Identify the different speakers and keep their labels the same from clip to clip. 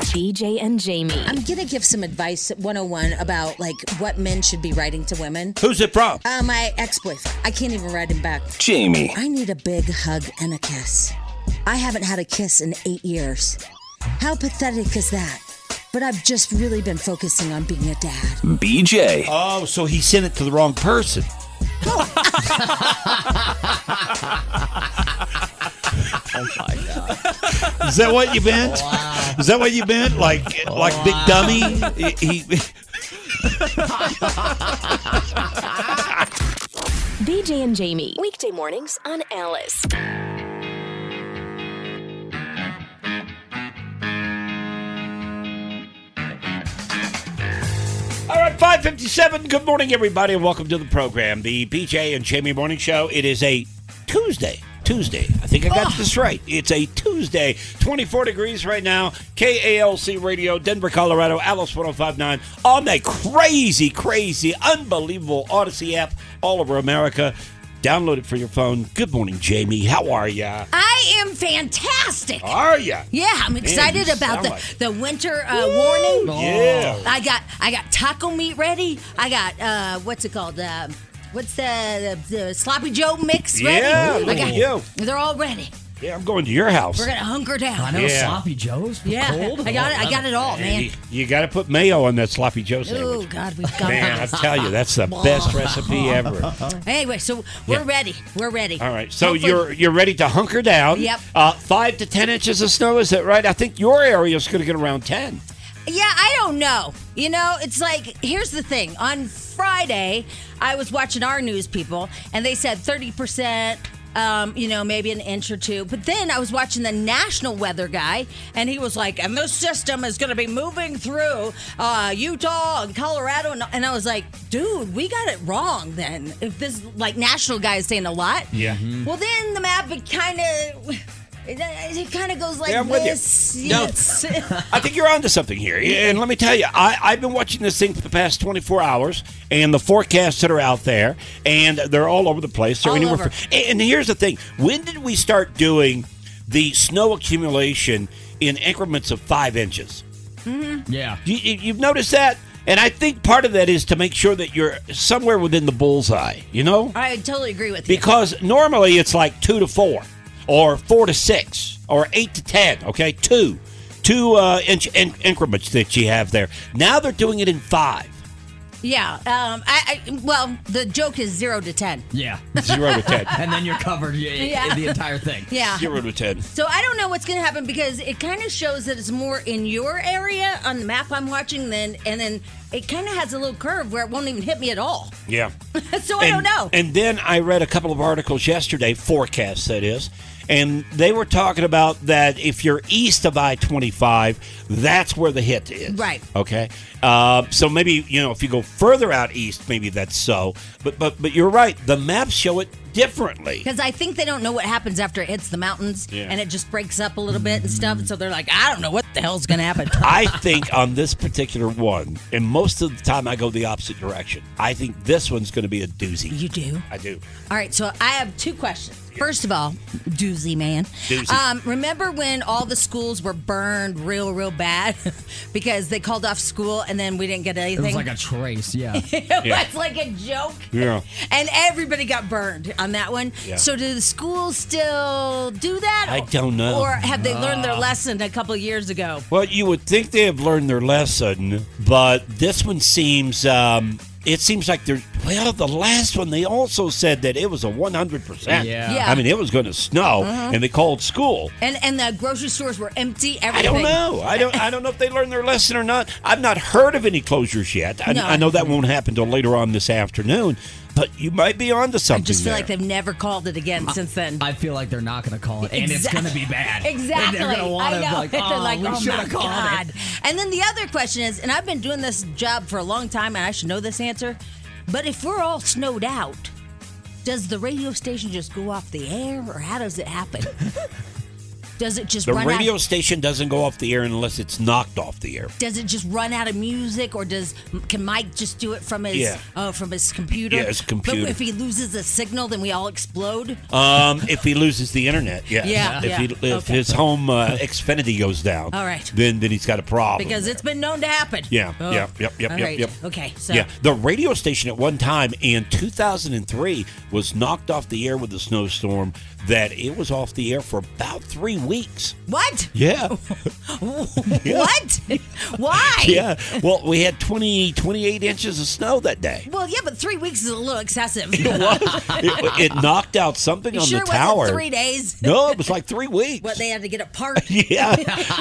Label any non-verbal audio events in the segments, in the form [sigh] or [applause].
Speaker 1: BJ and Jamie.
Speaker 2: I'm gonna give some advice at 101 about like what men should be writing to women.
Speaker 3: Who's it from?
Speaker 2: Uh, my ex-boyfriend. I can't even write him back.
Speaker 3: Jamie.
Speaker 2: I need a big hug and a kiss. I haven't had a kiss in eight years. How pathetic is that? But I've just really been focusing on being a dad.
Speaker 4: BJ.
Speaker 3: Oh, so he sent it to the wrong person. Is that what you meant? Is that what you meant? Like, like big dummy? He- he-
Speaker 1: BJ and Jamie. Weekday mornings on Alice.
Speaker 3: All right, 557. Good morning, everybody, and welcome to the program, the BJ and Jamie Morning Show. It is a Tuesday. Tuesday. I think I got this right. It's a Tuesday. 24 degrees right now. KALC Radio, Denver, Colorado, Alice 1059 on that crazy, crazy, unbelievable Odyssey app all over America. Download it for your phone. Good morning, Jamie. How are ya?
Speaker 2: I am fantastic.
Speaker 3: Are ya?
Speaker 2: Yeah, I'm excited
Speaker 3: you
Speaker 2: about
Speaker 3: sound
Speaker 2: the,
Speaker 3: like-
Speaker 2: the winter uh, warning.
Speaker 3: Yeah.
Speaker 2: I got I got taco meat ready. I got uh, what's it called? Uh, what's the, the, the sloppy Joe mix ready?
Speaker 3: Yeah,
Speaker 2: I
Speaker 3: look
Speaker 2: got,
Speaker 3: at you.
Speaker 2: They're all ready.
Speaker 3: Yeah, I'm going to your house.
Speaker 2: We're gonna hunker down.
Speaker 4: I know
Speaker 3: Yeah.
Speaker 4: sloppy Joe's with
Speaker 2: yeah,
Speaker 4: cold.
Speaker 2: I got it. I got it all,
Speaker 3: You,
Speaker 2: man.
Speaker 3: you got to put mayo on that sloppy Joe sandwich.
Speaker 2: Oh God, we've got
Speaker 3: Man, I tell you, that's the
Speaker 2: [laughs]
Speaker 3: best recipe ever.
Speaker 2: Anyway, so we're
Speaker 3: Yeah.
Speaker 2: ready. We're ready.
Speaker 3: All right, so
Speaker 2: Hopefully-
Speaker 3: you're you're ready to hunker down.
Speaker 2: Yep.
Speaker 3: Uh, five to ten inches of snow, is that right? I think your area is going to get around ten.
Speaker 2: Yeah, I don't know. You know, it's like here's the thing. On Friday, I was watching our news people, and they said thirty percent. Um, you know, maybe an inch or two. But then I was watching the national weather guy, and he was like, and this system is going to be moving through uh, Utah and Colorado. And, and I was like, dude, we got it wrong then. If this, like, national guy is saying a lot.
Speaker 3: Yeah.
Speaker 2: Well, then the map, it kind of. It, it kind of goes like
Speaker 3: Yeah, I'm with you.
Speaker 2: this.
Speaker 3: No.
Speaker 2: Yes. [laughs]
Speaker 3: I think you're onto something here. And let me tell you, I, I've been watching this thing for the past 24 hours, and the forecasts that are out there, and they're all over the place. So
Speaker 2: All
Speaker 3: anywhere
Speaker 2: over.
Speaker 3: From, and and here's the thing: when did we start doing the snow accumulation in increments of five inches?
Speaker 4: Yeah.
Speaker 3: You, you- you've noticed that, and I think part of that is to make sure that you're somewhere within the bullseye. You know,
Speaker 2: I totally agree with you.
Speaker 3: because normally it's like two to four, or four to six, or eight to ten. Okay, two, two uh, inch in- increments that you have there. Now they're doing it in five,
Speaker 2: yeah. Um. I, I. Well, the joke is zero to ten.
Speaker 4: Yeah.
Speaker 3: zero to ten.
Speaker 4: and then you're covered yeah,
Speaker 2: [laughs] Yeah.
Speaker 4: the entire thing.
Speaker 2: Yeah.
Speaker 3: Zero to ten.
Speaker 2: So I don't know what's going to happen because it kind of shows that it's more in your area on the map I'm watching than, and then it kind of has a little curve where it won't even hit me at all. [laughs]
Speaker 3: Yeah.
Speaker 2: so I don't know.
Speaker 3: And then I read a couple of articles yesterday, forecasts that is, and they were talking about that if you're east of I 25, that's where the hit is.
Speaker 2: Right.
Speaker 3: Okay. Uh, so maybe you know if you go further out east, maybe that's so. But but but you're right. The maps show it
Speaker 2: [laughs]
Speaker 3: differently.
Speaker 2: Because I think they don't know what happens after it hits the mountains
Speaker 3: Yeah.
Speaker 2: and it just breaks up a little bit and stuff. And so they're like, I don't know what the hell's going to
Speaker 3: [laughs]
Speaker 2: happen.
Speaker 3: I think on this particular one, and most of the time I go the opposite direction. I think this one's going to be a doozy.
Speaker 2: you do.
Speaker 3: I do.
Speaker 2: All right, so I have two questions. First of all, doozy man.
Speaker 3: Doozy.
Speaker 2: Um, remember when all the schools were burned real, real bad [laughs] because they called off school and then we didn't get
Speaker 4: It
Speaker 2: anything?
Speaker 4: was like a trace. Yeah.
Speaker 2: [laughs] It was like a joke.
Speaker 3: Yeah.
Speaker 2: And everybody got burned on that one.
Speaker 3: Yeah.
Speaker 2: So do the schools still do that?
Speaker 3: I don't know.
Speaker 2: Or have they learned their lesson a couple years ago?
Speaker 3: Well, you would think they have learned their lesson, but this one seems. Um, it seems like they're. Well, the last one, they also said that it was a 100%.
Speaker 4: Yeah.
Speaker 2: Yeah. Uh-huh.
Speaker 3: I mean, it was going to snow, and they called school.
Speaker 2: And and the grocery stores were empty,
Speaker 3: I
Speaker 2: everything.
Speaker 3: don't know. I don't. I don't know if they learned their lesson or not. I've not heard of any closures yet. I,
Speaker 2: No.
Speaker 3: I know that won't happen till later on this afternoon, but you might be onto
Speaker 2: I
Speaker 3: something.
Speaker 2: just feel
Speaker 3: there.
Speaker 2: like they've never called it again since then.
Speaker 4: I feel like they're not going to call it, and it's
Speaker 2: Exact-
Speaker 4: going to be bad.
Speaker 2: Exactly.
Speaker 4: They're going to want
Speaker 2: I
Speaker 4: to
Speaker 2: know. [laughs]
Speaker 4: like,
Speaker 2: They're
Speaker 4: oh,
Speaker 2: like,
Speaker 4: we
Speaker 2: "Oh
Speaker 4: should
Speaker 2: my
Speaker 4: have called
Speaker 2: God.
Speaker 4: it.
Speaker 2: And then the other question is, and I've been doing this job for a long time, and I should know this answer, but if we're all snowed out,
Speaker 4: [laughs]
Speaker 2: does the radio station just go off the air, or how does it happen? Does it just
Speaker 3: The
Speaker 2: run
Speaker 3: radio
Speaker 2: out?
Speaker 3: station doesn't go off the air unless it's knocked off the air.
Speaker 2: Does it just run out of music, or does can Mike just do it from his
Speaker 3: Yeah.
Speaker 2: uh, from his computer?
Speaker 3: Yeah, his computer.
Speaker 2: But if he loses the signal, then we all explode.
Speaker 3: Um, if he loses the internet, yes.
Speaker 2: Yeah,
Speaker 3: If, He,
Speaker 2: yeah.
Speaker 3: if
Speaker 2: Okay.
Speaker 3: his home uh, Xfinity goes down,
Speaker 2: All right.
Speaker 3: then then he's got a problem.
Speaker 2: because it's been known to happen.
Speaker 3: Yeah,
Speaker 2: Oh.
Speaker 3: yep, yep, yep,
Speaker 2: All
Speaker 3: yep,
Speaker 2: right.
Speaker 3: yep.
Speaker 2: Okay, so
Speaker 3: yeah, the radio station at one time in 2003 was knocked off the air with a snowstorm that it was off the air for about three weeks.
Speaker 2: what?
Speaker 3: Yeah.
Speaker 2: What? [laughs] Why?
Speaker 3: [laughs] yeah. Well, we had 20, 28 inches of snow
Speaker 2: [laughs]
Speaker 3: that day.
Speaker 2: Well, yeah, but three weeks is a little excessive.
Speaker 3: [laughs] It, was. it, it knocked out
Speaker 2: [laughs]
Speaker 3: something
Speaker 2: You
Speaker 3: on
Speaker 2: sure
Speaker 3: the
Speaker 2: it
Speaker 3: tower.
Speaker 2: wasn't three days?
Speaker 3: no, it was like
Speaker 2: [laughs]
Speaker 3: three weeks.
Speaker 2: What they had to get a
Speaker 3: [laughs]
Speaker 2: part.
Speaker 3: yeah,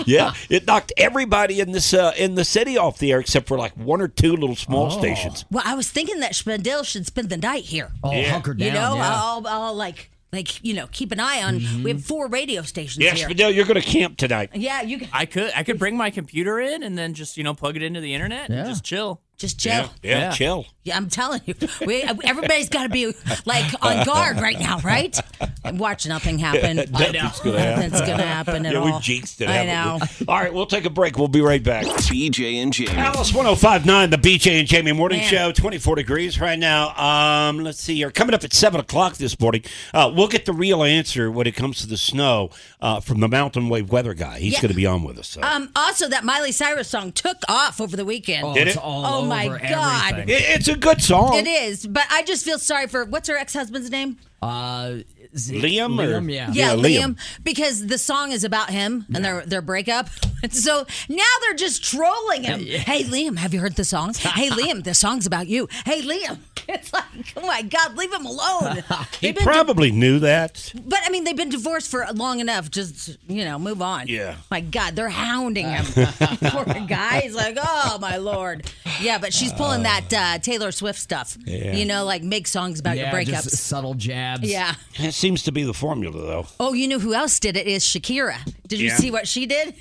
Speaker 3: yeah. It knocked everybody in this uh, in the city off the air except for like one or two little small
Speaker 2: Oh.
Speaker 3: stations.
Speaker 2: Well, I was thinking that Spindell should spend the night here.
Speaker 4: All hunkered down.
Speaker 2: you know,
Speaker 4: Oh, yeah.
Speaker 2: I'll,
Speaker 4: Mm-hmm.
Speaker 2: I'll like like you know keep an eye on. We have four radio stations
Speaker 3: Yes,
Speaker 2: here.
Speaker 3: Fidel, you're going to camp tonight.
Speaker 2: yeah, you can
Speaker 5: I could I could bring my computer in and then just you know plug it into the internet
Speaker 4: Yeah.
Speaker 5: and just chill.
Speaker 2: just chill.
Speaker 3: Yeah,
Speaker 2: Yeah.
Speaker 3: yeah,
Speaker 5: Yeah.
Speaker 3: chill.
Speaker 2: I'm telling you, we, everybody's got to be like
Speaker 3: [laughs]
Speaker 2: on guard right now, right? And watch nothing happen.
Speaker 3: Nothing's gonna happen.
Speaker 2: Nothing's gonna happen at
Speaker 3: yeah,
Speaker 2: all.
Speaker 3: we jinxed it.
Speaker 2: I know.
Speaker 3: haven't we? [laughs] All right, we'll take a break. We'll be right back.
Speaker 6: BJ and Jamie.
Speaker 3: Alice 1059, the BJ and Jamie Morning
Speaker 2: Man.
Speaker 3: Show, 24 degrees right now. Um, let's see here. Coming up at 7 o'clock this morning, uh, we'll get the real answer when it comes to the snow uh, from the Mountain Wave Weather Guy. He's
Speaker 2: Yeah.
Speaker 3: going to be on with us. So.
Speaker 2: Um, also, that Miley Cyrus song took off over the weekend.
Speaker 4: oh,
Speaker 3: Did
Speaker 4: it's
Speaker 3: it?
Speaker 4: all
Speaker 2: Oh, my
Speaker 4: over
Speaker 2: God.
Speaker 4: everything.
Speaker 3: It- it's a good song.
Speaker 2: It is, but I just feel sorry for what's her ex husband's name?
Speaker 4: Uh, is it
Speaker 3: Liam or-
Speaker 4: Liam, yeah.
Speaker 3: Yeah. Liam.
Speaker 2: because the song is about him and their their breakup. [laughs] So now they're just trolling him. Hey Liam, have you heard the song?
Speaker 3: [laughs]
Speaker 2: hey Liam, the song's about you. Hey Liam, [laughs] it's like oh my god, leave him alone.
Speaker 3: [laughs] he
Speaker 2: They've been
Speaker 3: probably knew that.
Speaker 2: But I mean, they've been divorced for long enough. Just you know, move on.
Speaker 3: Yeah.
Speaker 2: My God, they're hounding
Speaker 3: [laughs]
Speaker 2: him. [laughs] Poor guy. He's like, oh my lord. Yeah, but she's pulling that uh, Taylor Swift stuff.
Speaker 3: Yeah.
Speaker 2: You know, like make songs about
Speaker 4: Yeah,
Speaker 2: your breakups.
Speaker 4: just subtle jabs.
Speaker 2: yeah.
Speaker 3: That seems to be the formula, though.
Speaker 2: Oh, you know who else did it? Is Shakira? Did you
Speaker 3: Yeah.
Speaker 2: see what she did?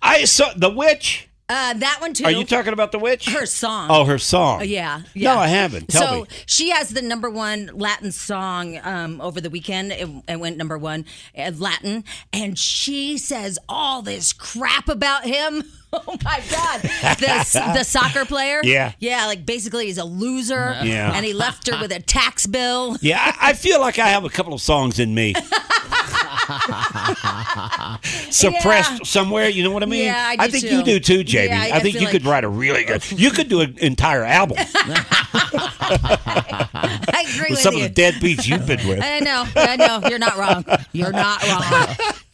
Speaker 3: I saw the witch.
Speaker 2: Uh, that one too.
Speaker 3: Are you talking about the witch?
Speaker 2: her song?
Speaker 3: Oh, her song.
Speaker 2: Yeah,
Speaker 3: No,
Speaker 2: yeah.
Speaker 3: I haven't. Tell
Speaker 2: so
Speaker 3: me.
Speaker 2: she has the number one Latin song um, over the weekend. It, it went number one uh, Latin, and she says all this crap about him. [laughs] Oh my God, the
Speaker 3: [laughs]
Speaker 2: the soccer player.
Speaker 3: Yeah.
Speaker 2: yeah. Like basically, he's a loser.
Speaker 3: Yeah.
Speaker 2: and he left her with a tax bill. [laughs]
Speaker 3: Yeah, I, I feel like I have a couple of songs in me. Suppressed
Speaker 2: Yeah.
Speaker 3: somewhere, you know what I mean?
Speaker 2: Yeah, I do
Speaker 3: think
Speaker 2: too.
Speaker 3: you do too, Jamie.
Speaker 2: Yeah, I
Speaker 3: I, think
Speaker 2: feel
Speaker 3: you could
Speaker 2: like-
Speaker 3: write a really good. You could do an
Speaker 2: [laughs]
Speaker 3: entire album
Speaker 2: I agree with
Speaker 3: with some
Speaker 2: you.
Speaker 3: of the deadbeats you've been with.
Speaker 2: I know. I know. You're not wrong. You're not
Speaker 3: [laughs]
Speaker 2: wrong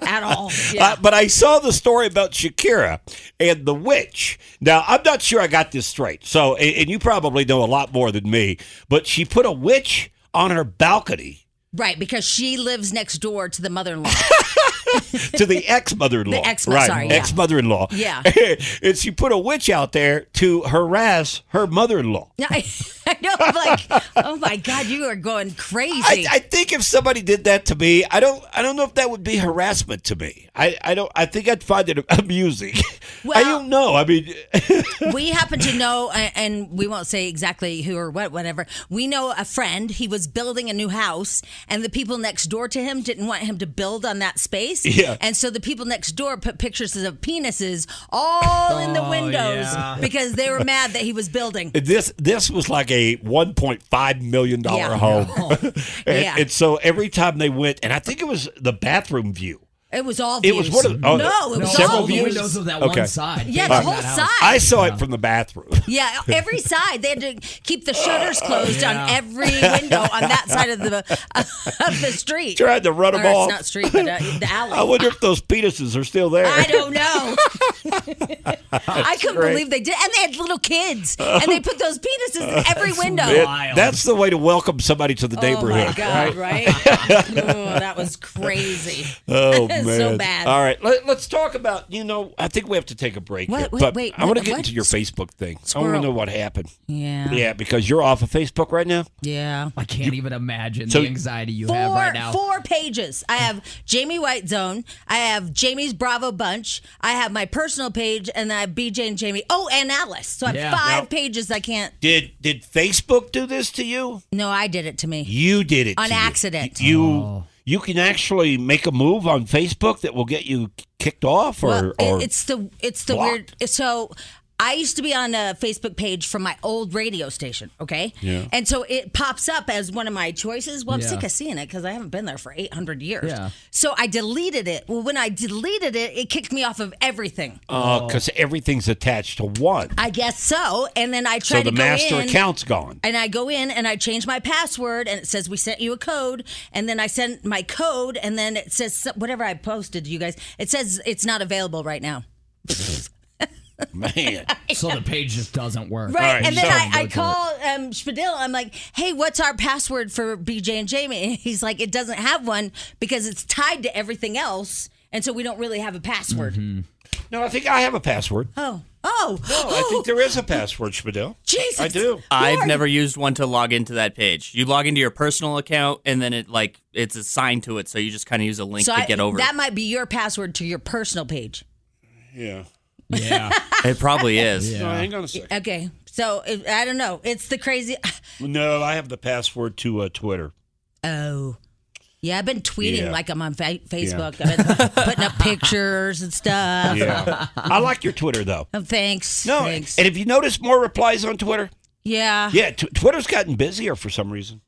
Speaker 2: at all. Yeah.
Speaker 3: Uh, but I saw the story about Shakira and the witch. Now, I'm not sure I got this straight. So, and, and you probably know a lot more than me, but she put a witch on her balcony
Speaker 2: Right, because she lives next door to the mother-in-law. [laughs]
Speaker 3: to the ex mother in law.
Speaker 2: The ex-
Speaker 3: right,
Speaker 2: sorry, yeah.
Speaker 3: ex mother in law.
Speaker 2: Yeah.
Speaker 3: [laughs] and she put a witch out there to harass her mother in law.
Speaker 2: Yeah, I, I know. I'm like, oh my God, you are going crazy.
Speaker 3: I, I think if somebody did that to me, I don't. I don't know if that would be harassment to me. I. I don't. I think I'd find it [laughs] amusing. I
Speaker 2: Well-
Speaker 3: don't know. I mean,
Speaker 2: we happen to know, a- and we won't say exactly who or what, whatever. We know a friend. He was building a new house, and the people next door to him didn't want him to build on that space.
Speaker 3: Yeah.
Speaker 2: And so the people next door put pictures of penises all in the
Speaker 4: Oh,
Speaker 2: windows
Speaker 4: yeah.
Speaker 2: because they were mad that he was building.
Speaker 3: this this was like a 1.5 million dollar
Speaker 2: Yeah. [laughs]
Speaker 3: home [laughs] and,
Speaker 2: Yeah.
Speaker 3: and so every time they went and i think it was the bathroom view
Speaker 2: It was all
Speaker 3: It
Speaker 2: views.
Speaker 3: was one of- oh,
Speaker 2: no, it
Speaker 4: No,
Speaker 2: was
Speaker 3: Several
Speaker 2: all
Speaker 4: all the
Speaker 3: views.
Speaker 4: windows of that
Speaker 3: Okay.
Speaker 4: one side.
Speaker 2: Yeah,
Speaker 4: facing
Speaker 2: the whole
Speaker 4: that house.
Speaker 2: side.
Speaker 3: i saw it from the bathroom [laughs]
Speaker 2: Yeah, every side they had to keep the shutters closed on every window on that side of the [laughs] of the street.
Speaker 3: Tried to run 'em
Speaker 2: Or it's
Speaker 3: off.
Speaker 2: not street, but uh,
Speaker 3: [laughs]
Speaker 2: the alley.
Speaker 3: i wonder if those penises are still there
Speaker 2: I
Speaker 3: [laughs]
Speaker 2: don't know. I couldn't
Speaker 3: great.
Speaker 2: believe they did, and they had little
Speaker 3: [laughs]
Speaker 2: kids, and they put those penises in every window.
Speaker 3: It-
Speaker 4: Wild.
Speaker 3: that's the way to welcome somebody to the
Speaker 2: Oh my
Speaker 3: [laughs] neighborhood
Speaker 2: god! Right? oh, that was crazy.
Speaker 3: [laughs] Oh
Speaker 2: [laughs] So
Speaker 3: man!
Speaker 2: bad.
Speaker 3: All right, let, us talk about. You know, I think we have to take a break.
Speaker 2: What-
Speaker 3: here,
Speaker 2: wait,
Speaker 3: but
Speaker 2: wait,
Speaker 3: I want to
Speaker 2: what-
Speaker 3: get
Speaker 2: what?
Speaker 3: into your Facebook thing. I
Speaker 2: Squirrel.
Speaker 3: want to know what happened.
Speaker 2: Yeah.
Speaker 3: Yeah, because you're off of Facebook right now.
Speaker 2: Yeah.
Speaker 4: I can't even imagine
Speaker 3: So-
Speaker 4: the anxiety you
Speaker 2: four
Speaker 4: have right now.
Speaker 2: four pages. I have Jamie White Zone. I have Jamie's Bravo Bunch. I have my personal page, and then I have BJ and Jamie. Oh, and Alice. So I have
Speaker 4: Yeah.
Speaker 2: five
Speaker 3: Now-
Speaker 2: pages. I can't.
Speaker 3: Did did Facebook do this to you?
Speaker 2: No, I did it to me.
Speaker 3: You did it
Speaker 2: On
Speaker 3: to you.
Speaker 2: accident.
Speaker 3: You you, you can actually make a move on Facebook that will get you kicked off or,
Speaker 2: Well, it-
Speaker 3: or
Speaker 2: it's the it's the
Speaker 3: blocked.
Speaker 2: weird. So I used to be on a Facebook page from my old radio station. Okay,
Speaker 3: Yeah.
Speaker 2: and so it pops up as one of my choices. Well, I'm
Speaker 4: Yeah.
Speaker 2: sick of seeing it because I haven't been there for 800 years.
Speaker 4: Yeah.
Speaker 2: So I deleted it. Well, when I deleted it, it kicked me off of everything.
Speaker 3: because uh, everything's attached to one.
Speaker 2: I guess so. And then I tried
Speaker 3: So the
Speaker 2: to go
Speaker 3: master
Speaker 2: in,
Speaker 3: account's
Speaker 2: [laughs]
Speaker 3: gone.
Speaker 2: and I go in and I change my password and it says we sent you a code and then I send my code and then it says so- whatever I posted to you guys it says it's not available right now.
Speaker 3: Man.
Speaker 4: So the page just doesn't work.
Speaker 2: Right,
Speaker 3: right,
Speaker 2: and then
Speaker 3: so-
Speaker 2: I, I
Speaker 4: Go to
Speaker 2: call um, Spadil. I'm like, "Hey, what's our password for BJ and Jamie?" And he's like, "It doesn't have one because it's tied to everything else, and so we don't really have a password."
Speaker 5: Mm-hmm.
Speaker 3: No, I think I have a password.
Speaker 2: Oh, oh,
Speaker 3: No, I think there is a password, Spadil.
Speaker 2: [laughs] Jesus.
Speaker 3: I do.
Speaker 2: Lord.
Speaker 5: I've never used one to log into that page. You log into your personal account, and then it like it's assigned to it, so you just kind of use a link
Speaker 2: so
Speaker 5: to
Speaker 2: I-
Speaker 5: get over.
Speaker 2: that might be your password to your personal page.
Speaker 3: Yeah.
Speaker 4: Yeah.
Speaker 5: it. It
Speaker 2: [laughs]
Speaker 5: probably is.
Speaker 3: No, hang on a second.
Speaker 2: Okay, so it, I don't know. It's the crazy. [sighs]
Speaker 3: No, I have the password to uh,
Speaker 2: [laughs]
Speaker 3: Twitter.
Speaker 2: Oh. Yeah, I've been tweeting
Speaker 3: Yeah.
Speaker 2: like I'm on fa- Facebook. I've
Speaker 3: [laughs]
Speaker 2: been putting up pictures and stuff.
Speaker 3: Yeah. I like your Twitter, though.
Speaker 2: Oh, thanks.
Speaker 3: No,
Speaker 2: thanks.
Speaker 3: and if you notice more replies on Twitter,
Speaker 2: yeah.
Speaker 3: yeah, t- Twitter's gotten busier for
Speaker 2: [sighs]
Speaker 3: some reason.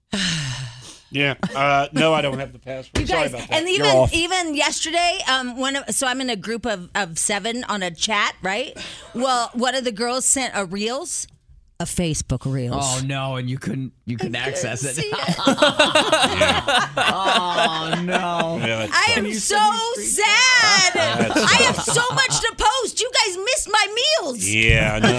Speaker 3: yeah. Uh, no, I don't have the password.
Speaker 2: You guys,
Speaker 3: Sorry about that.
Speaker 2: and
Speaker 3: You're
Speaker 2: even
Speaker 3: off.
Speaker 2: even yesterday, um, one of, so I'm in a group of, of seven on a chat, right? Well, one of the girls sent a reels, a Facebook reels. [laughs]
Speaker 4: Oh [laughs] no, and you couldn't you couldn't access it. [laughs]
Speaker 2: See,
Speaker 4: Oh no.
Speaker 3: Yeah, that's
Speaker 2: I
Speaker 3: fine.
Speaker 2: am so
Speaker 3: [laughs]
Speaker 2: sad. I have so much to post. You guys missed my meals.
Speaker 3: Yeah, I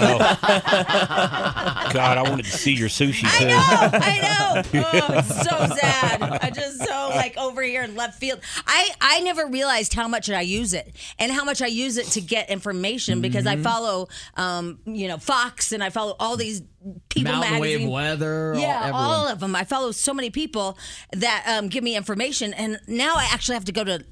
Speaker 3: know.
Speaker 2: [laughs]
Speaker 3: God, I wanted to see your sushi
Speaker 2: I
Speaker 3: too.
Speaker 2: know, I know. Oh, it's so sad. I just so like over here in left field. I I never realized how much I use it and how much I use it to get information because I follow, um, you know, Fox and I follow all these people
Speaker 4: Mountain wave
Speaker 2: magazine.
Speaker 4: weather. oh,
Speaker 2: yeah,
Speaker 4: everyone.
Speaker 2: all of them. I follow so many people that um, give me information, and now I actually have to go to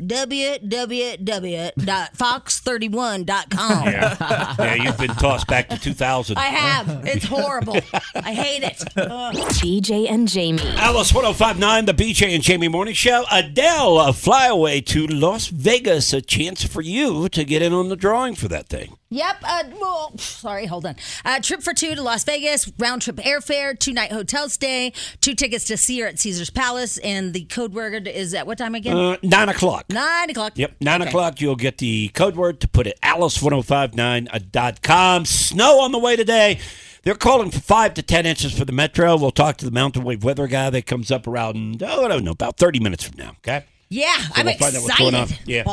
Speaker 2: www.fox31.com.
Speaker 3: Yeah, you've been tossed back to 2000.
Speaker 2: I have. It's horrible. I hate it. Ugh.
Speaker 1: BJ and Jamie.
Speaker 3: Alice 1059, the BJ and Jamie Morning Show. Adele, a flyaway to Las Vegas, a chance for you to get in on the drawing for that thing.
Speaker 2: Yep. Uh, well, sorry, hold on. Uh, trip for two to Las Vegas, round trip airfare, two night hotel stay, two tickets to see her at Caesar's Palace, and the code word is at what time again?
Speaker 3: Uh, nine o'clock.
Speaker 2: Nine o'clock.
Speaker 3: Yep, nine o'clock. You'll get the code word to put at alice1059.com. Snow on the way today. They're calling for five to 10 inches for the metro. We'll talk to the mountain wave weather guy that comes up around, oh, I don't know, about 30 minutes from now. Okay.
Speaker 2: Yeah, I'm
Speaker 3: we'll
Speaker 2: excited.
Speaker 3: find
Speaker 2: Oh.
Speaker 3: out what's going on. Yeah.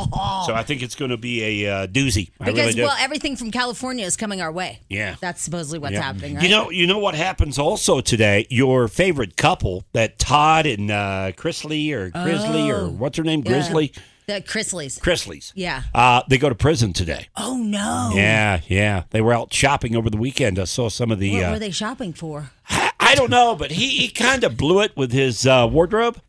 Speaker 3: So I think it's going to be a uh, doozy. I
Speaker 2: because
Speaker 3: really do.
Speaker 2: well, everything from California is coming our way.
Speaker 3: Yeah.
Speaker 2: that's supposedly what's
Speaker 3: Yeah.
Speaker 2: happening. Right?
Speaker 3: You know, you know what happens also today. Your favorite couple, that Todd and uh, Chrisley or Grizzly or what's her name, Grizzly,
Speaker 2: the Chrisleys.
Speaker 3: Chrisley's.
Speaker 2: Oh. Yeah.
Speaker 3: Uh, they go to prison today.
Speaker 2: Oh no.
Speaker 3: Yeah, yeah. They were out shopping over the weekend. I saw some of the.
Speaker 2: What
Speaker 3: uh,
Speaker 2: were they shopping for?
Speaker 3: I, I don't know, but he, he kind of blew it with his uh, wardrobe.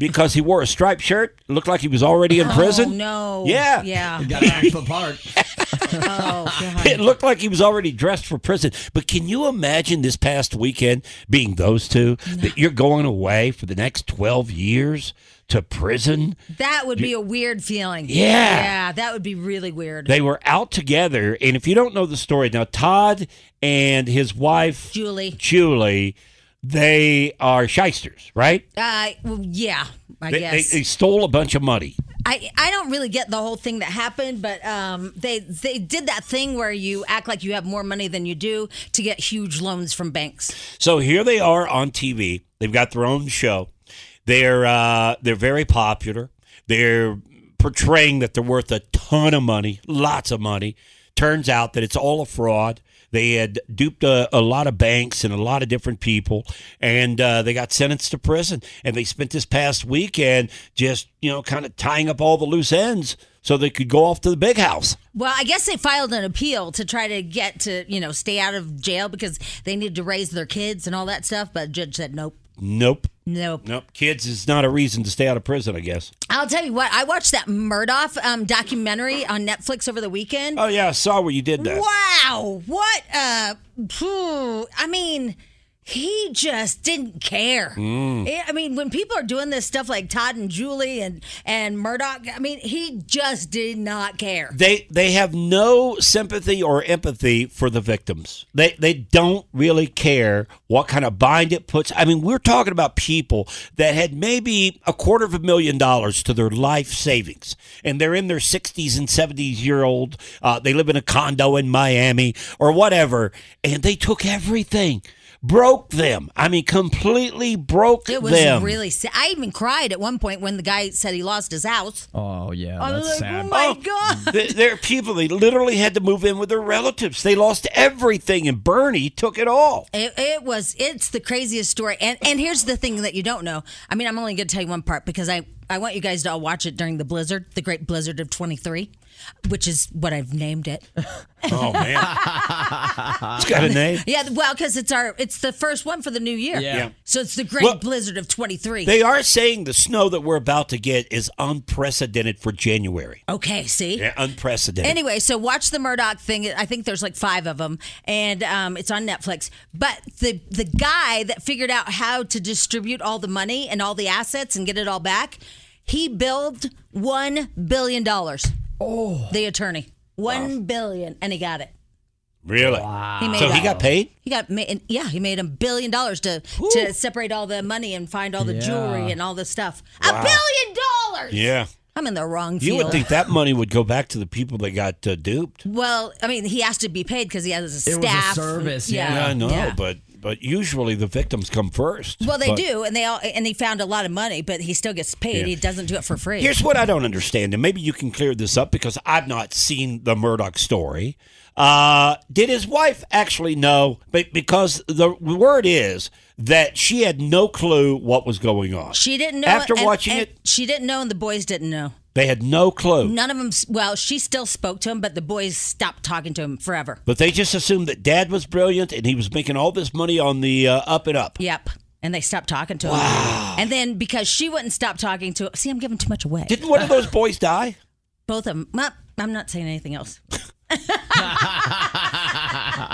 Speaker 3: Because he wore a striped shirt, looked like he was already in prison.
Speaker 2: Oh no.
Speaker 3: Yeah. [laughs]
Speaker 2: Yeah.
Speaker 4: Gotta act
Speaker 2: [laughs]
Speaker 4: the part.
Speaker 2: Oh god.
Speaker 3: It looked like he was already dressed for prison. But can you imagine this past weekend being those two? That you're going away for the next 12 years to prison?
Speaker 2: That would be a weird feeling.
Speaker 3: Yeah.
Speaker 2: Yeah, that would be really weird.
Speaker 3: They were out together. And if you don't know the story, now Todd and his wife,
Speaker 2: Julie.
Speaker 3: Julie, they are shysters, right?
Speaker 2: Uh, well, yeah, I
Speaker 3: They, they,
Speaker 2: guess.
Speaker 3: they stole a bunch of money.
Speaker 2: I, I don't really get the whole thing that happened, but um, they they did that thing where you act like you have more money than you do to get huge loans from banks.
Speaker 3: So here they are on TV. They've got their own show. They're uh, they're very popular. They're portraying that they're worth a ton of money, lots of money. Turns out that it's all a fraud. They had duped a, a lot of banks and a lot of different people, and uh, they got sentenced to prison. And they spent this past weekend just you know kind of tying up all the loose ends so they could go off to the big house.
Speaker 2: Well, I guess they filed an appeal to try to get to you know stay out of jail because they needed to raise their kids and all that stuff. But the judge said nope,
Speaker 3: Nope,
Speaker 2: nope.
Speaker 3: nope. Kids is not a reason to stay out of prison, I guess.
Speaker 2: I'll tell you what, I watched that Murdoch um, documentary on Netflix over the weekend.
Speaker 3: Oh yeah, I saw where you did that.
Speaker 2: Wow. What uh phew, I hmm, mean, he just didn't care. Yeah, I mean, when people are doing this stuff like Todd and Julie and and Murdoch, I mean, he just did not care.
Speaker 3: They they have no sympathy or empathy for the victims. They they don't really care what kind of bind it puts. I mean, we're talking about people that had maybe a quarter of a million dollars to their life savings, and they're in their sixties and seventies year old. Uh, they live in a condo in Miami or whatever, and they took everything. Broke them. I mean, completely broke
Speaker 2: It was
Speaker 3: them.
Speaker 2: really sad. I even cried at one point when the guy said he lost his house.
Speaker 4: Oh yeah,
Speaker 2: I was
Speaker 4: that's
Speaker 2: like,
Speaker 4: sad.
Speaker 2: oh my
Speaker 3: Oh.
Speaker 2: God.
Speaker 3: Th- there are people they literally had to move in with their relatives. They lost everything, and Bernie took it all.
Speaker 2: It, it was, it's the craziest story. And and here's the thing that you don't know. I mean, I'm only going to tell you one part because I, I want you guys to all watch it during the blizzard, the great blizzard of 23, which is what I've named it.
Speaker 3: Oh man, [laughs] it's got a name.
Speaker 2: Yeah, well, because it's our, it's the first one for the new year.
Speaker 4: Yeah. Yeah.
Speaker 2: So it's the great
Speaker 3: Well-
Speaker 2: blizzard of 23.
Speaker 3: They are saying the snow that we're about to get is unprecedented for January.
Speaker 2: okay, see?
Speaker 3: Yeah, unprecedented.
Speaker 2: Anyway, so watch the Murdoch thing. I think there's like five of them, and um, it's on Netflix. But the the guy that figured out how to distribute all the money and all the assets and get it all back, he billed one billion dollars. Oh, the attorney, one billion, and he got it.
Speaker 3: really?
Speaker 2: He made
Speaker 3: Ah. So
Speaker 2: a-
Speaker 3: he got paid.
Speaker 2: He got ma- and yeah, he made a billion dollars to to separate all the money and find all the
Speaker 4: Yeah.
Speaker 2: jewelry and all the stuff. A billion dollars. I'm in the wrong
Speaker 3: You
Speaker 2: field.
Speaker 3: would think that money would go back to the people that got uh, duped.
Speaker 2: Well, I mean, he has to be paid because he has a
Speaker 4: It
Speaker 2: staff.
Speaker 4: was a service,
Speaker 3: Yeah,
Speaker 4: Yeah,
Speaker 3: I know,
Speaker 2: yeah.
Speaker 3: but but usually the victims come first.
Speaker 2: Well, they
Speaker 3: But-
Speaker 2: do, and they all, and he found a lot of money, but he still gets paid.
Speaker 3: Yeah.
Speaker 2: He doesn't do it for free.
Speaker 3: Here's what I don't understand, and maybe you can clear this up because I've not seen the Murdoch story. Uh, did his wife actually know? But because the word is that she had no clue what was going on.
Speaker 2: she didn't know
Speaker 3: After
Speaker 2: and-
Speaker 3: watching
Speaker 2: and
Speaker 3: it,
Speaker 2: She didn't know, and the boys didn't know.
Speaker 3: they had no clue.
Speaker 2: None of them. Well, she still spoke to him, but the boys stopped talking to him forever.
Speaker 3: But they just assumed that Dad was brilliant and he was making all this money on the uh, up and up.
Speaker 2: Yep, and they stopped talking to him. And then because she wouldn't stop talking to him, see, I'm giving too much away.
Speaker 3: Didn't one of those boys die?
Speaker 2: Both of them. Well, I'm not saying anything else.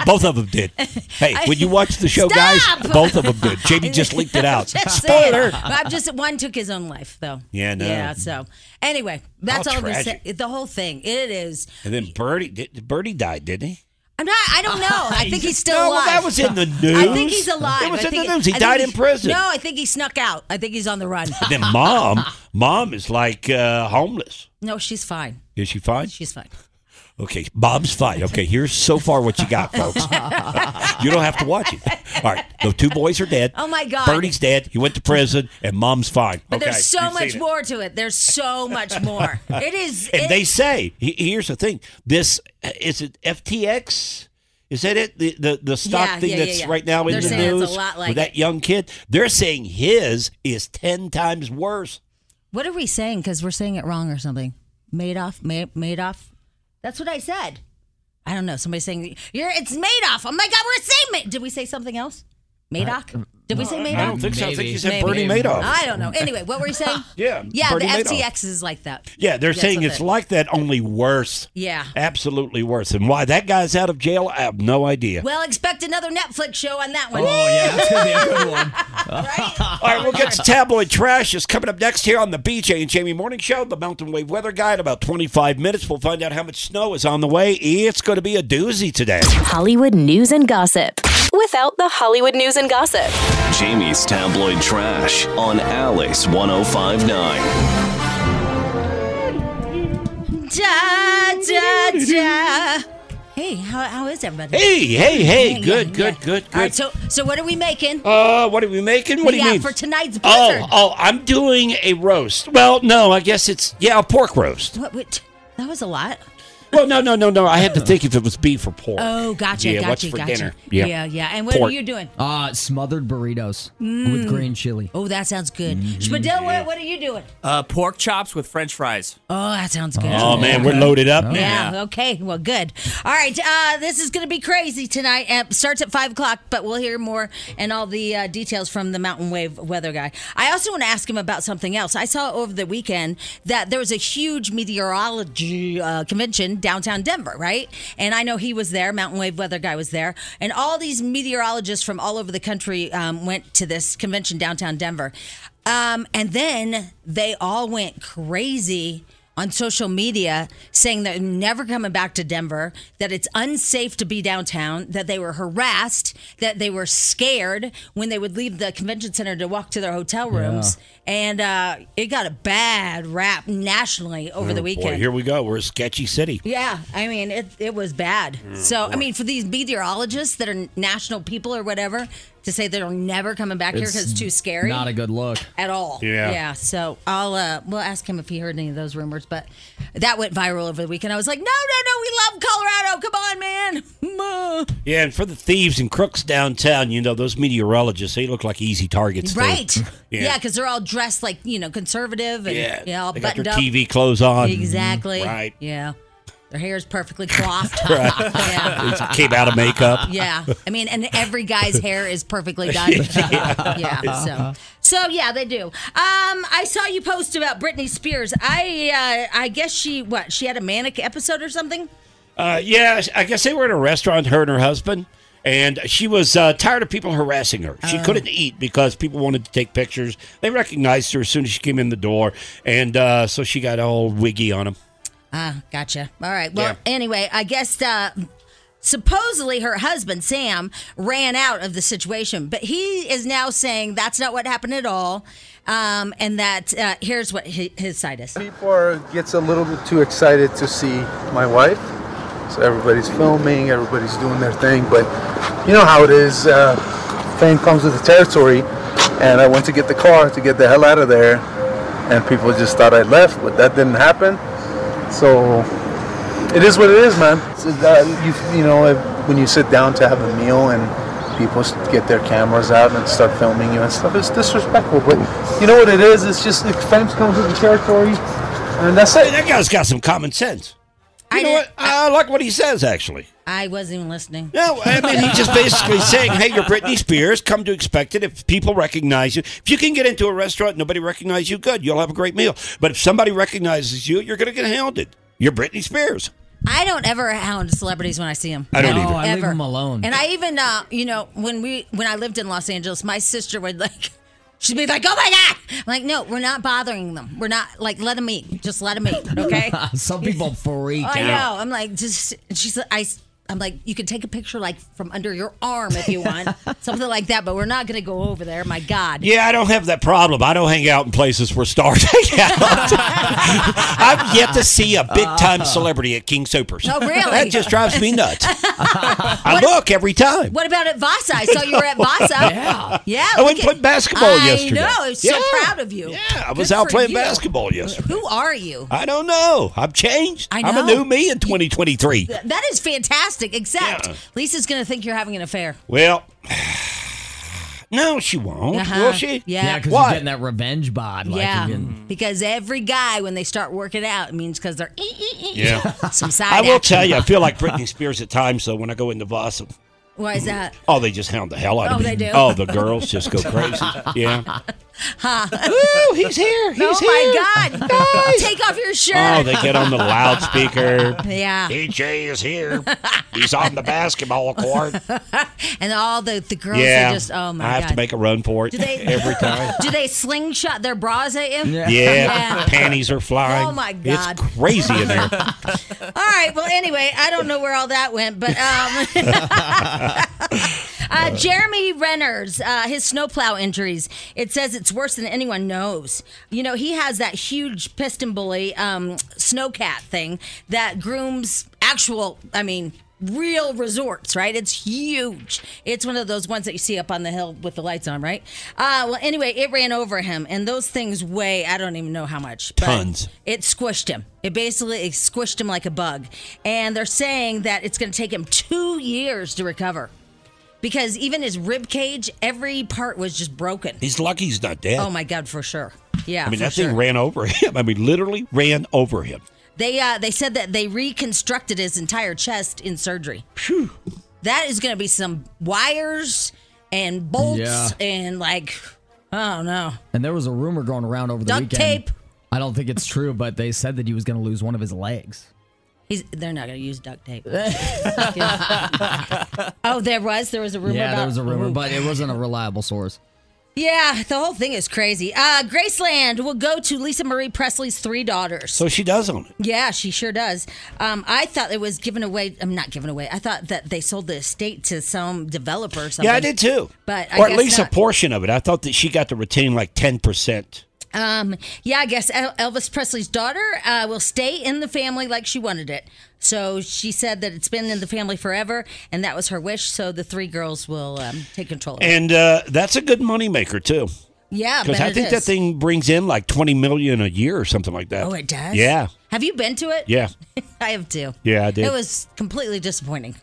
Speaker 3: Both of
Speaker 2: [laughs]
Speaker 3: them did. Hey, when you watch the show, guys,
Speaker 2: Stop!
Speaker 3: both of them did. Jamie just leaked it
Speaker 2: [laughs]
Speaker 3: out. [laughs]
Speaker 2: Just saying.
Speaker 3: Spoiler.
Speaker 2: I'm just one took his own life though.
Speaker 3: Yeah, no.
Speaker 2: Yeah. So anyway, that's
Speaker 3: How
Speaker 2: all, I'm gonna
Speaker 3: tragic.
Speaker 2: say. The whole thing. It is.
Speaker 3: And then Birdie, did, Birdie died, didn't he?
Speaker 2: I'm not. I don't know. I think he's still
Speaker 3: [laughs] no, well,
Speaker 2: alive.
Speaker 3: that was in the news.
Speaker 2: I think he's alive.
Speaker 3: It was
Speaker 2: I
Speaker 3: in
Speaker 2: think
Speaker 3: the news. He
Speaker 2: I think
Speaker 3: died in prison.
Speaker 2: No, I think he snuck out. I think he's on the
Speaker 3: [laughs]
Speaker 2: run.
Speaker 3: Then mom, mom is like uh, homeless.
Speaker 2: no, she's fine.
Speaker 3: Is she fine?
Speaker 2: She's fine.
Speaker 3: Okay,
Speaker 2: [laughs]
Speaker 3: mom's fine. Okay, here's so far what you got, folks. you don't have to watch it. All right, the two boys are dead.
Speaker 2: Oh, my God.
Speaker 3: Bertie's dead. He went to prison, and mom's fine.
Speaker 2: But
Speaker 3: okay,
Speaker 2: there's so
Speaker 3: you've
Speaker 2: much
Speaker 3: seen it.
Speaker 2: more to it. There's so much
Speaker 3: [laughs]
Speaker 2: more. it is.
Speaker 3: And
Speaker 2: it-
Speaker 3: they say, he- here's the thing. This is it. FTX. Is that it? The the, the stock
Speaker 2: Yeah,
Speaker 3: thing
Speaker 2: yeah, yeah,
Speaker 3: that's
Speaker 2: yeah.
Speaker 3: right now in
Speaker 2: They're
Speaker 3: the
Speaker 2: saying it's a
Speaker 3: news
Speaker 2: lot like
Speaker 3: with that young kid. They're saying his is ten times worse.
Speaker 2: What are we saying? Because we're saying it wrong or something. Madoff, Ma- Madoff. That's what I said. I don't know. Somebody's saying you're. It's Madoff. Oh my God, we're saying. Ma- Did we say something else? Madoff. Did we say Madoff?
Speaker 3: uh, I don't think so. I think
Speaker 4: Maybe.
Speaker 3: you said
Speaker 2: Maybe.
Speaker 3: Bernie Madoff.
Speaker 2: I don't know. Anyway, what were you saying?
Speaker 3: [laughs] Yeah,
Speaker 2: Yeah,
Speaker 3: Bernie
Speaker 2: the
Speaker 3: Madoff.
Speaker 2: FTX is like that.
Speaker 3: Yeah, they're
Speaker 2: Yes,
Speaker 3: saying
Speaker 2: with
Speaker 3: it's
Speaker 2: it.
Speaker 3: like that, only worse.
Speaker 2: Yeah.
Speaker 3: Absolutely worse. And why that guy's out of jail, I have no
Speaker 2: [laughs]
Speaker 3: idea.
Speaker 2: Well, expect another Netflix show on that one.
Speaker 4: Oh yeah, that's gonna be a
Speaker 2: [laughs]
Speaker 4: good one.
Speaker 3: All right, we'll get to tabloid trash. Is coming up next here on the BJ and Jamie Morning Show, the Mountain Wave Weather Guy. In about 25 minutes, we'll find out how much snow is on the way. It's going to be a doozy today.
Speaker 1: Hollywood news and gossip. Without the Hollywood news and gossip.
Speaker 6: Jamie's tabloid trash on Alice 1059.
Speaker 2: Da, da, da. Hey, how, how is everybody?
Speaker 3: Hey, hey, hey.
Speaker 2: Yeah,
Speaker 3: Good,
Speaker 2: yeah,
Speaker 3: good,
Speaker 2: yeah.
Speaker 3: good,
Speaker 2: All right,
Speaker 3: good.
Speaker 2: so so what are we making?
Speaker 3: Uh, what are we making? What do
Speaker 2: yeah,
Speaker 3: you mean?
Speaker 2: for tonight's blizzard.
Speaker 3: Oh, oh, I'm doing a roast. Well, no, I guess it's, yeah, a pork roast.
Speaker 2: What, what, that was a lot.
Speaker 3: Well, no, no, no, no. I had to think if it was beef or pork.
Speaker 2: Oh, gotcha,
Speaker 3: Yeah,
Speaker 2: gotcha,
Speaker 3: what's for
Speaker 2: gotcha.
Speaker 3: dinner?
Speaker 2: Yeah.
Speaker 3: Yeah.
Speaker 2: yeah, And what
Speaker 3: Pork.
Speaker 2: are you doing?
Speaker 4: Uh, smothered burritos with green chili.
Speaker 2: Oh, that sounds good. Spadil, what,
Speaker 3: Mm-hmm.
Speaker 2: what are you doing?
Speaker 5: Uh, pork chops with French fries.
Speaker 2: Oh, that sounds good.
Speaker 3: Oh man, we're loaded up now.
Speaker 2: Yeah, Okay. Well, good. All right. Uh, this is going to be crazy tonight. It starts at five o'clock, but we'll hear more and all the uh, details from the mountain wave weather guy. I also want to ask him about something else. I saw over the weekend that there was a huge meteorology uh, convention in downtown Denver, right? And I know he was there, Mountain Wave Weather Guy was there. And all these meteorologists from all over the country um, went to this convention downtown Denver. Um, and then they all went crazy on social media saying they're never coming back to Denver, that it's unsafe to be downtown, that they were harassed, that they were scared when they would leave the convention center to walk to their hotel rooms. And uh, it got a bad rap nationally over the weekend.
Speaker 3: Boy, here we go. We're a sketchy city.
Speaker 2: Yeah, I mean it. It was bad. so I mean, for these meteorologists that are national people or whatever, to say they're never coming back here 'cause here because it's too scary
Speaker 4: Not a good look. [laughs]
Speaker 2: at all.
Speaker 3: Yeah.
Speaker 2: Yeah. So I'll uh we'll ask him if he heard any of those rumors, but that went viral over the weekend. I was like, no, no, no, we love Colorado. Come on, man. [laughs] Mwah.
Speaker 3: Yeah, and for the thieves and crooks downtown, you know, those meteorologists, they look like easy targets. too.
Speaker 2: Right.
Speaker 3: [laughs] Yeah.
Speaker 2: Yeah, because they're all dressed like you know conservative and
Speaker 3: Yeah.
Speaker 2: all
Speaker 3: they got
Speaker 2: buttoned
Speaker 3: their
Speaker 2: up.
Speaker 3: TV clothes on.
Speaker 2: Exactly.
Speaker 3: Right.
Speaker 2: Yeah. Their hair is perfectly
Speaker 3: [laughs]
Speaker 2: coiffed. [laughs] Yeah.
Speaker 3: It came out of makeup.
Speaker 2: Yeah. I mean, and every guy's hair is perfectly done. yeah. So, so yeah, they do. Um, I saw you post about Britney Spears. I, uh, I guess she what? She had a manic episode or something.
Speaker 3: Uh, yeah, I guess they were at a restaurant, her and her husband, and she was uh, tired of people harassing her. She couldn't eat because people wanted to take pictures. They recognized her as soon as she came in the door, and uh, so she got all wiggy on them.
Speaker 2: Ah, gotcha. All right. Well,
Speaker 3: Yeah.
Speaker 2: anyway, I guess uh, supposedly her husband Sam ran out of the situation, but he is now saying that's not what happened at all, um, and that uh, here's what his, his side is.
Speaker 7: People are, gets a little bit too excited to see my wife. So everybody's filming, everybody's doing their thing, but you know how it is. Uh, fame comes with the territory, and I went to get the car to get the hell out of there, and people just thought I left, but that didn't happen. So it is what it is, man. So that- you, you know, if- when you sit down to have a meal and people s- get their cameras out and start filming you and stuff, it's disrespectful. But you know what it is? It's just it- fame comes with the territory, and that's
Speaker 3: Hey,
Speaker 7: it.
Speaker 3: that guy's got some common sense. You
Speaker 2: I
Speaker 3: know
Speaker 2: didn't-
Speaker 3: what? I like what he says, actually.
Speaker 2: I wasn't even listening.
Speaker 3: No, I mean, he's just basically saying, hey, you're Britney Spears. Come to expect it. If people recognize you, if you can get into a restaurant and nobody recognizes you, good. You'll have a great meal. But if somebody recognizes you, you're going to get hounded. You're Britney Spears.
Speaker 2: I don't ever hound celebrities when I see them.
Speaker 3: I don't
Speaker 2: Ever.
Speaker 3: either.
Speaker 4: No, I leave
Speaker 2: Ever.
Speaker 4: them alone.
Speaker 2: And I even, uh, you know, when we when I lived in Los Angeles, my sister would like. She'd be like, "Oh my god!" I'm like, no, we're not bothering them. We're not like let them eat. Just let them eat,
Speaker 4: [laughs]
Speaker 2: okay? Oh,
Speaker 4: Some people freak
Speaker 2: I
Speaker 4: out.
Speaker 2: know. I'm like, just she's. I. I'm like, you can take a picture like from under your arm if you want,
Speaker 4: [laughs]
Speaker 2: something like that. But we're not gonna go over there. My God.
Speaker 3: Yeah, I don't have that problem. I don't hang out in places where stars [laughs] hang out. I've yet to see a big time celebrity at King Supers.
Speaker 2: Uh-huh. Oh, really?
Speaker 3: That just drives me nuts.
Speaker 2: [laughs]
Speaker 3: I look every time.
Speaker 2: What about at Vasa? I saw you were
Speaker 3: [laughs]
Speaker 2: at Vasa. yeah. Yeah.
Speaker 3: I
Speaker 2: look
Speaker 3: went and played
Speaker 2: at-
Speaker 3: basketball
Speaker 2: I
Speaker 3: yesterday.
Speaker 2: know. I'm so
Speaker 3: Yeah.
Speaker 2: proud of you.
Speaker 3: Yeah, I was
Speaker 2: Good
Speaker 3: out
Speaker 2: for
Speaker 3: playing
Speaker 2: you.
Speaker 3: basketball yesterday.
Speaker 2: Who are you?
Speaker 3: I don't know. I've changed.
Speaker 2: I
Speaker 3: am a
Speaker 2: know.
Speaker 3: new me in 2023.
Speaker 2: That is fantastic. Except
Speaker 3: Yeah.
Speaker 2: Lisa's going to think you're having an affair.
Speaker 3: Well, [sighs] no, she won't.
Speaker 2: Uh-huh.
Speaker 3: Will she?
Speaker 4: Yeah,
Speaker 2: Yeah.
Speaker 4: because
Speaker 3: Why?
Speaker 4: you're getting that revenge bod. Like,
Speaker 2: yeah. Mm-hmm.
Speaker 4: you're getting-
Speaker 2: Because every guy, when they start working out, it means because they're ee, ee, ee,
Speaker 4: [laughs]
Speaker 3: Yeah. [laughs]
Speaker 2: some side.
Speaker 3: I will
Speaker 2: action.
Speaker 3: tell you, I
Speaker 2: [laughs]
Speaker 3: feel like Britney Spears at times, though, when I go into Vasa.
Speaker 2: Why is that?
Speaker 3: Oh, they just hound the hell out
Speaker 2: Oh,
Speaker 3: of me.
Speaker 2: they do.
Speaker 3: Oh, the girls
Speaker 2: [laughs]
Speaker 3: just go crazy. Yeah. Ooh, he's here. He's
Speaker 2: oh
Speaker 3: here.
Speaker 2: my God!
Speaker 3: [laughs] Guys.
Speaker 2: Take off your shirt.
Speaker 3: Oh, they get on the loudspeaker.
Speaker 2: yeah.
Speaker 3: DJ is here. He's on the
Speaker 2: [laughs]
Speaker 3: basketball court.
Speaker 2: And all the the girls
Speaker 3: Yeah.
Speaker 2: are just oh my
Speaker 3: I have
Speaker 2: God.
Speaker 3: to make a run for it
Speaker 2: do they
Speaker 3: [laughs] every
Speaker 2: [laughs]
Speaker 3: time.
Speaker 2: do they slingshot their bras at you?
Speaker 3: Yeah. Panties are flying.
Speaker 2: Oh, my God.
Speaker 3: It's crazy
Speaker 2: [laughs]
Speaker 3: in there.
Speaker 2: All right. Well, anyway, I don't know where all that went, but um, [laughs] uh, Jeremy Renner's uh, his snowplow injuries. It says it's worse than anyone knows. You know, he has that huge piston bully um, snowcat thing that grooms actual. I mean. Real resorts, right? It's huge. It's one of those ones that you see up on the hill with the lights on, right? Uh, well, anyway, it ran over him, and those things weigh, I don't even know how much. but
Speaker 3: Tons.
Speaker 2: it squished him. It basically it squished him like a bug. And they're saying that it's going to take him two years to recover because even his rib cage, every part was just broken.
Speaker 3: He's lucky he's not dead.
Speaker 2: Oh my god, for sure. Yeah,
Speaker 3: I mean,
Speaker 2: for
Speaker 3: that
Speaker 2: sure.
Speaker 3: thing ran over [laughs] him. I mean, literally ran over him.
Speaker 2: they uh, they said that they reconstructed his entire chest in surgery. That is going to be some wires and bolts
Speaker 4: Yeah.
Speaker 2: and like I don't know.
Speaker 4: And there was a rumor going around over the
Speaker 2: Duct
Speaker 4: weekend.
Speaker 2: tape.
Speaker 4: I don't think it's true, but they said that he was going to lose one of his legs.
Speaker 2: He's, they're not going to use duct tape. oh, there was there was a rumor.
Speaker 4: yeah,
Speaker 2: about,
Speaker 4: there was a rumor,
Speaker 2: Ooh.
Speaker 4: but it wasn't a reliable
Speaker 2: [laughs]
Speaker 4: source.
Speaker 2: yeah, the whole thing is crazy. Uh, Graceland will go to Lisa Marie Presley's three daughters.
Speaker 3: So she does own it.
Speaker 2: Yeah, she sure does. Um, I thought it was given away. I'm not given away. I thought that they sold the estate to some developer. Or something.
Speaker 3: Yeah, I did too.
Speaker 2: But I
Speaker 3: or at
Speaker 2: guess
Speaker 3: least a
Speaker 2: not.
Speaker 3: portion of it. I thought that she got to retain like ten percent.
Speaker 2: Um, yeah, I guess El- Elvis Presley's daughter uh, will stay in the family like she wanted it. So she said that it's been in the family forever, and that was her wish. So the three girls will um, take control. of it.
Speaker 3: And uh, that's a good moneymaker too.
Speaker 2: Yeah,
Speaker 3: Because
Speaker 2: but
Speaker 3: I
Speaker 2: it
Speaker 3: think that
Speaker 2: is.
Speaker 3: thing brings in like twenty million a year or something like that.
Speaker 2: Oh, it does.
Speaker 3: Yeah.
Speaker 2: Have you been to it?
Speaker 3: Yeah.
Speaker 2: [laughs] I have too.
Speaker 3: Yeah, I did.
Speaker 2: It was completely disappointing.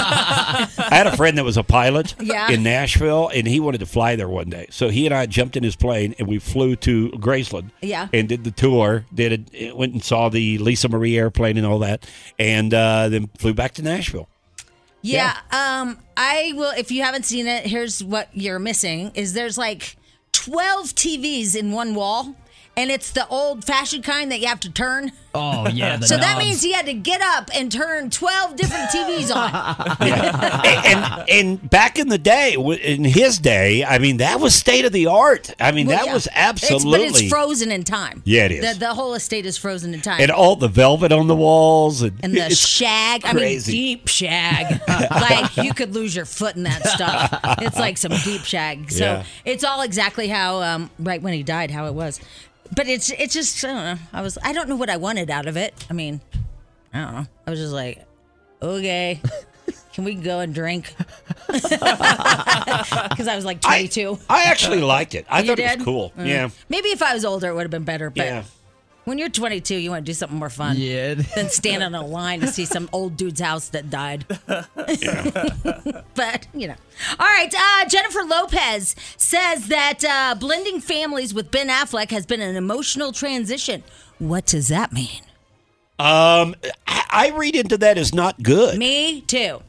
Speaker 3: I had a friend that was a pilot
Speaker 2: [laughs] Yeah.
Speaker 3: in Nashville, and he wanted to fly there one day. So he and I jumped in his plane, and we flew to Graceland.
Speaker 2: Yeah.
Speaker 3: And did the tour. Did it, went and saw the Lisa Marie airplane and all that, and uh, then flew back to Nashville.
Speaker 2: Yeah. Um, I will. If you haven't seen it, here's what you're missing: is there's like 12 TVs in one wall, and it's the old-fashioned kind that you have to turn.
Speaker 4: Oh yeah, the
Speaker 2: So that
Speaker 4: knobs.
Speaker 2: means he had to get up and turn 12 different TVs on.
Speaker 3: and and back in the day, w- in his day, I mean that was state of the art. I mean
Speaker 2: Well,
Speaker 3: [laughs] that
Speaker 2: yeah.
Speaker 3: was
Speaker 2: It's,
Speaker 3: absolutely
Speaker 2: but it's frozen in time.
Speaker 3: Yeah, it is.
Speaker 2: The, the whole estate is frozen in time.
Speaker 3: and all the velvet on the walls and,
Speaker 2: and the
Speaker 3: it's
Speaker 2: shag,
Speaker 3: crazy.
Speaker 2: I mean, deep
Speaker 3: [laughs]
Speaker 2: shag. like, you could lose your foot in that stuff. It's like some deep shag. So
Speaker 3: Yeah.
Speaker 2: it's all exactly how, um, right when he died, how it was. But it's it's just, I don't know. I was, I don't know what I wanted out of it. I mean, I don't know. I was just like, okay, can we go and drink? [laughs] Because I was like
Speaker 3: I,
Speaker 2: 22.
Speaker 3: I actually liked it. I
Speaker 2: You
Speaker 3: thought it
Speaker 2: did?
Speaker 3: was cool.
Speaker 2: Mm.
Speaker 3: Yeah,
Speaker 2: Maybe if I was older, it would have been better. But
Speaker 3: yeah.
Speaker 2: when you're 22, you want to do something more fun
Speaker 4: Yeah. [laughs]
Speaker 2: than stand on a line to see some old dude's house that died. [laughs] but, you know. All right. Uh, Jennifer Lopez says that uh, blending families with Ben Affleck has been an emotional transition. What does that mean?
Speaker 3: Um, I, I read into that as not good.
Speaker 2: Me too.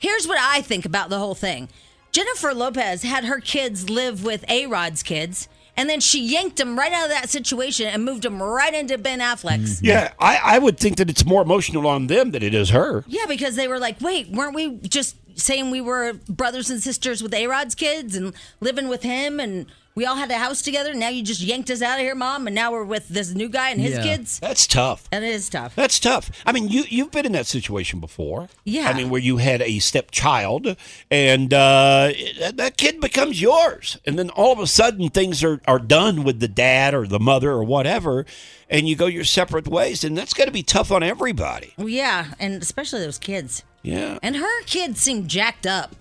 Speaker 2: Here's what I think about the whole thing Jennifer Lopez had her kids live with A Rod's kids, and then she yanked them right out of that situation and moved them right into Ben Affleck's.
Speaker 3: Yeah, I, I would think that it's more emotional on them than it is her.
Speaker 2: Yeah, because they were like, wait, weren't we just saying we were brothers and sisters with A Rod's kids and living with him and we all had a house together? Now you just yanked us out of here, mom, and now we're with this new guy and his
Speaker 4: Yeah.
Speaker 2: kids?
Speaker 3: That's tough.
Speaker 2: That is tough.
Speaker 3: That's tough. I mean, you you've been in that situation before.
Speaker 2: Yeah.
Speaker 3: I mean, where you had a stepchild, and uh, that, that kid becomes yours, and then all of a sudden things are are done with the dad or the mother or whatever, and you go your separate ways, and that's got to be tough on everybody.
Speaker 2: Well, yeah, and especially those kids.
Speaker 3: Yeah.
Speaker 2: And her kids seem jacked up.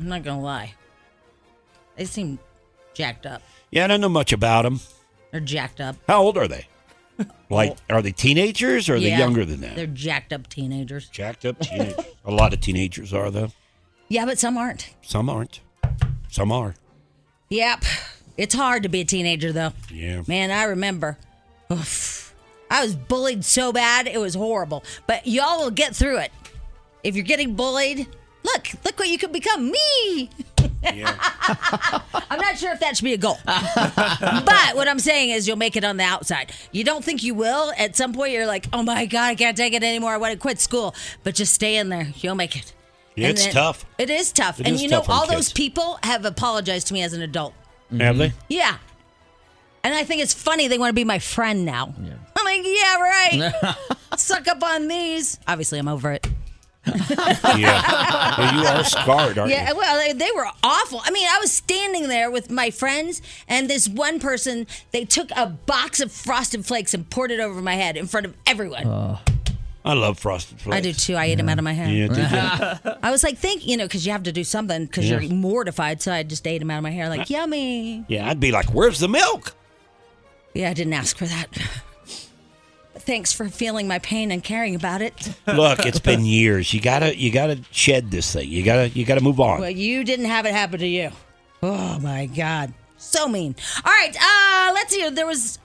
Speaker 2: I'm not going to lie. They seem jacked up.
Speaker 3: Yeah, I don't know much about them.
Speaker 2: They're jacked up.
Speaker 3: How old are they?
Speaker 2: [laughs]
Speaker 3: Like, are they teenagers or are they
Speaker 2: Yeah.
Speaker 3: younger than that?
Speaker 2: They're jacked up teenagers.
Speaker 3: jacked up teenagers. a lot of teenagers are though.
Speaker 2: Yeah, but some aren't.
Speaker 3: Some aren't. Some are.
Speaker 2: Yep. It's hard to be a teenager, though.
Speaker 3: Yeah.
Speaker 2: Man, I remember. Oof. I was bullied so bad, it was horrible. But y'all will get through it. If you're getting bullied, look, look what you can become. Me. [laughs] I'm not sure if that should be a goal. but what I'm saying is you'll make it on the outside. You don't think you will. At some point you're like, oh my God, I can't take it anymore. I want to quit school. But just stay in there. You'll make it.
Speaker 3: Yeah,
Speaker 2: And
Speaker 3: it's
Speaker 2: then-
Speaker 3: tough.
Speaker 2: It is tough.
Speaker 3: It
Speaker 2: and
Speaker 3: is
Speaker 2: you know,
Speaker 3: tough on
Speaker 2: all those
Speaker 3: kids.
Speaker 2: people have apologized to me as an adult.
Speaker 3: Have they?
Speaker 2: Yeah. And I think it's funny they want to be my friend now. I'm like, yeah,
Speaker 3: [laughs]
Speaker 2: right. Suck up on these. Obviously, I'm over it.
Speaker 3: Yeah. Well, you are scarred, aren't
Speaker 2: Yeah,
Speaker 3: you?
Speaker 2: well, they, they were awful. I mean, I was standing there with my friends, and this one person, they took a box of frosted flakes and poured it over my head in front of everyone.
Speaker 3: I love frosted flakes.
Speaker 2: I do too. I ate them out of my hair.
Speaker 3: Oh. Yeah, did you?
Speaker 2: I was like, think, you know, because you have to do something because
Speaker 3: Yeah.
Speaker 2: you're mortified. So I just ate them out of my hair, like, yummy.
Speaker 3: yeah, I'd be like, "Where's the milk?"
Speaker 2: Yeah, I didn't ask for that. But Thanks for feeling my pain and caring about it.
Speaker 3: Look, it's [laughs] been years. You gotta, you gotta shed this thing. You gotta, you gotta move on.
Speaker 2: Well, you didn't have it happen to you. Oh my God, so mean. All right, uh, let's see. There was,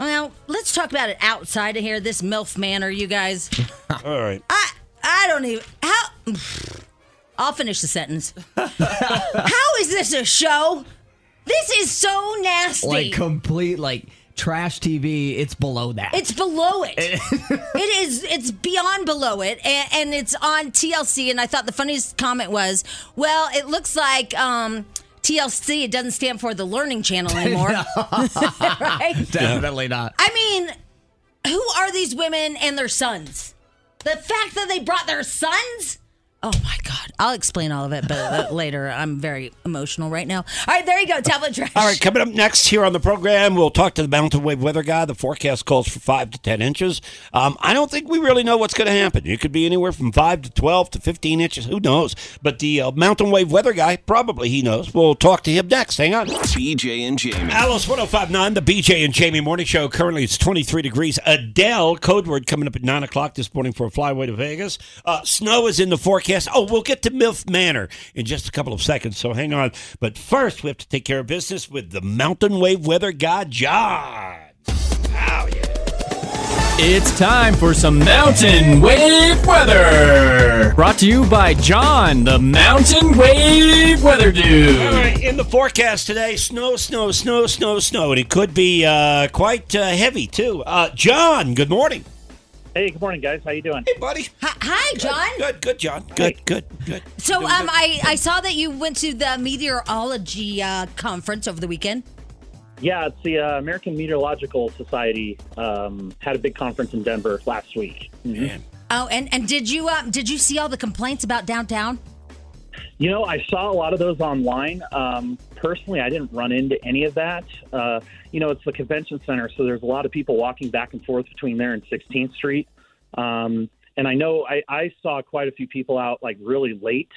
Speaker 2: well, let's talk about it outside of here. This milf manor, you guys.
Speaker 3: All right.
Speaker 2: I, I don't even. How? I'll finish the sentence. how is this a show? This is so nasty.
Speaker 4: like complete like trash TV, it's below that.
Speaker 2: It's below it. it is. It's beyond below it, and, and it's on TLC. And I thought the funniest comment was, "Well, it looks like um, TLC. It doesn't stand for the Learning Channel anymore, [laughs] right?
Speaker 4: [laughs]
Speaker 3: [laughs]
Speaker 4: definitely not.
Speaker 2: I mean, who are these women and their sons? The fact that they brought their sons." Oh my God! I'll explain all of it, but uh, [laughs] later. I'm very emotional right now. All right, there you go. Tablet trash.
Speaker 3: All right, coming up next here on the program, we'll talk to the Mountain Wave Weather Guy. The forecast calls for 5 to 10 inches. Um, I don't think we really know what's going to happen. It could be anywhere from 5 to 12 to 15 inches. Who knows? But the uh, Mountain Wave Weather Guy, probably he knows. We'll talk to him next. Hang on.
Speaker 6: BJ and Jamie.
Speaker 3: Alice 1059, the BJ and Jamie Morning Show. Currently, it's 23 degrees. Adele, code word coming up at 9 o'clock this morning for a flyway to Vegas. Uh, snow is in the forecast. Oh, we'll get to Milf Manor in just a couple of seconds, so hang on. But first, we have to take care of business with the Mountain Wave Weather God, John. Oh, yeah.
Speaker 5: It's time for some mountain wave weather. Brought to you by John, the mountain wave weather
Speaker 3: All
Speaker 5: dude.
Speaker 3: right, in the forecast today, snow, snow, snow, snow, snow, and it could be uh, quite uh, heavy, too. Uh, John, good morning.
Speaker 8: Hey, good morning, guys. How you doing?
Speaker 3: Hey, buddy.
Speaker 2: Hi- Hi, John.
Speaker 3: Good, good, John. Good, good, good.
Speaker 2: So um, I, I saw that you went to the meteorology uh, conference over the weekend.
Speaker 8: Yeah, it's the uh, American Meteorological Society um, had a big conference in Denver last week.
Speaker 3: Man.
Speaker 2: Oh, and, and did you um, did you see all the complaints about downtown? [laughs]
Speaker 8: You know, I saw a lot of those online. Um, personally, I didn't run into any of that. Uh, you know, it's the convention center, so there's a lot of people walking back and forth between there and 16th Street. Um, and I know I, I saw quite a few people out like really late.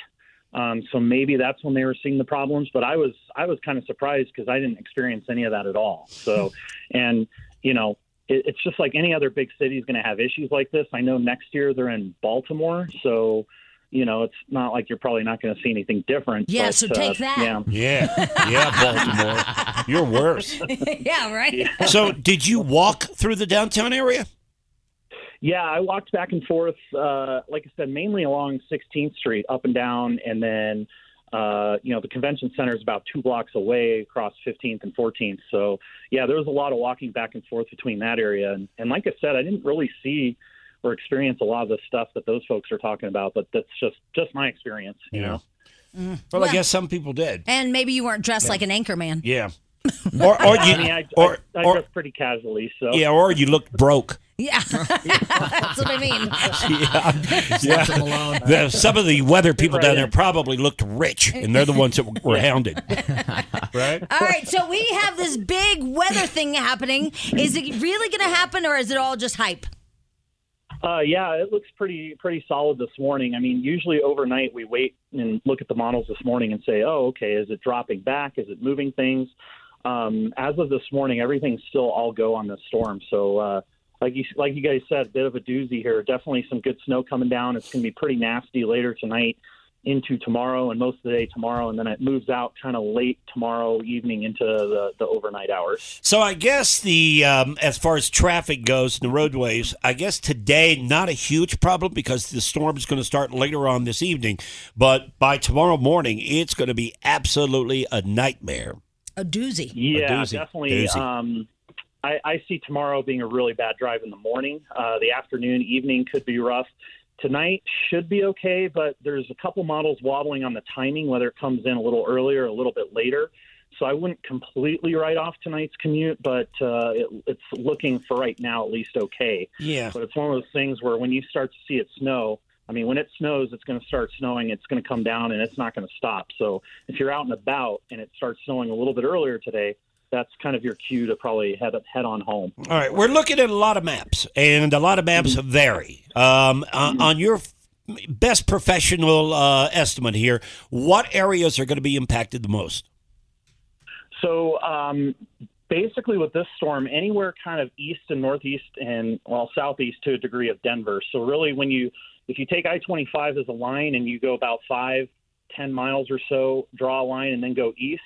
Speaker 8: Um, so maybe that's when they were seeing the problems, but I was I was kind of surprised because I didn't experience any of that at all. So, and you know, it, it's just like any other big city is going to have issues like this. I know next year they're in Baltimore, so you know, it's not like you're probably not going to see anything different.
Speaker 2: Yeah,
Speaker 8: but, uh,
Speaker 2: so take that.
Speaker 8: Yeah.
Speaker 3: Yeah,
Speaker 2: [laughs]
Speaker 3: yeah, Baltimore. You're worse.
Speaker 2: yeah, right.
Speaker 3: So, did you walk through the downtown area?
Speaker 8: Yeah, I walked back and forth, uh, like I said, mainly along 16th Street, up and down, and then, uh, you know, the convention center is about two blocks away across 15th and 14th. So, yeah, there was a lot of walking back and forth between that area. And, and like I said, I didn't really see or experience a lot of the stuff that those folks are talking about, but that's just just my experience, you know.
Speaker 3: Mm-hmm. Well, I guess some people did.
Speaker 2: And maybe you weren't dressed like an anchor
Speaker 3: [laughs]
Speaker 2: man.
Speaker 8: [laughs]
Speaker 3: Yeah. Or, or you,
Speaker 8: I mean, I,
Speaker 3: or,
Speaker 8: I, I
Speaker 3: or,
Speaker 8: dress pretty casually, so
Speaker 3: yeah, or you looked
Speaker 8: [laughs]
Speaker 3: broke.
Speaker 2: Yeah, [laughs] that's what I mean.
Speaker 3: Yeah.
Speaker 4: Alone.
Speaker 3: The, some of the weather people
Speaker 8: Right.
Speaker 3: down there probably looked rich, and they're the ones that were hounded. Right?
Speaker 2: All right, so we have this big weather thing happening. Is it really going to happen, or is it all just hype?
Speaker 8: Uh, yeah, it looks pretty pretty solid this morning. I mean, usually overnight we wait and look at the models this morning and say, oh, okay, is it dropping back? Is it moving things? Um, as of this morning, everything's still all go on this storm. So, uh, like you like you guys said, a bit of a doozy here. Definitely some good snow coming down. It's going to be pretty nasty later tonight into tomorrow and most of the day tomorrow, and then it moves out kind of late tomorrow evening into the, the overnight hours.
Speaker 3: So I guess the um, as far as traffic goes and the roadways, I guess today not a huge problem because the storm is going to start later on this evening, but by tomorrow morning it's going to be absolutely a nightmare.
Speaker 2: A doozy.
Speaker 8: Yeah,
Speaker 3: doozy.
Speaker 8: definitely.
Speaker 3: Doozy.
Speaker 8: Um, I, I see tomorrow being a really bad drive in the morning. Uh, the afternoon, evening could be rough. Tonight should be okay, but there's a couple models wobbling on the timing, whether it comes in a little earlier or a little bit later. So I wouldn't completely write off tonight's commute, but uh, it, it's looking for right now at least okay.
Speaker 3: Yeah.
Speaker 8: But it's one of those things where when you start to see it snow, I mean, when it snows, it's going to start snowing. It's going to come down, and it's not going to stop. So if you're out and about and it starts snowing a little bit earlier today, that's kind of your cue to probably head head on home.
Speaker 3: All right, we're looking at a lot of maps, and a lot of maps vary. Um, uh, on your f- best professional uh, estimate here, what areas are going to be impacted the most?
Speaker 8: So um, basically, with this storm, anywhere kind of east and northeast and well southeast to a degree of Denver. So really, when you if you take I-25 as a line and you go about five, ten miles or so, draw a line and then go east,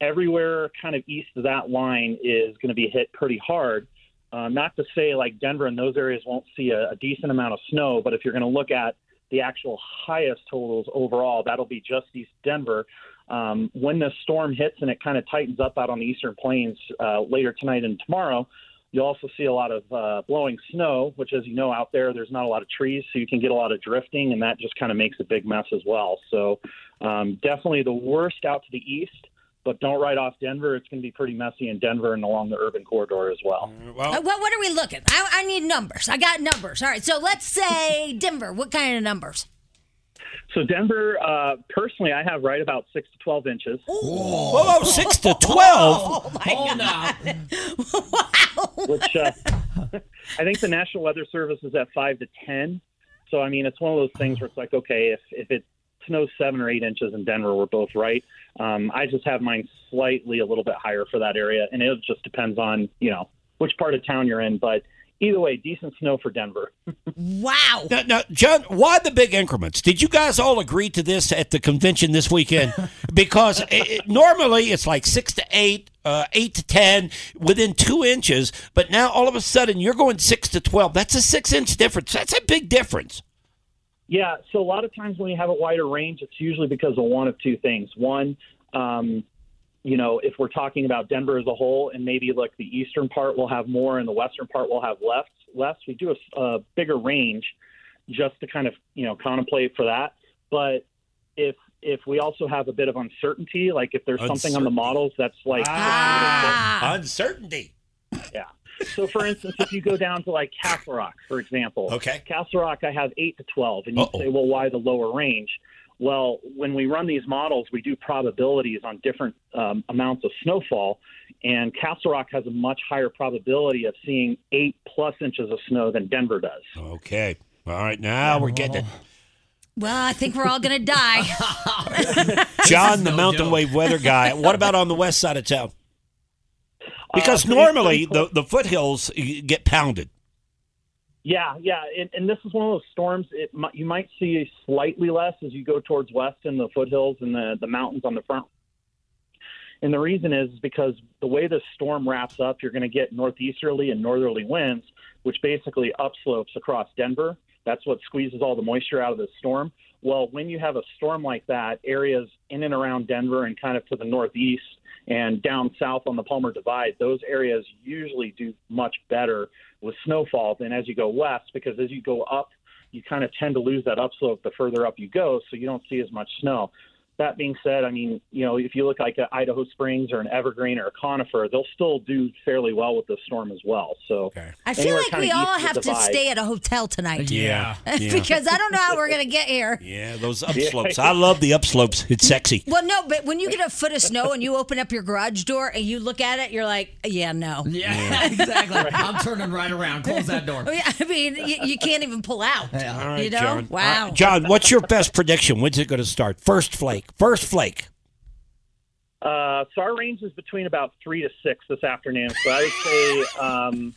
Speaker 8: everywhere kind of east of that line is going to be hit pretty hard. Uh, not to say like Denver and those areas won't see a, a decent amount of snow, but if you're going to look at the actual highest totals overall, that'll be just east Denver. um, when the storm hits and it kind of tightens up out on the eastern plains uh, later tonight and tomorrow, you'll also see a lot of uh, blowing snow, which, as you know, out there there's not a lot of trees, so you can get a lot of drifting, and that just kind of makes a big mess as well. So um, definitely the worst out to the east. But don't write off Denver. It's going to be pretty messy in Denver and along the urban corridor as well.
Speaker 2: Uh, What, what are we looking? I, I need numbers. I got numbers. All right. So let's say Denver. What kind of numbers?
Speaker 8: So Denver, uh, personally, I have right about six to twelve inches.
Speaker 3: Whoa, whoa, Oh, six to twelve.
Speaker 4: Oh, no.
Speaker 8: which uh, [laughs] I think the National Weather Service is at five to ten. So I mean, it's one of those things where it's like, okay, if if it snows seven or eight inches in Denver, we're both right. Um, I just have mine slightly a little bit higher for that area, and it just depends on you know which part of town you're in. But either way, decent snow for Denver.
Speaker 2: Wow.
Speaker 3: Now, now, John, why the big increments? Did you guys all agree to this at the convention this weekend? Because it, it- normally it's like six to eight, uh, eight to ten, within two inches. But now all of a sudden you're going six to twelve. That's a six-inch difference. That's a big difference.
Speaker 8: Yeah, so a lot of times when you have a wider range, it's usually because of one of two things. One, um, you know, if we're talking about Denver as a whole, and maybe like the eastern part will have more, and the western part will have less. Less, we do a s- a bigger range just to kind of you know contemplate for that. But if if we also have a bit of uncertainty, like if there's something on the
Speaker 3: Uncertainty.
Speaker 8: models that's like
Speaker 2: Ah.
Speaker 3: Uncertainty.
Speaker 8: yeah. So, for instance, if you go down to like Castle Rock, for example,
Speaker 3: Okay.
Speaker 8: Castle Rock, I have eight to twelve, and you
Speaker 3: Uh-oh.
Speaker 8: say, well, why the lower range? Well, when we run these models, we do probabilities on different um, amounts of snowfall, and Castle Rock has a much higher probability of seeing eight plus inches of snow than Denver does. Uh,
Speaker 3: Okay. All right. Now we're
Speaker 4: [laughs]
Speaker 3: getting it.
Speaker 2: Well, I think we're all going to die.
Speaker 3: John, the mountain
Speaker 4: joke.
Speaker 3: wave weather guy. What about on the west side of town? Because
Speaker 8: Uh, pretty-
Speaker 3: normally
Speaker 8: pretty close.
Speaker 3: the, the foothills eh, get pounded.
Speaker 8: Yeah, yeah, and, and this is one of those storms. It mi- you might see slightly less as you go towards west in the foothills and the the mountains on the front. And the reason is because the way this storm wraps up, you're going to get northeasterly and northerly winds, which basically upslopes across Denver. That's what squeezes all the moisture out of this storm. Well, when you have a storm like that, areas in and around Denver and kind of to the northeast and down south on the Palmer Divide, those areas usually do much better with snowfall than as you go west because as you go up, you kind of tend to lose that upslope the further up you go, so you don't see as much snow. That being said, I mean, you know, if you look like at Idaho Springs or an Evergreen or a conifer, they'll still do fairly well with the storm as well. So
Speaker 2: I feel
Speaker 8: anywhere
Speaker 2: like
Speaker 8: kinda
Speaker 2: we
Speaker 8: east
Speaker 2: all
Speaker 8: of the
Speaker 2: have to
Speaker 8: divide.
Speaker 2: stay at a hotel tonight. [laughs]
Speaker 4: Yeah. [laughs]
Speaker 2: because I don't know how we're going to get
Speaker 3: [laughs]
Speaker 2: here.
Speaker 3: Yeah, those upslopes. I love the upslopes. It's sexy.
Speaker 2: Well, no, but when you get a foot of snow and you open up your garage door and you look at it, you're like, yeah, no. [laughs]
Speaker 4: Yeah, [laughs] exactly. I'm turning right around. Close that door.
Speaker 2: I mean, I mean, you, you can't even pull out.
Speaker 4: Yeah.
Speaker 3: All right,
Speaker 2: you know?
Speaker 3: John.
Speaker 2: Wow.
Speaker 3: All right, John, what's your best prediction? When's it going to start? First flake. First flake.
Speaker 8: Uh, so our range is between about three to six this afternoon. So I would say, um,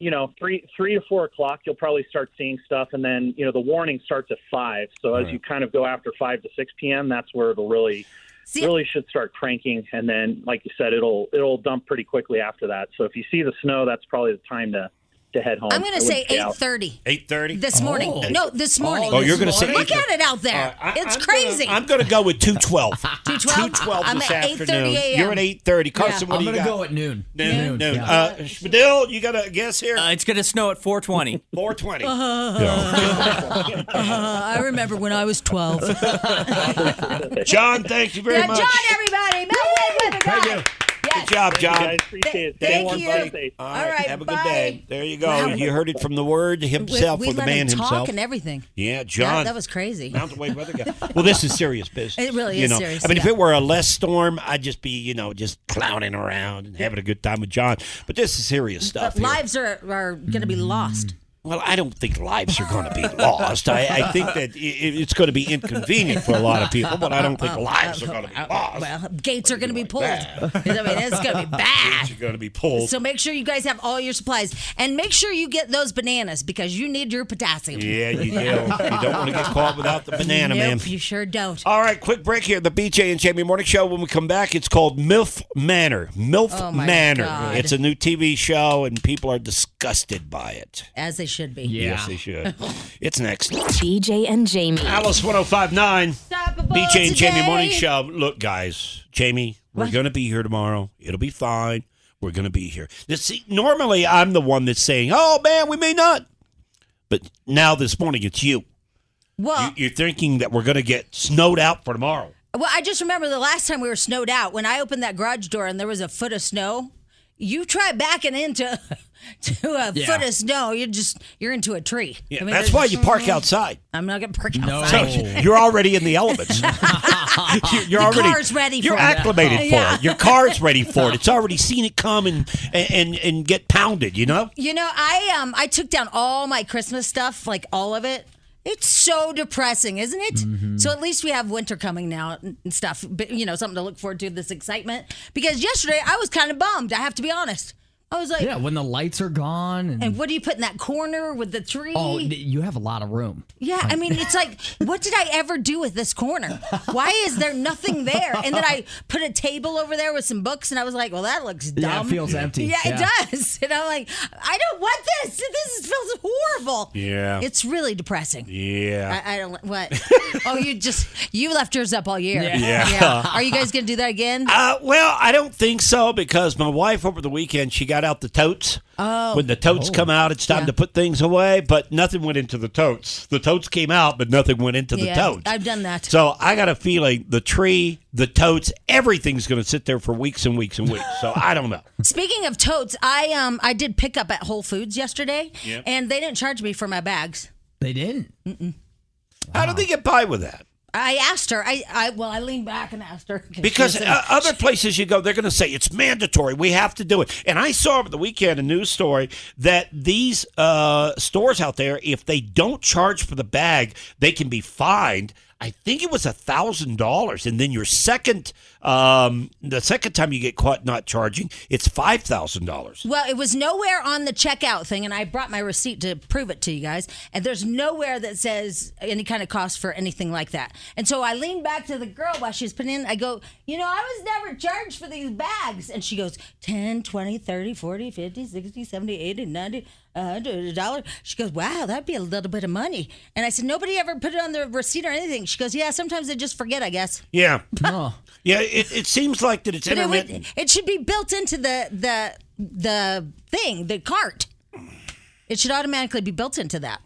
Speaker 8: you know, three three to four o'clock, you'll probably start seeing stuff, and then you know the warning starts at five. So as you kind of go after five to six p.m., that's where it'll really
Speaker 2: See-
Speaker 8: really should start cranking, and then like you said, it'll it'll dump pretty quickly after that. So if you see the snow, that's probably the time to to head home.
Speaker 2: I'm going
Speaker 8: I
Speaker 2: to
Speaker 8: wouldn't
Speaker 2: say
Speaker 8: stay out.
Speaker 2: 8.30
Speaker 3: 8.30.
Speaker 2: this morning.
Speaker 4: Oh.
Speaker 2: No, this morning.
Speaker 3: Oh, you're
Speaker 4: this
Speaker 3: gonna say
Speaker 4: morning?
Speaker 2: Look at it out there. it's
Speaker 3: Uh, I'm
Speaker 2: crazy.
Speaker 3: Gonna, I'm going to go with 212.
Speaker 2: [laughs] 212?
Speaker 3: 212
Speaker 2: I'm
Speaker 3: this
Speaker 2: at 8:30
Speaker 3: afternoon.
Speaker 2: a.m.
Speaker 3: You're at 8.30. Carson, what
Speaker 4: I'm
Speaker 3: do you
Speaker 4: gonna
Speaker 3: got?
Speaker 4: go at noon.
Speaker 3: noon. noon.
Speaker 4: yeah.
Speaker 3: Uh, Spadil, you got a guess here?
Speaker 5: Uh, it's going to snow at 420.
Speaker 3: 420.
Speaker 2: uh-huh. I remember when I was
Speaker 3: [laughs]
Speaker 2: 12.
Speaker 3: John, thank you very
Speaker 2: yeah,
Speaker 3: much.
Speaker 2: John, everybody. Matt Thank
Speaker 3: you.
Speaker 2: Yes.
Speaker 3: Good job, John.
Speaker 8: I appreciate it.
Speaker 2: Thank
Speaker 8: Warm
Speaker 2: you.
Speaker 8: birthday.
Speaker 3: All
Speaker 2: All right,
Speaker 3: Have a
Speaker 2: bye.
Speaker 3: good day. There you go.
Speaker 2: Wow.
Speaker 3: You heard it from the word himself,
Speaker 2: we,
Speaker 3: or
Speaker 2: we
Speaker 3: the
Speaker 2: let
Speaker 3: man
Speaker 2: him talk
Speaker 3: himself.
Speaker 2: and everything.
Speaker 3: Yeah,
Speaker 2: Yeah,
Speaker 3: John.
Speaker 2: that was crazy.
Speaker 3: Mountain Wave Weather
Speaker 2: [laughs]
Speaker 3: Guy. Well, this is serious business.
Speaker 2: It really
Speaker 3: you
Speaker 2: is
Speaker 3: know?
Speaker 2: serious,
Speaker 3: I mean, if
Speaker 2: yeah.
Speaker 3: it were a less storm, I'd just be, you know, just clowning around and having a good time with John. But this is serious stuff.
Speaker 2: But
Speaker 3: here.
Speaker 2: lives are, are going to be
Speaker 3: Mm.
Speaker 2: lost.
Speaker 3: Well, I don't think lives are going to be lost. I, I think that i i- it's going to be inconvenient for a lot of people, but I don't
Speaker 2: [laughs]
Speaker 3: think lives are going to be lost.
Speaker 2: Well, gates are going to be pulled.
Speaker 3: that?
Speaker 2: [laughs] I mean, it's going to be
Speaker 3: Kids
Speaker 2: bad.
Speaker 3: [laughs] are going to be pulled.
Speaker 2: So make sure you guys have all your supplies, and make sure you get those bananas because you need your potassium. [laughs]
Speaker 3: Yeah, you do. You don't want to get caught without the banana,
Speaker 2: nope,
Speaker 3: man.
Speaker 2: you sure don't.
Speaker 3: All right, quick break here. The BJ and Jamie Morning Show. When we come back, it's called MILF Manor. MILF
Speaker 2: Oh, my
Speaker 3: Manor.
Speaker 2: God.
Speaker 3: It's a new TV show, and people are disgusted by it.
Speaker 2: As they should be.
Speaker 4: Yeah.
Speaker 2: [laughs]
Speaker 3: Yes, they should. it's next.
Speaker 1: BJ and Jamie.
Speaker 3: Alice 1059.
Speaker 2: Stop trouble.
Speaker 3: BJ and Jamie
Speaker 2: today.
Speaker 3: Morning Show. Look, guys, Jamie, we're gonna be here tomorrow. It'll be fine. We're gonna be here. This, see, normally I'm the one that's saying, "Oh man, we may not," but now this morning it's you.
Speaker 2: Well,
Speaker 3: you you're thinking that we're gonna get snowed out for tomorrow.
Speaker 2: well, I just remember the last time we were snowed out when I opened that garage door and there was a foot of snow. You try backing into [laughs] to a
Speaker 4: Yeah.
Speaker 2: foot of snow, you're just you're into a Oh. tree.
Speaker 3: Yeah,
Speaker 2: I mean,
Speaker 3: that's
Speaker 2: there's-
Speaker 3: why you park outside.
Speaker 2: I'm not gonna park
Speaker 4: No.
Speaker 3: So
Speaker 2: outside.
Speaker 3: you're already in
Speaker 2: [laughs]
Speaker 3: the elements. you're you're
Speaker 2: The
Speaker 3: already
Speaker 2: car's ready
Speaker 3: You're
Speaker 2: for it. Oh,
Speaker 3: acclimated for
Speaker 2: Yeah.
Speaker 3: it. Your
Speaker 2: [laughs]
Speaker 3: car's ready for it. It's already seen it come and and and, and get pounded. You know.
Speaker 2: You know, I um I took down all my Christmas stuff, like all of it. It's so depressing, isn't it?
Speaker 4: Mm-hmm.
Speaker 2: So at least we have winter coming now and and stuff. But, you know, something to look forward to. This excitement because yesterday I was kind of bummed. I have to be honest. I was like,
Speaker 4: Yeah, when the lights are gone and,
Speaker 2: and what do you put in that corner with the tree?
Speaker 4: oh, th- you have a lot of room.
Speaker 2: Yeah, I mean, it's
Speaker 4: [laughs]
Speaker 2: like, what did I ever do with this corner? Why is there nothing there? And then I put a table over there with some books, and I was like, well, that looks dumb.
Speaker 4: Yeah, it feels empty.
Speaker 2: Yeah, it does. [laughs] And I'm like, I don't want this. This is- feels horrible.
Speaker 3: Yeah.
Speaker 2: It's really depressing.
Speaker 3: Yeah.
Speaker 2: I, I don't what. [laughs] oh, you just you left yours up all year.
Speaker 3: Yeah. [laughs]
Speaker 2: Are you guys gonna do that again?
Speaker 3: Uh, well, I don't think so because my wife over the weekend she got out the totes. Oh, when the totes come out, it's time
Speaker 2: Yeah.
Speaker 3: to put things away. But nothing went into the totes. The totes came out, but nothing went into the
Speaker 2: Yeah,
Speaker 3: totes.
Speaker 2: I've done that.
Speaker 3: So I got a feeling the tree, the totes, everything's going to sit there for weeks and weeks and weeks. So I don't know.
Speaker 2: Speaking of totes, I um I did pick up at Whole Foods yesterday, and they didn't charge me for my bags.
Speaker 4: They didn't.
Speaker 3: How do they get by with that?
Speaker 2: I asked her. I, I well, I leaned back and asked her she
Speaker 3: Because
Speaker 2: was in-
Speaker 3: uh, other places you go, they're going to say it's mandatory. We have to do it. And I saw over the weekend a news story that these uh, stores out there, if they don't charge for the bag, they can be fined. I think it was a thousand dollars, and then your second, um, the second time you get caught not charging, it's five thousand dollars.
Speaker 2: Well, it was nowhere on the checkout thing, and I brought my receipt to prove it to you guys. And there's nowhere that says any kind of cost for anything like that. And so I leaned back to the girl while she was putting in. I go, You know, I was never charged for these bags. And she goes, 10, 20, 30, 40, 50, 60, 70, 80, 90, $100. dollar." She goes, Wow, that'd be a little bit of money. And I said, Nobody ever put it on the receipt or anything. She goes, Yeah, sometimes they just forget, I guess.
Speaker 3: Yeah,
Speaker 4: No.
Speaker 3: yeah. It, it seems like that it's
Speaker 2: Oh. But it,
Speaker 3: intermittent.
Speaker 2: would, it should be built into the the the thing, the cart. It should automatically be built into that.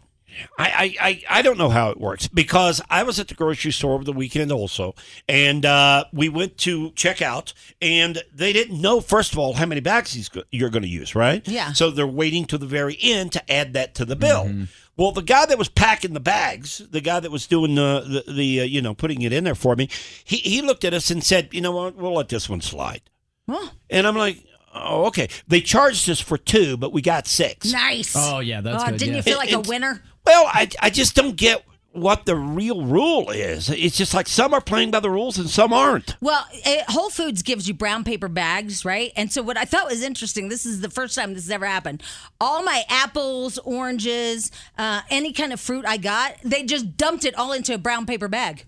Speaker 3: I, I, I, I don't know how it works because I was at the grocery store over the weekend also, and uh, we went to check out, and they didn't know, first of all, how many bags he's go- you're going to use, right?
Speaker 2: Yeah.
Speaker 3: So they're waiting to the very end to add that to the bill. Well, the guy that was packing the bags, the guy that was doing the, the, the uh, you know, putting it in there for me, he, he looked at us and said, you know what, we'll let this one slide.
Speaker 2: Well,
Speaker 3: And I'm like, oh, okay. They charged us for two, but we got six.
Speaker 2: nice.
Speaker 4: Oh, yeah, that's
Speaker 2: Oh,
Speaker 4: good,
Speaker 2: Didn't
Speaker 4: yeah.
Speaker 2: you feel
Speaker 3: It-
Speaker 2: like a
Speaker 3: it's-
Speaker 2: winner?
Speaker 3: Well, I, I just don't get what the real rule is. It's just like some are playing by the rules and some aren't.
Speaker 2: Well, it, Whole Foods gives you brown paper bags, right? And so what I thought was interesting. This is the first time this has ever happened. All my apples, oranges, uh, any kind of fruit I got, they just dumped it all into a brown paper bag.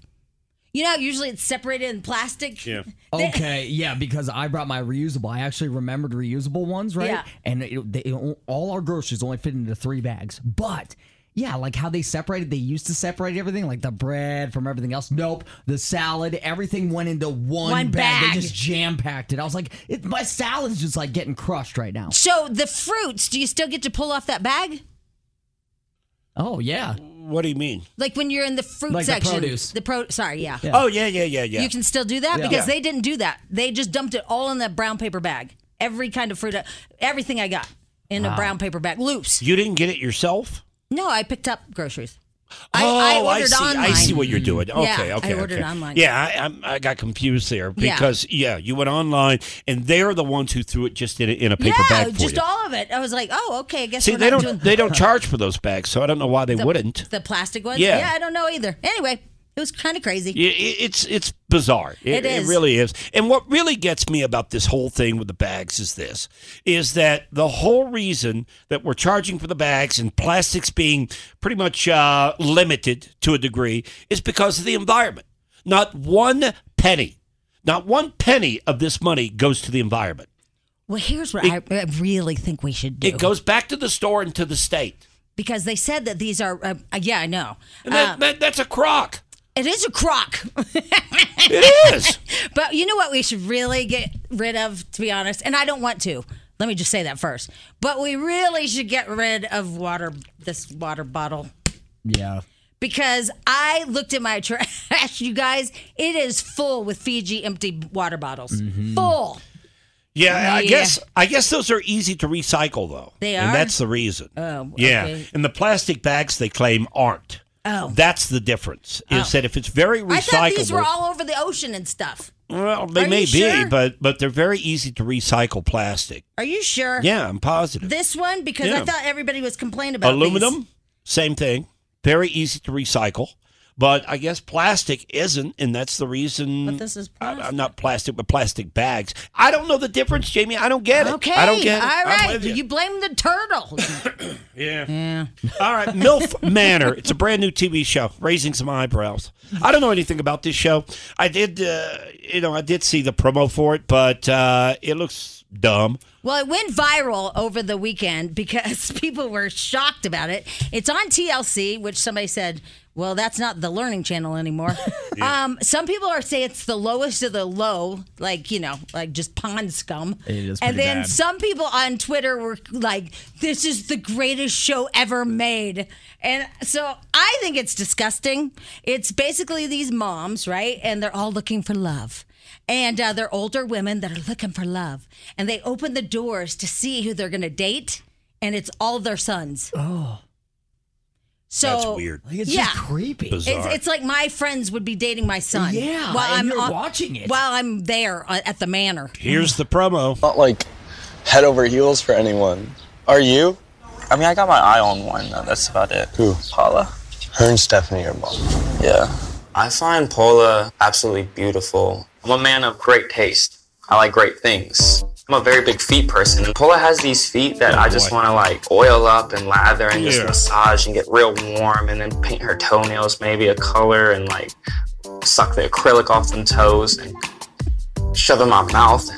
Speaker 2: You know, how usually it's separated in plastic. Yeah. [laughs]
Speaker 4: Okay, yeah, because I brought my reusable. I actually remembered reusable ones, right?
Speaker 2: Yeah.
Speaker 4: And it, they, all our groceries only fit into three bags. But yeah, like how they separated, they used to separate everything, like the bread from everything else. Nope, the salad, everything went into one,
Speaker 2: One bag.
Speaker 4: They just jam packed it. I was like, it, my salad's just like getting crushed right now.
Speaker 2: So the fruits, do you still get to pull off that bag?
Speaker 4: Oh yeah,
Speaker 3: What do you mean?
Speaker 2: Like when you're in the fruit
Speaker 4: Like the
Speaker 2: section,
Speaker 4: produce.
Speaker 2: the pro. Sorry, yeah.
Speaker 4: Yeah.
Speaker 3: Oh, yeah, yeah, yeah, yeah.
Speaker 2: you can still do that
Speaker 4: Yeah.
Speaker 2: because
Speaker 4: Yeah.
Speaker 2: they didn't do that. They just dumped it all in that brown paper bag. Every kind of fruit, everything I got in a brown paper bag, loose.
Speaker 3: You didn't get it yourself?
Speaker 2: No, I picked up groceries.
Speaker 3: oh,
Speaker 2: I, I ordered
Speaker 3: see.
Speaker 2: online.
Speaker 3: I see what you're doing. Okay,
Speaker 2: I
Speaker 3: okay.
Speaker 2: ordered
Speaker 3: okay.
Speaker 2: online.
Speaker 3: Yeah, I, I'm- I got confused there
Speaker 2: Yeah.
Speaker 3: because, yeah. you went online and they're the ones who threw it just in a, in a paper
Speaker 2: yeah,
Speaker 3: bag for
Speaker 2: just
Speaker 3: you.
Speaker 2: all of it. I was like, oh, okay. I guess
Speaker 3: see,
Speaker 2: we're
Speaker 3: they
Speaker 2: not
Speaker 3: don't
Speaker 2: doing
Speaker 3: they don't charge for those bags, so I don't know why they wouldn't.
Speaker 2: the plastic ones.
Speaker 3: Yeah.
Speaker 2: I don't know either. Anyway, it was kind of crazy.
Speaker 3: Yeah, it- it's it's bizarre.
Speaker 2: It
Speaker 3: It,
Speaker 2: is.
Speaker 3: It really is. And what really gets me about this whole thing with the bags is this: is that the whole reason that we're charging for the bags and plastics being pretty much uh, limited to a degree is because of the environment. Not one penny, not one penny of this money goes to the environment.
Speaker 2: Well, here's what I, I really think we should do
Speaker 3: It goes back to the store and to the state.
Speaker 2: because they said that these are. Uh, yeah, I know.
Speaker 3: And that, that, that's a crock.
Speaker 2: It is a crock.
Speaker 3: It is.
Speaker 2: But you know what we should really get rid of, to be honest? And I don't want to. Let me just say that first. But we really should get rid of water, this water bottle.
Speaker 4: Yeah.
Speaker 2: Because I looked at my [laughs] trash, you guys, it is full with Fiji empty water bottles.
Speaker 3: Mm-hmm.
Speaker 2: Full.
Speaker 3: Yeah, I
Speaker 2: Yeah.
Speaker 3: guess I guess those are easy to recycle though.
Speaker 2: They are?
Speaker 3: And that's the reason.
Speaker 2: Oh,
Speaker 3: yeah.
Speaker 2: okay.
Speaker 3: And the plastic bags they claim aren't.
Speaker 2: Oh.
Speaker 3: That's the difference. Is that if it's very recyclable
Speaker 2: I thought these were all over the ocean and stuff.
Speaker 3: Well, they
Speaker 2: Are
Speaker 3: may
Speaker 2: you sure?
Speaker 3: be, but but they're very easy to recycle plastic.
Speaker 2: Are you sure?
Speaker 3: Yeah, I'm positive.
Speaker 2: This one? Because I
Speaker 3: Yeah.
Speaker 2: thought everybody was complaining about
Speaker 3: Aluminum,
Speaker 2: these.
Speaker 3: same thing. Very easy to recycle. But I guess plastic isn't, and that's the reason.
Speaker 2: But this is
Speaker 3: I, am not plastic, but plastic bags. I don't know the difference, Jamie. I don't get it.
Speaker 2: Okay.
Speaker 3: I don't get it.
Speaker 2: All
Speaker 3: I'm
Speaker 2: right.
Speaker 3: with you.
Speaker 2: You blame the turtle.
Speaker 3: Yeah. All right, MILF Manor. It's a brand new TV show, raising some eyebrows. I don't know anything about this show. I did, uh, you know, I did see the promo for it, but uh, it looks dumb.
Speaker 2: Well, it went viral over the weekend because [laughs] people were shocked about it. It's on TLC, which somebody said, well, that's not the learning channel anymore. um, some people are saying it's the lowest of the low, like, you know, like just pond scum.
Speaker 4: It is
Speaker 2: and
Speaker 4: pretty
Speaker 2: then
Speaker 4: bad.
Speaker 2: some people on Twitter were like, this is the greatest show ever made. And so I think it's disgusting. It's basically these moms, right? And they're all looking for love. And uh, they're older women that are looking for love. And they open the doors to see who they're going to date. And it's all their sons. Oh. So
Speaker 3: That's weird.
Speaker 4: Like, it's
Speaker 2: yeah.
Speaker 4: just creepy.
Speaker 3: Bizarre.
Speaker 2: It's, it's like my friends would be dating my son.
Speaker 4: Yeah,
Speaker 2: while
Speaker 4: and
Speaker 2: I'm
Speaker 4: you're
Speaker 2: on-
Speaker 4: watching it.
Speaker 2: While I'm there uh, at the manor.
Speaker 3: Here's the promo.
Speaker 9: not like head over heels for anyone. Are you?
Speaker 10: I mean, I got my eye on one, though. That's about it.
Speaker 9: Who?
Speaker 10: Paula.
Speaker 9: Her and Stephanie are both.
Speaker 10: Yeah. I find Paula absolutely beautiful. I'm a man of great taste. I like great things. I'm a very big feet person. And Paula has these feet that I just
Speaker 3: Oh, boy.
Speaker 10: want to like oil up and lather and just
Speaker 3: Yeah.
Speaker 10: massage and get real warm and then paint her toenails maybe a color and like suck the acrylic off them toes and shove in my mouth.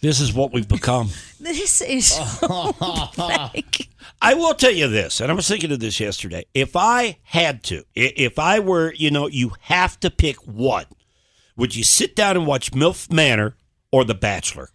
Speaker 3: This is what we've become.
Speaker 2: This is like,
Speaker 3: I will tell you this, and I was thinking of this yesterday. If I had to, i- if I were, you know, you have to pick one, would you sit down and watch MILF Manor or The Bachelor?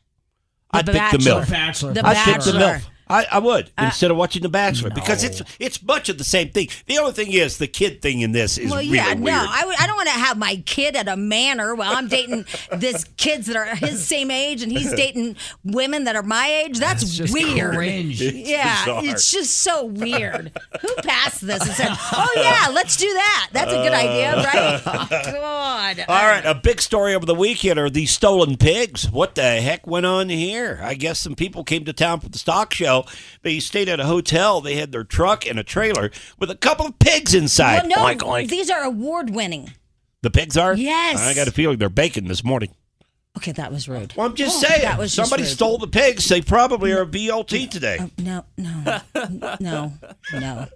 Speaker 3: I'd pick The
Speaker 2: Bachelor.
Speaker 3: MILF.
Speaker 4: Bachelor.
Speaker 2: The
Speaker 4: for
Speaker 3: I'd pick The
Speaker 2: Bachelor.
Speaker 3: MILF. I, I would
Speaker 2: Uh,
Speaker 3: instead of watching The Bachelor because it's it's much of the same thing. The only thing is the kid thing in this is
Speaker 2: well,
Speaker 3: really
Speaker 2: yeah,
Speaker 3: weird.
Speaker 2: no, I, would- I don't want to have my kid at a manor while I'm dating this kids that are his same age and he's dating women that are my age. That's,
Speaker 4: It's just
Speaker 2: weird. [laughs]
Speaker 4: cringe.
Speaker 2: Yeah,
Speaker 3: bizarre.
Speaker 2: it's just so weird. Who passed this and said, "Oh yeah, let's do that"? That's a good idea, right? God.
Speaker 3: All right, a big story over the weekend are these stolen pigs. What the heck went on here? I guess some people came to town for the stock show. They stayed at a hotel. They had their truck and a trailer with a couple of pigs inside.
Speaker 2: Well, no,
Speaker 3: Oink, oink.
Speaker 2: these are award-winning.
Speaker 3: the pigs are?
Speaker 2: Yes.
Speaker 3: I got a feeling they're baking this morning.
Speaker 2: Okay, that was rude.
Speaker 3: Well, I'm just saying.
Speaker 2: Oh, that was just Oh,
Speaker 3: somebody
Speaker 2: rude.
Speaker 3: stole the pigs. They probably are a BLT today.
Speaker 2: No, no, no, no.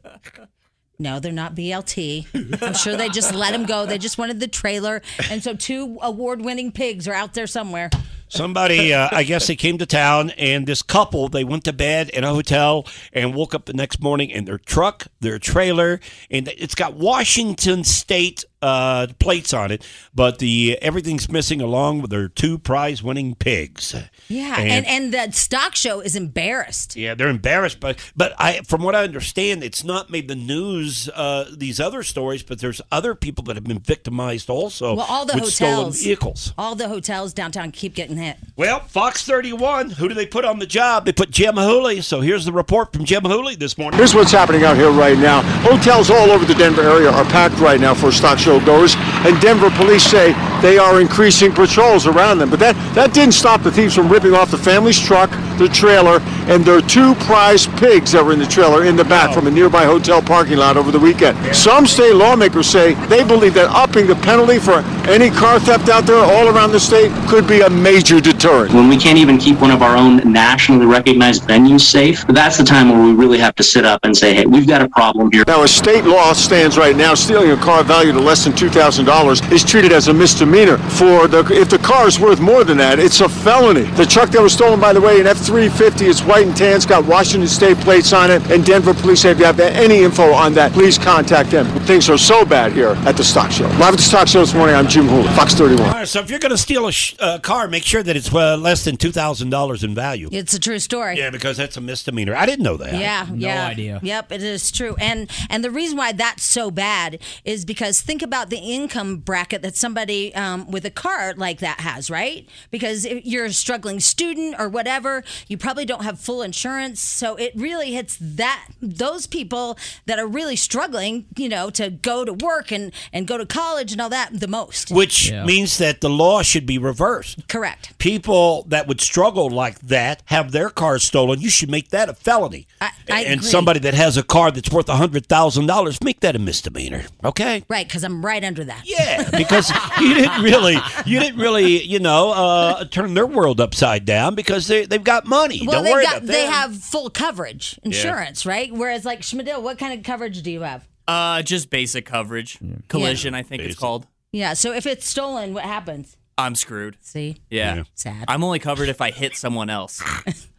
Speaker 2: No, they're not BLT. I'm sure they just let them go. They just wanted the trailer. And so two award winning pigs are out there somewhere.
Speaker 3: Somebody, uh, I guess they came to town, and this couple, they went to bed in a hotel and woke up the next morning in their truck, their trailer, and it's got Washington State uh, plates on it, but the everything's missing along with their two prize-winning pigs.
Speaker 2: Yeah. And, and, the stock show is embarrassed.
Speaker 3: yeah, they're embarrassed, but but I, from what I understand, it's not made the news. Uh, these other stories, but there's other people that have been victimized also.
Speaker 2: Well, all the
Speaker 3: with stolen
Speaker 2: hotels.
Speaker 3: vehicles.
Speaker 2: All the hotels downtown keep getting hit.
Speaker 3: Well, Fox 31, who do they put on the job? They put Jim Hooley. So here's the report from Jim Hooley this morning.
Speaker 11: Here's what's happening out here right now. Hotels all over the Denver area are packed right now for stock show goers, and Denver police say they are increasing patrols around them. But that, that didn't stop the thieves from ripping off the family's truck, the trailer, and their two prize pigs that were in the trailer in the back from a nearby hotel parking lot over the weekend. Some state lawmakers say they believe that upping the penalty for any car theft out there all around the state could be a major deterrent.
Speaker 10: When we can't even keep one of our own nationally recognized venues safe, that's the time where we really have to sit up and say, hey, we've got a problem here.
Speaker 11: Now, as state law stands right now, stealing a car valued at less than $2,000 is treated as a misdemeanor. misdemeanor. For the if the car is worth more than that, it's a felony. The truck that was stolen, by the way, an F-350, it's white and tan, it's got Washington State plates on it, and Denver police. If you have any info on that, please contact them. Things are so bad here at the stock show. Live at the stock show this morning. I'm Jim Hula, Fox 31.
Speaker 3: All right, so if you're going to steal a sh- uh, car, make sure that it's uh, less than two thousand dollars in value.
Speaker 2: It's a true story.
Speaker 3: Yeah, because that's a misdemeanor. I didn't know that.
Speaker 2: Yeah, yeah. Yep, it is true. And and the reason why that's so bad is because think about the income bracket that somebody um, with a car like that has, right? Because if you're a struggling student or whatever, you probably don't have full insurance, so it really hits that those people that are really struggling, you know, to go to work and and go to college and all that the most.
Speaker 3: Which means that the law should be reversed.
Speaker 2: Correct.
Speaker 3: People that would struggle like that have their cars stolen. You should make that a felony.
Speaker 2: I
Speaker 3: and
Speaker 2: agree.
Speaker 3: somebody that has a car that's worth hundred thousand dollars, make that a misdemeanor. Okay.
Speaker 2: Right, because I'm right under that.
Speaker 3: Yeah, [laughs] because you didn't really, you didn't really, you know, uh, turn their world upside down because they they've got money.
Speaker 2: Well,
Speaker 3: Don't worry
Speaker 2: they got
Speaker 3: about
Speaker 2: they
Speaker 3: them.
Speaker 2: have full coverage insurance, right? Whereas like Schmidl, what kind of coverage do you have?
Speaker 12: Uh, just basic coverage, collision. I think it's called.
Speaker 2: Yeah, so if it's stolen, what happens?
Speaker 12: I'm screwed.
Speaker 2: See?
Speaker 12: Yeah.
Speaker 2: Sad.
Speaker 12: I'm only covered if I hit someone else.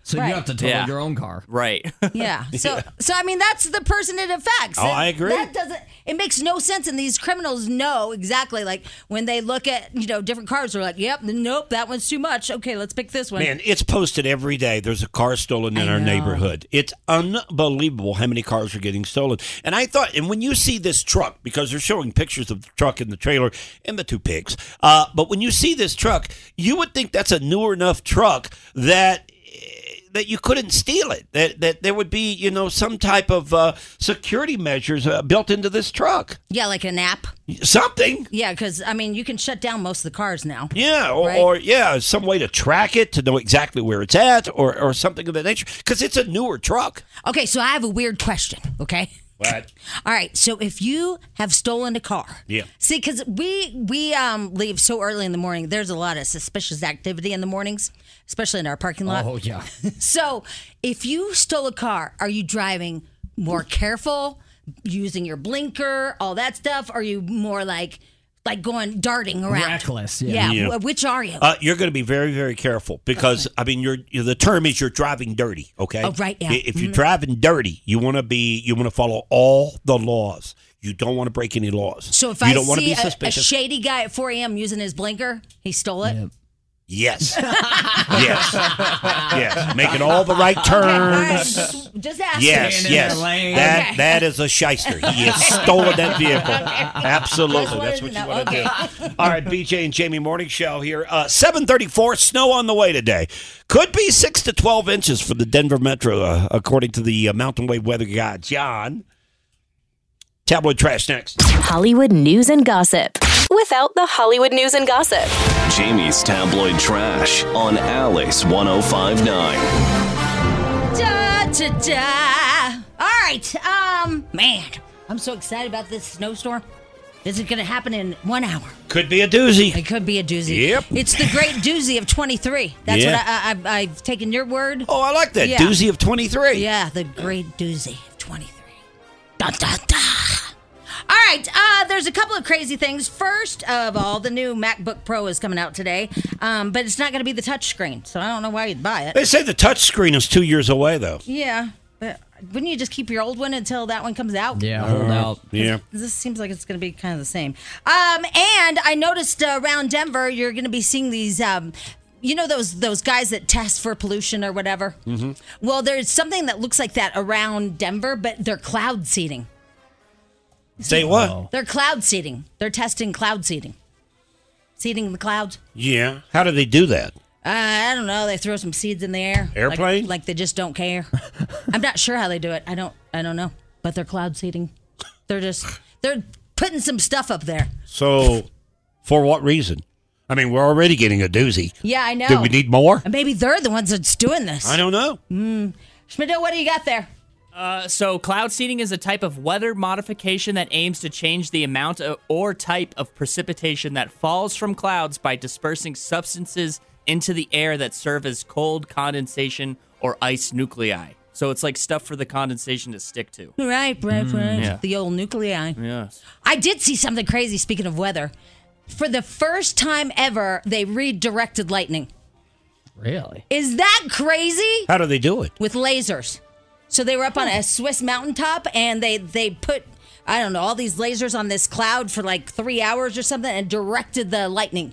Speaker 4: So
Speaker 2: Right.
Speaker 4: you have to total
Speaker 12: Yeah.
Speaker 4: your own car.
Speaker 12: right. [laughs]
Speaker 2: Yeah. So
Speaker 12: Yeah.
Speaker 2: so I mean that's the person it affects.
Speaker 12: Oh,
Speaker 2: It-
Speaker 12: I agree.
Speaker 2: That doesn't it makes no sense and these criminals know exactly like when they look at, you know, different cars they're like, "Yep, nope, that one's too much. Okay, let's pick this one."
Speaker 3: Man, it's posted every day. There's a car stolen in our neighborhood. It's unbelievable how many cars are getting stolen. And I thought, and when you see this truck, because they're showing pictures of the truck and the trailer and the two pigs, uh, but when you see this truck, you would think that's a newer enough truck that that you couldn't steal it. That that there would be you know some type of uh, security measures uh, built into this truck.
Speaker 2: Yeah, like an app.
Speaker 3: Something.
Speaker 2: Yeah, cuz I mean, you can shut down most of the cars now.
Speaker 3: Yeah, or,
Speaker 2: Right.
Speaker 3: or yeah, some way to track it to know exactly where it's at, or or something of that nature. Because it's a newer truck.
Speaker 2: Okay, so I have a weird question, okay?
Speaker 3: What?
Speaker 2: [laughs] All right, so if you have stolen a car,
Speaker 3: Yeah.
Speaker 2: See, because we we um leave so early in the morning. There's a lot of suspicious activity in the mornings, especially in our parking lot.
Speaker 3: Uh-huh.
Speaker 4: Oh
Speaker 2: [laughs]
Speaker 4: yeah.
Speaker 2: So if you stole a car, are you driving more careful, using your blinker, all that stuff? Are you more like like going darting around?
Speaker 4: Reckless,
Speaker 2: Yeah.
Speaker 3: yeah. Yeah.
Speaker 2: wh- Which are you?
Speaker 3: Uh, you're going to be very, very careful because I mean, you're, you the term is you're driving dirty. Okay.
Speaker 2: Oh, right, yeah.
Speaker 3: I- If you're
Speaker 2: Mhm.
Speaker 3: driving dirty, you want to be, you want to follow all the laws. You don't want to break any laws.
Speaker 2: so if
Speaker 3: you
Speaker 2: I
Speaker 3: don't want to
Speaker 2: see
Speaker 3: be
Speaker 2: a, a
Speaker 3: suspicious.
Speaker 2: shady guy at 4 a.m. using his blinker, he stole it. [laughs]
Speaker 3: yes. yes. Yes. Making all the right turns.
Speaker 2: Just, just ask.
Speaker 3: Yes, yes. That that is a shyster. He has stolen that vehicle. Absolutely. That's what you want to do. [laughs] All right, BJ and Jamie morning show here. Uh 734 snow on the way today. Could be 6 to 12 inches for the Denver Metro uh, according to the uh, Mountain Wave weather guy John. Tabloid trash next.
Speaker 1: Hollywood news and gossip without the Hollywood news and gossip.
Speaker 6: Jamie's tabloid trash on Alice 1059.
Speaker 2: [laughs] Da, da, da. All right. Um, man, I'm so excited about this snowstorm. This is going to happen in one hour.
Speaker 3: Could be a doozy.
Speaker 2: It could be a doozy.
Speaker 3: Yep.
Speaker 2: It's the great doozy of 23. That's
Speaker 3: Yeah.
Speaker 2: what I, I, I've taken your word.
Speaker 3: Oh, I like that. Doozy of 23.
Speaker 2: Yeah, the great doozy of 23. Dun, dun, dun. All right, uh, there's a couple of crazy things. First of all, the new MacBook Pro is coming out today, um, but it's not going to be the touchscreen, so I don't know why you'd buy it.
Speaker 3: They say the touch screen is 2 years away though.
Speaker 2: Yeah, but wouldn't you just keep your old one until that one comes out?
Speaker 3: Uh, Yeah.
Speaker 2: This seems like it's going to be kind of the same. Um, and I noticed uh, around Denver, you're going to be seeing these. Um, you know those those guys that test for pollution or whatever.
Speaker 13: Mhm.
Speaker 2: Well, there's something that looks like that around Denver, but they're cloud seeding.
Speaker 3: Say what?
Speaker 2: They're cloud seeding. They're testing cloud seeding. Seeding the clouds.
Speaker 3: Yeah. How do they do that?
Speaker 2: Uh, I don't know. They throw some seeds in the air. Like-
Speaker 3: Airplane?
Speaker 2: Like, they just don't
Speaker 3: [laughs]
Speaker 2: care. I'm not sure how they do it. I don't. I don't know. But they're cloud seeding. They're just they're putting some stuff up there.
Speaker 3: So, for what reason? I mean, we're already getting a doozy.
Speaker 2: Yeah, I know.
Speaker 3: Do we need more?
Speaker 2: And Maybe they're the ones that's doing this.
Speaker 3: I don't know.
Speaker 2: Mm. Schmidl, what do you got there?
Speaker 12: Uh, so, cloud seeding is a type of weather modification that aims to change the amount o- or type of precipitation that falls from clouds by dispersing substances into the air that serve as cold condensation or ice nuclei. So, it's like stuff for the condensation to stick to.
Speaker 2: Right, right, right.
Speaker 12: Mm, yeah.
Speaker 2: The old nuclei.
Speaker 12: Yes.
Speaker 2: I did see something crazy. Speaking of weather, for the first time ever, they redirected lightning.
Speaker 4: Really?
Speaker 2: Is that crazy?
Speaker 3: How do they do it?
Speaker 2: With lasers. So they were up on a Swiss mountaintop and they they put I don't know all these lasers on this cloud for like three hours or something and directed the lightning.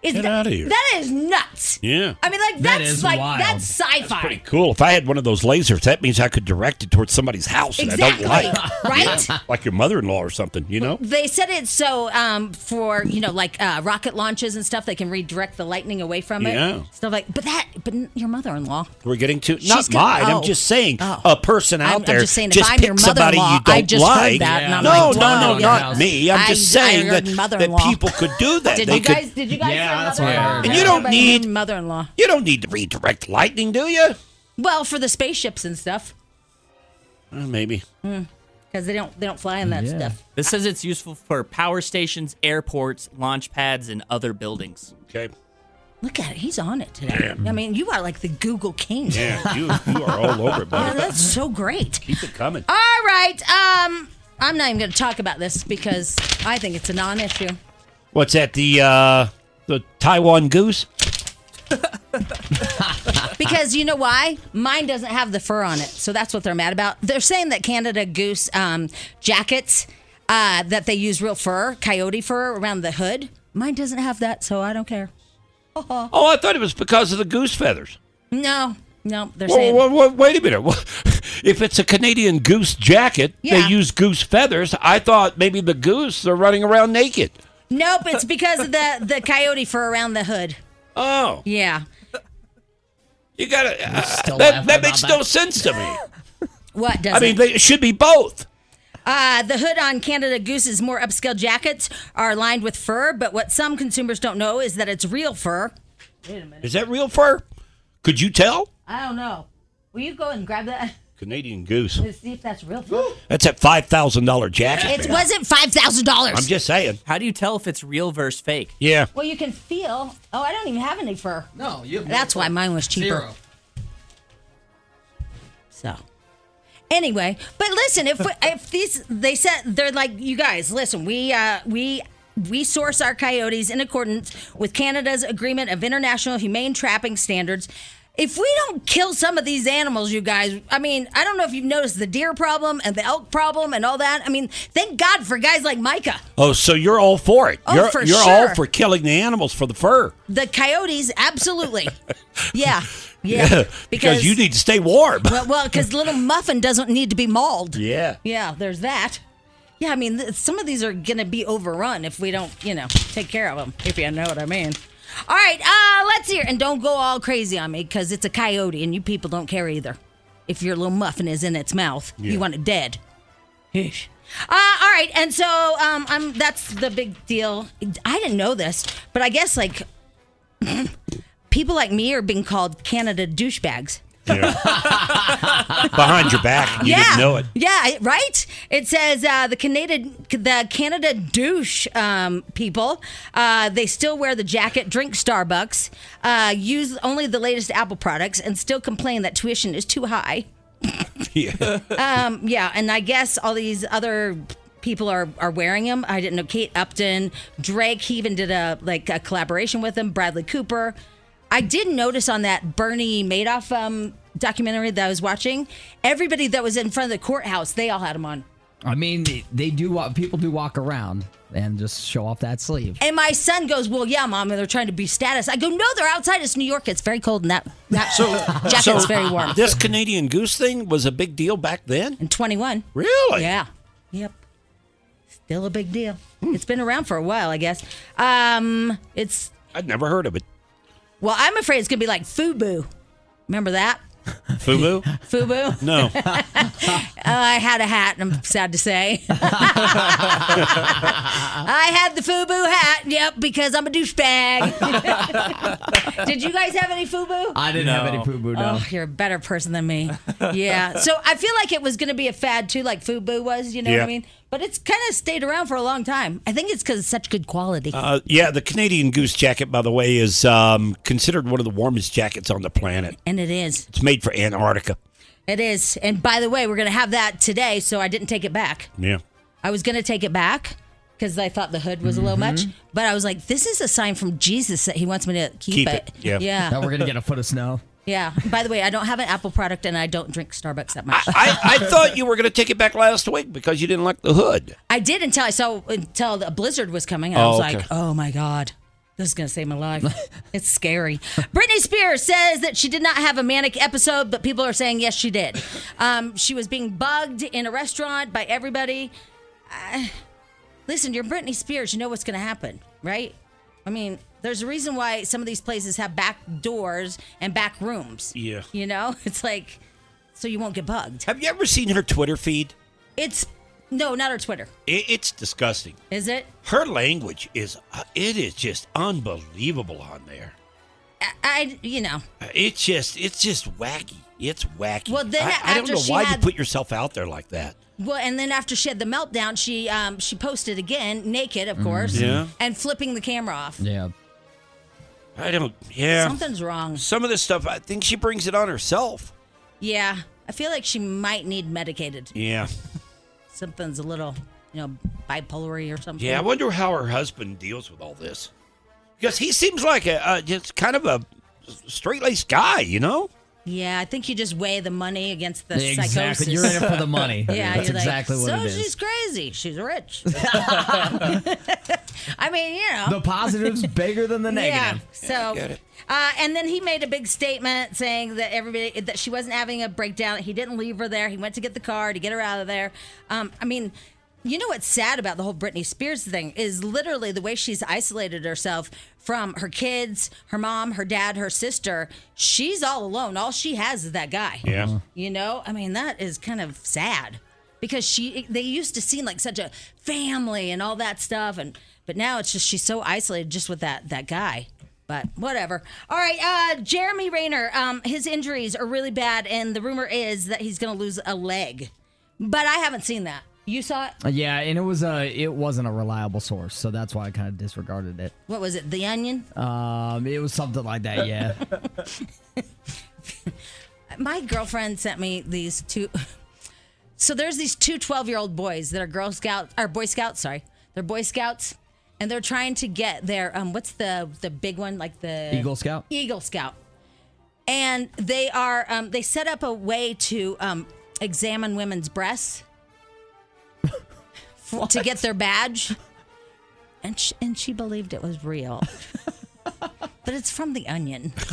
Speaker 2: Is
Speaker 3: Get
Speaker 2: that,
Speaker 3: outta here.
Speaker 2: That is nuts.
Speaker 3: Yeah.
Speaker 2: I mean, like
Speaker 3: That
Speaker 2: that's
Speaker 3: is
Speaker 2: like
Speaker 3: wild.
Speaker 2: that's sci-fi.
Speaker 3: Cool. If I had one of those lasers, that means I could direct it towards somebody's house
Speaker 2: Exactly,
Speaker 3: that
Speaker 2: [laughs]
Speaker 3: I don't like.
Speaker 2: right?
Speaker 3: Yeah, like your mother-in-law or something, you know?
Speaker 2: They said it so um, for you know like uh, rocket launches and stuff. They can redirect the lightning away from it.
Speaker 3: Yeah.
Speaker 2: Stuff like, but that, but n- your mother-in-law.
Speaker 3: We're getting to
Speaker 2: She's
Speaker 3: not
Speaker 2: gonna-
Speaker 3: mine.
Speaker 2: oh.
Speaker 3: I'm just saying
Speaker 2: Oh.
Speaker 3: a person out
Speaker 2: I'm- I'm
Speaker 3: there
Speaker 2: just saying, if I'm
Speaker 3: pick
Speaker 2: your
Speaker 3: somebody you
Speaker 2: mother-in-law,
Speaker 3: don't
Speaker 2: I just heard
Speaker 3: like.
Speaker 2: that, and I'm
Speaker 3: no,
Speaker 2: like,
Speaker 3: no, no,
Speaker 2: wow.
Speaker 3: not me. I'm
Speaker 2: I-
Speaker 3: just
Speaker 2: I
Speaker 3: saying
Speaker 2: heard
Speaker 3: that, that
Speaker 2: mother-in-law.
Speaker 3: people could
Speaker 2: [laughs]
Speaker 3: do that.
Speaker 2: Did
Speaker 3: They
Speaker 2: you
Speaker 3: could-
Speaker 2: guys? did you guys? hear mother-in-law?
Speaker 3: And you don't
Speaker 2: Everybody
Speaker 3: need
Speaker 2: heard mother-in-law.
Speaker 3: you don't need to redirect lightning, do you?
Speaker 2: Well, for the spaceships and stuff,
Speaker 3: Uh, maybe.
Speaker 2: because they don't they don't fly in that stuff.
Speaker 12: This says it's useful for power stations, airports, launch pads, and other buildings.
Speaker 3: Okay.
Speaker 2: Look at it. He's on it today.
Speaker 12: Yeah.
Speaker 2: I mean, you are like the Google king.
Speaker 3: [laughs] Yeah, you, you are all over it,
Speaker 2: Oh,
Speaker 3: buddy.
Speaker 2: that's so great.
Speaker 3: Keep it coming.
Speaker 2: All right. Um, I'm not even going to talk about this because I think it's a non-issue.
Speaker 3: What's that? The uh, the Taiwan goose?
Speaker 2: Because you know why? Mine doesn't have the fur on it, so that's what they're mad about. They're saying that Canada goose um, jackets uh, that they use real fur, coyote fur around the hood. Mine doesn't have that, so I don't care.
Speaker 3: Oh, I thought it was because of the goose feathers.
Speaker 2: No, no, they're
Speaker 3: Whoa,
Speaker 2: saying
Speaker 3: whoa, whoa, [laughs] wait a minute. If it's a Canadian goose jacket,
Speaker 2: Yeah.
Speaker 3: they use goose feathers. I thought maybe the goose are running around naked.
Speaker 2: nope. It's because of the the coyote fur around the hood.
Speaker 3: Oh,
Speaker 2: Yeah.
Speaker 3: you gotta. uh,
Speaker 4: still
Speaker 3: that
Speaker 4: laughing
Speaker 3: that
Speaker 4: about
Speaker 3: makes
Speaker 4: that.
Speaker 3: no sense to me.
Speaker 2: What does
Speaker 3: I mean, they, it should be both.
Speaker 2: Uh, the hood on Canada Goose's more upscale jackets are lined with fur, but what some consumers don't know is that it's real fur.
Speaker 3: Is that real fur? Could you tell?
Speaker 2: I don't know. Will you go and grab that [laughs]
Speaker 3: Canadian goose.
Speaker 2: to see if that's real fur?
Speaker 3: That's that five thousand dollar jacket.
Speaker 2: it
Speaker 3: man.
Speaker 2: wasn't five thousand
Speaker 3: I'm
Speaker 2: dollars.
Speaker 3: just saying.
Speaker 12: How do you tell if it's real versus fake?
Speaker 3: Yeah.
Speaker 2: Well, you can feel. Oh, I don't even have any fur.
Speaker 4: No, you. Have
Speaker 2: That's why mine was cheaper.
Speaker 4: Zero.
Speaker 2: So. Anyway, but listen, if
Speaker 3: [laughs]
Speaker 2: if these they said they're like you guys, listen, we uh we we source our coyotes in accordance with Canada's agreement of international humane trapping standards. If we don't kill some of these animals, you guys, I mean, I don't know if you've noticed the deer problem and the elk problem and all that. I mean, thank God for guys like Micah.
Speaker 3: Oh, so you're all for it.
Speaker 2: Oh,
Speaker 3: you're
Speaker 2: for
Speaker 3: you're
Speaker 2: sure.
Speaker 3: all for killing the animals for the fur.
Speaker 2: The coyotes,
Speaker 3: [laughs]
Speaker 2: absolutely. yeah. Yeah.
Speaker 3: because, you need to stay warm.
Speaker 2: Well, well, because little muffin doesn't need to be mauled.
Speaker 3: [laughs] Yeah.
Speaker 2: Yeah, there's that. Yeah, I mean, th- some of these are going to be overrun if we don't, you know, take care of them, if you know what I mean. All right, uh, let's hear. And don't go all crazy on me because it's a coyote and you people don't care either. If your little muffin is in its mouth,
Speaker 13: Yeah.
Speaker 2: you want it dead. Yeesh. Uh, all right, and so um, I'm, that's the big deal. I didn't know this, but I guess like [laughs] people like me are being called Canada douchebags.
Speaker 3: Behind your back, you didn't know it.
Speaker 2: Yeah, I- right. It says uh, the Canada the Canada douche um, people. Uh, they still wear the jacket, drink Starbucks, uh, use only the latest Apple products, and still complain that tuition is too high.
Speaker 3: Yeah.
Speaker 2: Um, yeah, and I guess all these other people are are wearing them. I didn't know Kate Upton, Drake. He even did a like a collaboration with him. Bradley Cooper. I did notice on that Bernie Madoff um, documentary that I was watching, everybody that was in front of the courthouse, they all had them on.
Speaker 4: I mean, they- they do. wa- People do walk around and just show off that sleeve.
Speaker 2: And my son goes, "Well, yeah, mom, they're trying to be status." I go, "No, they're outside. It's New York. It's very cold, and that that jacket's
Speaker 3: So,
Speaker 2: very
Speaker 3: [laughs]
Speaker 2: warm."
Speaker 3: This Canadian goose thing was a big deal back then.
Speaker 2: In 21.
Speaker 3: Really?
Speaker 2: Yeah. Yep. Still a big deal.
Speaker 3: Hmm.
Speaker 2: It's been around for a while, I guess. Um, it's
Speaker 3: I'd never heard of it.
Speaker 2: well, I'm afraid it's gonna be like FUBU. Remember that
Speaker 3: Fubu? [laughs]
Speaker 2: FUBU? Oh,
Speaker 3: No.
Speaker 2: I had a hat, and I'm sad to
Speaker 3: [laughs]
Speaker 2: say, I had the FUBU hat. Yep, because I'm a
Speaker 3: [laughs]
Speaker 2: douchebag. [laughs] Did you guys have any FUBU?
Speaker 4: I didn't have any
Speaker 12: No.
Speaker 4: poo boo. No.
Speaker 2: Oh, you're a better person than me. Yeah. So I feel like it was going to be a fad too, like FUBU was. You know what I
Speaker 3: Yeah.
Speaker 2: mean? But it's kind of stayed around for a long time. I think it's because it's such good quality.
Speaker 3: Uh, yeah, the Canadian goose jacket, by the way, is um, considered one of the warmest jackets on the planet.
Speaker 2: and it is.
Speaker 3: It's made for Antarctica.
Speaker 2: It is. And by the way, we're going to have that today, so I didn't take it back.
Speaker 3: Yeah.
Speaker 2: I was going to take it back, because I thought the hood was a little much. But I was like, this is a sign from Jesus that he wants me to keep,
Speaker 4: Yeah.
Speaker 2: Yeah.
Speaker 4: Now we're gonna get a foot of
Speaker 2: [laughs]
Speaker 4: snow.
Speaker 2: Yeah. By the way, I don't have an Apple product and I don't drink Starbucks that
Speaker 3: [laughs]
Speaker 2: much.
Speaker 3: I, I thought you were going to take it back last week because you didn't like the hood.
Speaker 2: I did until I saw until the blizzard was coming. And I
Speaker 3: Oh,
Speaker 2: was
Speaker 3: okay.
Speaker 2: like, oh my god, this is gonna save my
Speaker 3: [laughs]
Speaker 2: life. it's scary. Britney Spears says that she did not have a manic episode, but people are saying yes, she did. Um, she was being bugged in a restaurant by everybody. I- listen, you're Britney Spears. You know what's gonna happen, right? I mean, there's a reason why some of these places have back doors and back rooms.
Speaker 3: Yeah.
Speaker 2: You know, [laughs] it's like so you won't get bugged.
Speaker 3: Have you ever seen her Twitter feed?
Speaker 2: It's no, not her Twitter.
Speaker 3: It, it's disgusting.
Speaker 2: Is it?
Speaker 3: Her language is uh, it is just unbelievable on there.
Speaker 2: I, I you know.
Speaker 3: It's just it's just wacky. It's wacky.
Speaker 2: Well, then
Speaker 3: I, I don't
Speaker 2: after
Speaker 3: know
Speaker 2: she
Speaker 3: why
Speaker 2: had-
Speaker 3: you put yourself out there like that.
Speaker 2: Well, and then after she had the meltdown, she um, she posted again, naked, of
Speaker 3: Mhm.
Speaker 2: course,
Speaker 3: Yeah.
Speaker 2: and flipping the camera off.
Speaker 4: Mm-hmm. Yeah.
Speaker 3: I don't. Yeah.
Speaker 2: Something's wrong.
Speaker 3: Some of this stuff, I think she brings it on herself.
Speaker 2: Yeah, I feel like she might need medicated.
Speaker 3: Yeah.
Speaker 2: Something's a little, you know, bipolary or something.
Speaker 3: Yeah. I wonder how her husband deals with all this, because he seems like a, a just kind of a straight laced guy, you know.
Speaker 2: Yeah, I think you just weigh the money against the
Speaker 4: Exactly.
Speaker 2: psychosis.
Speaker 4: You're in it for the money.
Speaker 2: [laughs]
Speaker 4: [laughs]
Speaker 2: yeah,
Speaker 4: That's
Speaker 2: you're like,
Speaker 4: exactly what
Speaker 2: so
Speaker 4: it is."
Speaker 2: she's crazy. She's
Speaker 4: [laughs]
Speaker 2: rich. [laughs] I mean, you know, [laughs]
Speaker 4: The positive's bigger than the negative.
Speaker 2: Yeah. So, uh, and then he made a big statement saying that everybody that she wasn't having a breakdown. He didn't leave her there. He went to get the car to get her out of there. Um, I mean, you know what's sad about the whole Britney Spears thing is literally the way she's isolated herself from her kids, her mom, her dad, her sister. She's all alone. All she has is that guy.
Speaker 13: Yeah.
Speaker 2: You know, I mean, that is kind of sad because she they used to seem like such a family and all that stuff, and but now it's just she's so isolated just with that that guy. But whatever. All right, uh, Jeremy Rayner, um, his injuries are really bad, and the rumor is that he's going to lose a leg. But I haven't seen that. You saw it?
Speaker 4: Uh, Yeah, and it was a it wasn't a reliable source, so that's why I kind of disregarded it.
Speaker 2: What was it? The Onion?
Speaker 4: Um, it was something like that.
Speaker 2: [laughs]
Speaker 4: Yeah.
Speaker 2: my girlfriend sent me these two [laughs] so there's these two 12 year old boys that are girl scouts or boy scouts sorry they're boy scouts and they're trying to get their um what's the the big one like the
Speaker 4: Eagle Scout?
Speaker 2: eagle scout and they are um they set up a way to um examine women's breasts f- to get their badge and she, and she believed it was real but it's from the onion [laughs]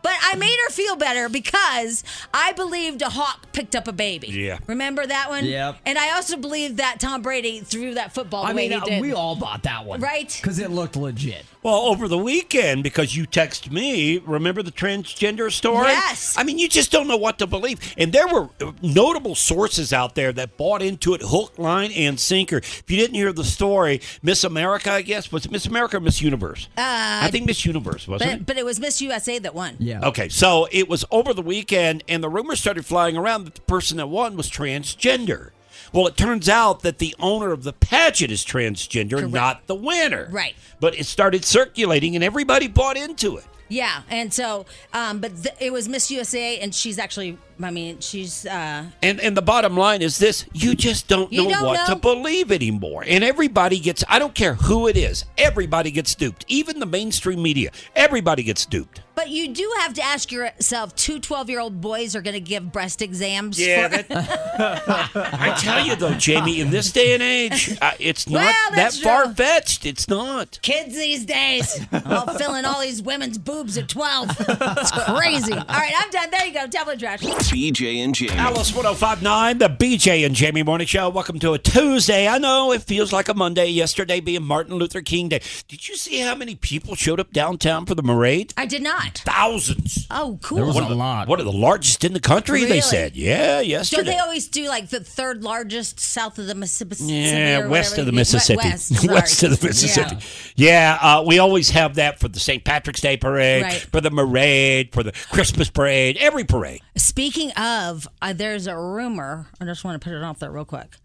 Speaker 2: But I made her feel better because I believed a hawk picked up a baby.
Speaker 4: Yeah.
Speaker 2: Remember that one?
Speaker 4: Yep.
Speaker 2: And I also believed that Tom Brady threw that football the
Speaker 4: I
Speaker 2: way he
Speaker 4: mean, uh,
Speaker 2: did.
Speaker 4: we all bought that one,
Speaker 2: Right.
Speaker 4: Because it looked legit.
Speaker 3: Well, over the weekend, because you text me, remember the transgender story? Yes. I mean, you just don't know what to believe. And there were uh, notable sources out there that bought into it hook, line, and sinker. If you didn't hear the story, Miss America, I guess, was it Miss America or Miss Universe?
Speaker 2: Uh,
Speaker 3: I think Miss Universe, wasn't it?
Speaker 2: but, but it was Miss USA that won.
Speaker 4: Yeah.
Speaker 3: Okay, so it was over the weekend, and the rumor started flying around that the person that won was transgender. Well, it turns out that the owner of the pageant is transgender, not the winner.
Speaker 2: Right.
Speaker 3: But it started circulating, and everybody bought into it.
Speaker 2: Yeah. And so, um, but th- it was Miss USA, and she's actually, I mean, she's. Uh,
Speaker 3: And and the bottom line is this: you just don't
Speaker 2: You
Speaker 3: know
Speaker 2: don't
Speaker 3: what
Speaker 2: know.
Speaker 3: to believe anymore. And everybody gets. I don't care who it is. Everybody gets duped. Even the mainstream media. Everybody gets duped.
Speaker 2: but you do have to ask yourself two 12 year old boys are going to give breast exams.
Speaker 3: Yeah,
Speaker 2: For-
Speaker 3: I tell you though, Jamie, in this day and age,
Speaker 2: [laughs]
Speaker 3: uh, it's not
Speaker 2: Well,
Speaker 3: that
Speaker 2: that's true.
Speaker 3: far fetched. It's not.
Speaker 2: [laughs] Kids these days, all filling all these women's boobs at 12. It's crazy. All right, I'm done. There you go. Tablet trash.
Speaker 6: BJ and Jamie.
Speaker 3: Alice 1059, the BJ and Jamie Morning Show. Welcome to a Tuesday. I know it feels like a Monday, yesterday being Martin Luther King Day. Did you see how many people showed up downtown for the parade?
Speaker 2: I did not.
Speaker 3: Thousands.
Speaker 2: Oh, cool.
Speaker 3: one of the,
Speaker 2: [laughs]
Speaker 3: lot. One of the largest in the country,
Speaker 2: Really?
Speaker 3: they said. Yeah, yesterday.
Speaker 2: So they always do like the third largest south of the Mississippi.
Speaker 3: Yeah,
Speaker 2: or
Speaker 3: west
Speaker 2: whatever
Speaker 3: of the
Speaker 2: you-
Speaker 3: Mississippi. [laughs]
Speaker 2: West, sorry.
Speaker 3: of the Mississippi. Yeah, uh, we always have that for the St. Patrick's Day parade,
Speaker 2: Right.
Speaker 3: for the parade, for the Christmas parade, every parade.
Speaker 2: Speaking of, uh, there's a rumor. I just want to put it off there real quick.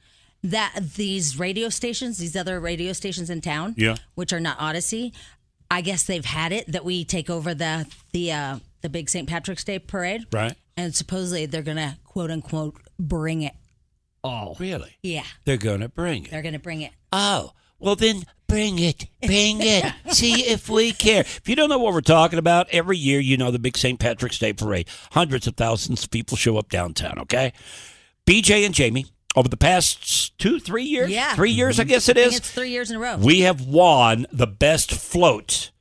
Speaker 2: That these radio stations, these other radio stations in town,
Speaker 13: Yeah.
Speaker 2: which are not Odyssey, I guess they've had it that we take over the the uh, the big St. Patrick's Day parade,
Speaker 3: Right.
Speaker 2: and supposedly they're gonna quote unquote bring it
Speaker 3: Oh, really?
Speaker 2: Yeah.
Speaker 3: They're gonna bring it.
Speaker 2: They're going to bring it.
Speaker 3: Oh, well then bring it, bring it.
Speaker 2: [laughs]
Speaker 3: See if we care. If you don't know what we're talking about, every year you know the big St. Patrick's Day parade. Hundreds of thousands of people show up downtown. Okay, BJ and Jamie. Over the past two, three years,
Speaker 2: Yeah.
Speaker 3: three years, I guess it
Speaker 2: think
Speaker 3: is.
Speaker 2: it's three years in a row.
Speaker 3: We have won the best float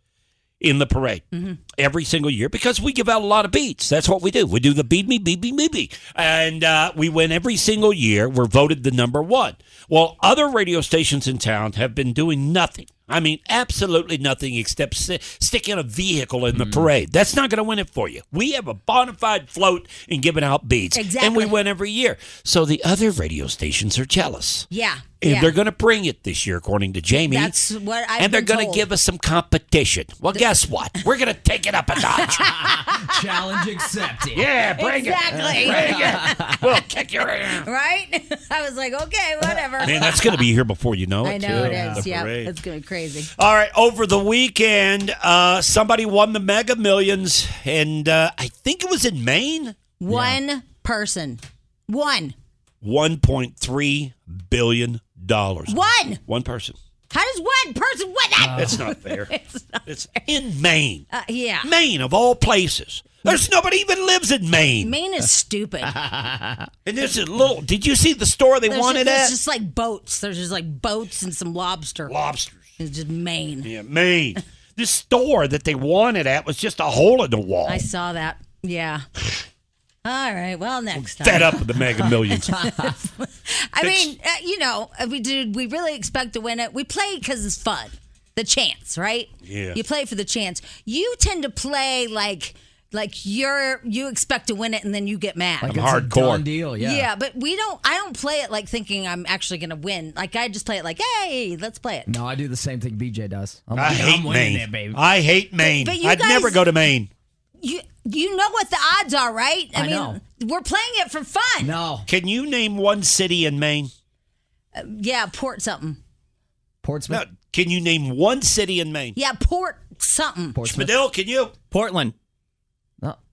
Speaker 3: in the parade
Speaker 2: Mhm.
Speaker 3: every single year because we give out a lot of beats. That's what we do. We do the beat me, beat me, beat me. And uh, we win every single year. We're voted the number one. Well, other radio stations in town have been doing nothing. I mean, absolutely nothing except si- sticking a vehicle in the parade. That's not going to win it for you. We have a bona fide float in giving out beats. And we
Speaker 2: Exactly.
Speaker 3: win every year. So the other radio stations are jealous.
Speaker 2: Yeah.
Speaker 3: And
Speaker 2: yeah.
Speaker 3: they're going to bring it this year, according to Jamie.
Speaker 2: That's what I've
Speaker 3: and they're
Speaker 2: been
Speaker 3: gonna
Speaker 2: told.
Speaker 3: give us some competition. Well, guess what? We're going to take it up
Speaker 2: [laughs]
Speaker 3: a notch.
Speaker 4: Challenge accepted.
Speaker 3: Yeah, bring
Speaker 2: Exactly.
Speaker 3: it.
Speaker 2: [laughs]
Speaker 3: Bring it. We'll kick your ass.
Speaker 2: right? [laughs] I was like, okay, whatever.
Speaker 3: Man, that's going to be here before you know it.
Speaker 2: I know it
Speaker 3: too.
Speaker 2: is.
Speaker 3: The
Speaker 2: Yeah,
Speaker 3: parade.
Speaker 2: it's going to be crazy.
Speaker 3: All right, over the weekend, uh, somebody won the Mega Millions, and uh, I think it was in Maine.
Speaker 2: One person. One.
Speaker 3: One point three billion dollars.
Speaker 2: One.
Speaker 3: One person.
Speaker 2: How does one person win that?
Speaker 3: That's
Speaker 2: [laughs]
Speaker 3: not fair. It's in Maine.
Speaker 2: Uh, yeah.
Speaker 3: Maine of all places. There's nobody even lives in Maine.
Speaker 2: Maine is stupid.
Speaker 3: and there's a little. Did you see the store they
Speaker 2: There's
Speaker 3: wanted
Speaker 2: just, there's
Speaker 3: at?
Speaker 2: just like boats. There's just like boats and some lobster.
Speaker 3: Lobsters.
Speaker 2: It's just Maine.
Speaker 3: yeah, Maine. this store that they wanted at was just a hole in the wall.
Speaker 2: I saw that. Yeah. All right. Well, next time.
Speaker 3: Fed up with the
Speaker 2: [laughs]
Speaker 3: Mega Millions.
Speaker 2: I mean, uh, you know, uh, we did. We really expect to win it. We play because it's fun, the chance, right?
Speaker 13: Yeah.
Speaker 2: You play for the chance. You tend to play like like you're you expect to win it, and then you get mad.
Speaker 4: Like I'm it's a hardcore. done deal, yeah.
Speaker 2: Yeah, but we don't. I don't play it like thinking I'm actually going to win. Like I just play it like, hey, let's play it.
Speaker 4: No, I do the same thing BJ does. I'm,
Speaker 3: I
Speaker 4: like,
Speaker 3: hate
Speaker 4: I'm winning
Speaker 3: Maine.
Speaker 4: it, baby.
Speaker 3: I hate Maine.
Speaker 2: but you
Speaker 3: I'd
Speaker 2: guys-
Speaker 3: never go to Maine.
Speaker 2: You you know what the odds are, right?
Speaker 3: I know.
Speaker 2: we're playing it for fun.
Speaker 4: No.
Speaker 3: Can you name one city in Maine?
Speaker 2: Yeah, port something.
Speaker 4: Portsmouth.
Speaker 3: No. Can you name one city in Maine?
Speaker 2: Yeah, port something.
Speaker 3: Spadil, can you?
Speaker 12: Portland.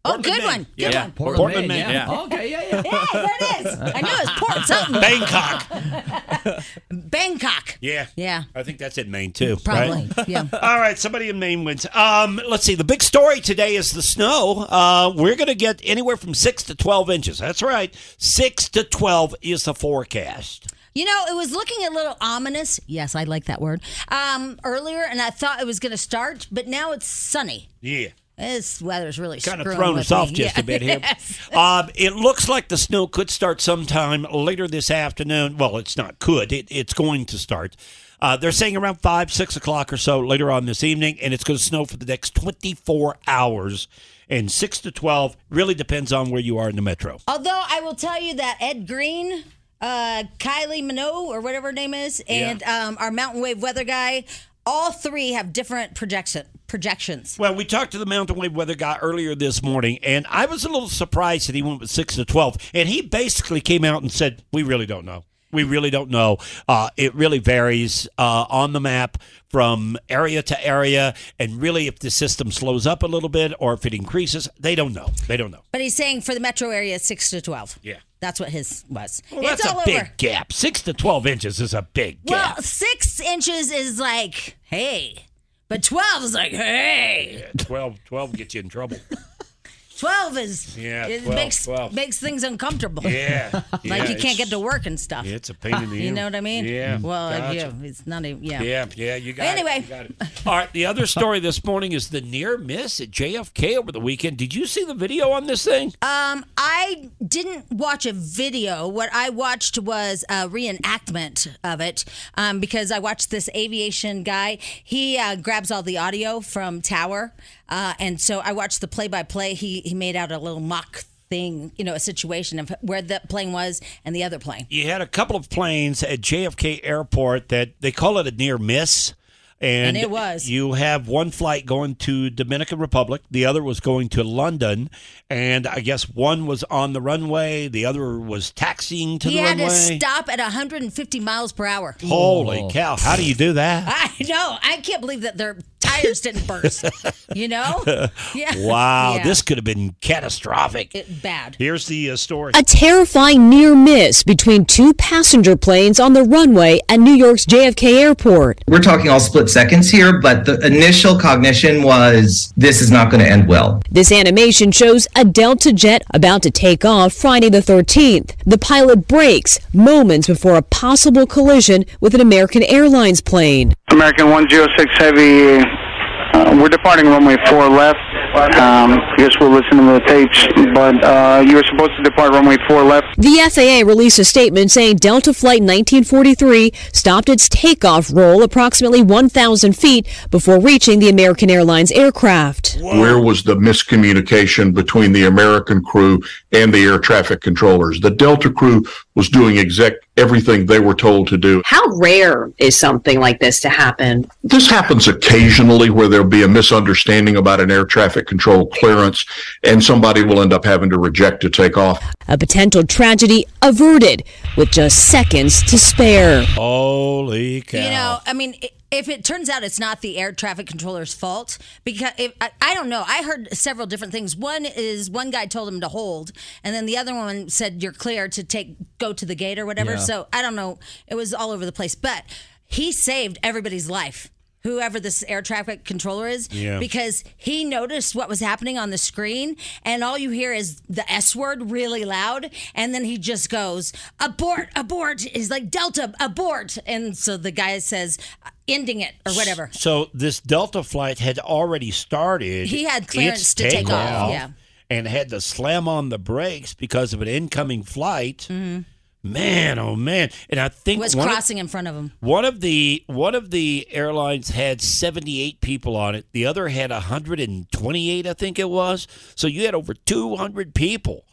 Speaker 2: Oh, good one. Good
Speaker 12: Yeah.
Speaker 2: one.
Speaker 12: Portland,
Speaker 3: Portland,
Speaker 12: Maine,
Speaker 3: Maine.
Speaker 12: yeah. Yeah.
Speaker 4: Okay, yeah,
Speaker 2: yeah. Yeah, there it is. I knew it was port
Speaker 3: [laughs]
Speaker 2: something.
Speaker 3: Bangkok.
Speaker 2: Bangkok.
Speaker 3: Yeah.
Speaker 2: Yeah.
Speaker 3: I think that's in Maine too.
Speaker 2: Probably.
Speaker 3: right?
Speaker 2: Yeah.
Speaker 3: All right, somebody in Maine wins. Um, let's see. The big story today is the snow. Uh, we're going to get anywhere from six to twelve inches. That's right, six to twelve is the forecast.
Speaker 2: You know, it was looking a little ominous. Yes, I like that word. Um, earlier, and I thought it was going to start, but now it's sunny.
Speaker 3: Yeah.
Speaker 2: This weather's really
Speaker 3: Kind of
Speaker 2: screwing
Speaker 3: thrown
Speaker 2: with
Speaker 3: us off
Speaker 2: me.
Speaker 3: just
Speaker 2: Yeah.
Speaker 3: a bit here.
Speaker 2: Yes.
Speaker 3: Um, it looks like the snow could start sometime later this afternoon. Well, it's not could. It, it's going to start. Uh, they're saying around five, six o'clock or so later on this evening, and it's going to snow for the next twenty-four hours. And six to twelve really depends on where you are in the metro.
Speaker 2: Although I will tell you that Ed Green, uh, Kylie Minogue, or whatever her name is, and um, our Mountain Wave weather guy, all three have different projection projections.
Speaker 3: Well, we talked to the Mountain Wave weather guy earlier this morning, and I was a little surprised that he went with six to twelve. And he basically came out and said, "We really don't know. We really don't know. Uh, it really varies uh, on the map from area to area, and really, if the system slows up a little bit or if it increases, they don't know. They don't know."
Speaker 2: But he's saying for the metro area, six to twelve.
Speaker 3: Yeah.
Speaker 2: that's what his was.
Speaker 3: Well,
Speaker 2: it's
Speaker 3: that's a
Speaker 2: all over.
Speaker 3: big gap. Six to twelve inches is a big gap.
Speaker 2: Well, six inches is like hey, but twelve is like hey.
Speaker 3: Yeah, 12, 12 gets you in trouble.
Speaker 2: [laughs] Twelve is
Speaker 3: Yeah,
Speaker 2: it
Speaker 3: 12,
Speaker 2: makes
Speaker 3: 12.
Speaker 2: makes things uncomfortable.
Speaker 3: Yeah,
Speaker 2: like
Speaker 3: yeah,
Speaker 2: you
Speaker 3: it's-
Speaker 2: can't get to work and stuff.
Speaker 3: Yeah, it's a pain in the
Speaker 2: You
Speaker 3: end.
Speaker 2: know what I mean?
Speaker 3: Yeah,
Speaker 2: Well, if
Speaker 3: gotcha.
Speaker 2: you, it's not even. Yeah.
Speaker 3: Yeah, yeah, you got
Speaker 2: Anyway.
Speaker 3: it. You got it. All right, the other story this morning is the near miss at JFK over the weekend. Did you see the video on this thing?
Speaker 2: Um, I didn't watch a video. What I watched was a reenactment of it um, because I watched this aviation guy. He uh, grabs all the audio from Tower, uh, and so I watched the play-by-play. He he made out a little mock thing, you know, a situation of where the plane was and the other plane.
Speaker 3: You had a couple of planes at JFK Airport that they call it a near miss.
Speaker 2: And
Speaker 3: And,
Speaker 2: it was.
Speaker 3: You have one flight going to Dominican Republic, the other was going to London, and I guess one was on the runway, the other was taxiing to
Speaker 2: he
Speaker 3: the
Speaker 2: had
Speaker 3: runway.
Speaker 2: to stop at 150 miles per hour.
Speaker 3: Holy cow! How do you do that?
Speaker 2: [laughs] I know. I can't believe that they're tires didn't burst. You know?
Speaker 3: [laughs]
Speaker 2: Yeah.
Speaker 3: Wow,
Speaker 2: Yeah.
Speaker 3: this could have been catastrophic.
Speaker 2: It, bad.
Speaker 3: Here's the uh, story.
Speaker 13: A terrifying near miss between two passenger planes on the runway at New York's JFK Airport.
Speaker 14: We're talking all split seconds here, but the initial cognition was this is not going to end well.
Speaker 13: This animation shows a Delta jet about to take off Friday the 13th. The pilot brakes moments before a possible collision with an American Airlines plane.
Speaker 15: American 106 Heavy, uh, we're departing runway 4 left. Um, I guess we'll listen to the tapes, but uh, you were supposed to depart runway 4 left.
Speaker 13: The FAA released a statement saying Delta Flight 1943 stopped its takeoff roll approximately 1,000 feet before reaching the American Airlines aircraft.
Speaker 16: Where was the miscommunication between the American crew and the air traffic controllers? The Delta crew was doing exact everything they were told to do.
Speaker 17: How rare is something like this to happen?
Speaker 16: This happens occasionally where there'll be a misunderstanding about an air traffic control clearance and somebody will end up having to reject to take off.
Speaker 13: A potential tragedy averted with just seconds to spare.
Speaker 3: Holy cow.
Speaker 2: You know, I mean, i- if it turns out it's not the air traffic controller's fault, because if, I, I don't know, I heard several different things. One is one guy told him to hold, and then the other one said you're clear to take go to the gate or whatever.
Speaker 18: Yeah.
Speaker 2: So I don't know. It was all over the place, but he saved everybody's life. Whoever this air traffic controller is,
Speaker 18: Yeah.
Speaker 2: because he noticed what was happening on the screen, and all you hear is the S word really loud, and then he just goes, abort, abort. He's like, Delta, abort. And so the guy says, uh, ending it or whatever.
Speaker 3: So this Delta flight had already started.
Speaker 2: He had clearance
Speaker 3: its
Speaker 2: to take off,
Speaker 3: takeoff
Speaker 2: yeah.
Speaker 3: And had to slam on the brakes because of an incoming flight. Man, oh man! And I think
Speaker 2: Mm-hmm. Was
Speaker 3: one of-
Speaker 2: crossing in front of him.
Speaker 3: One of the one of the airlines had 78 people on it. The other had 128, I think it was. So you had over 200 people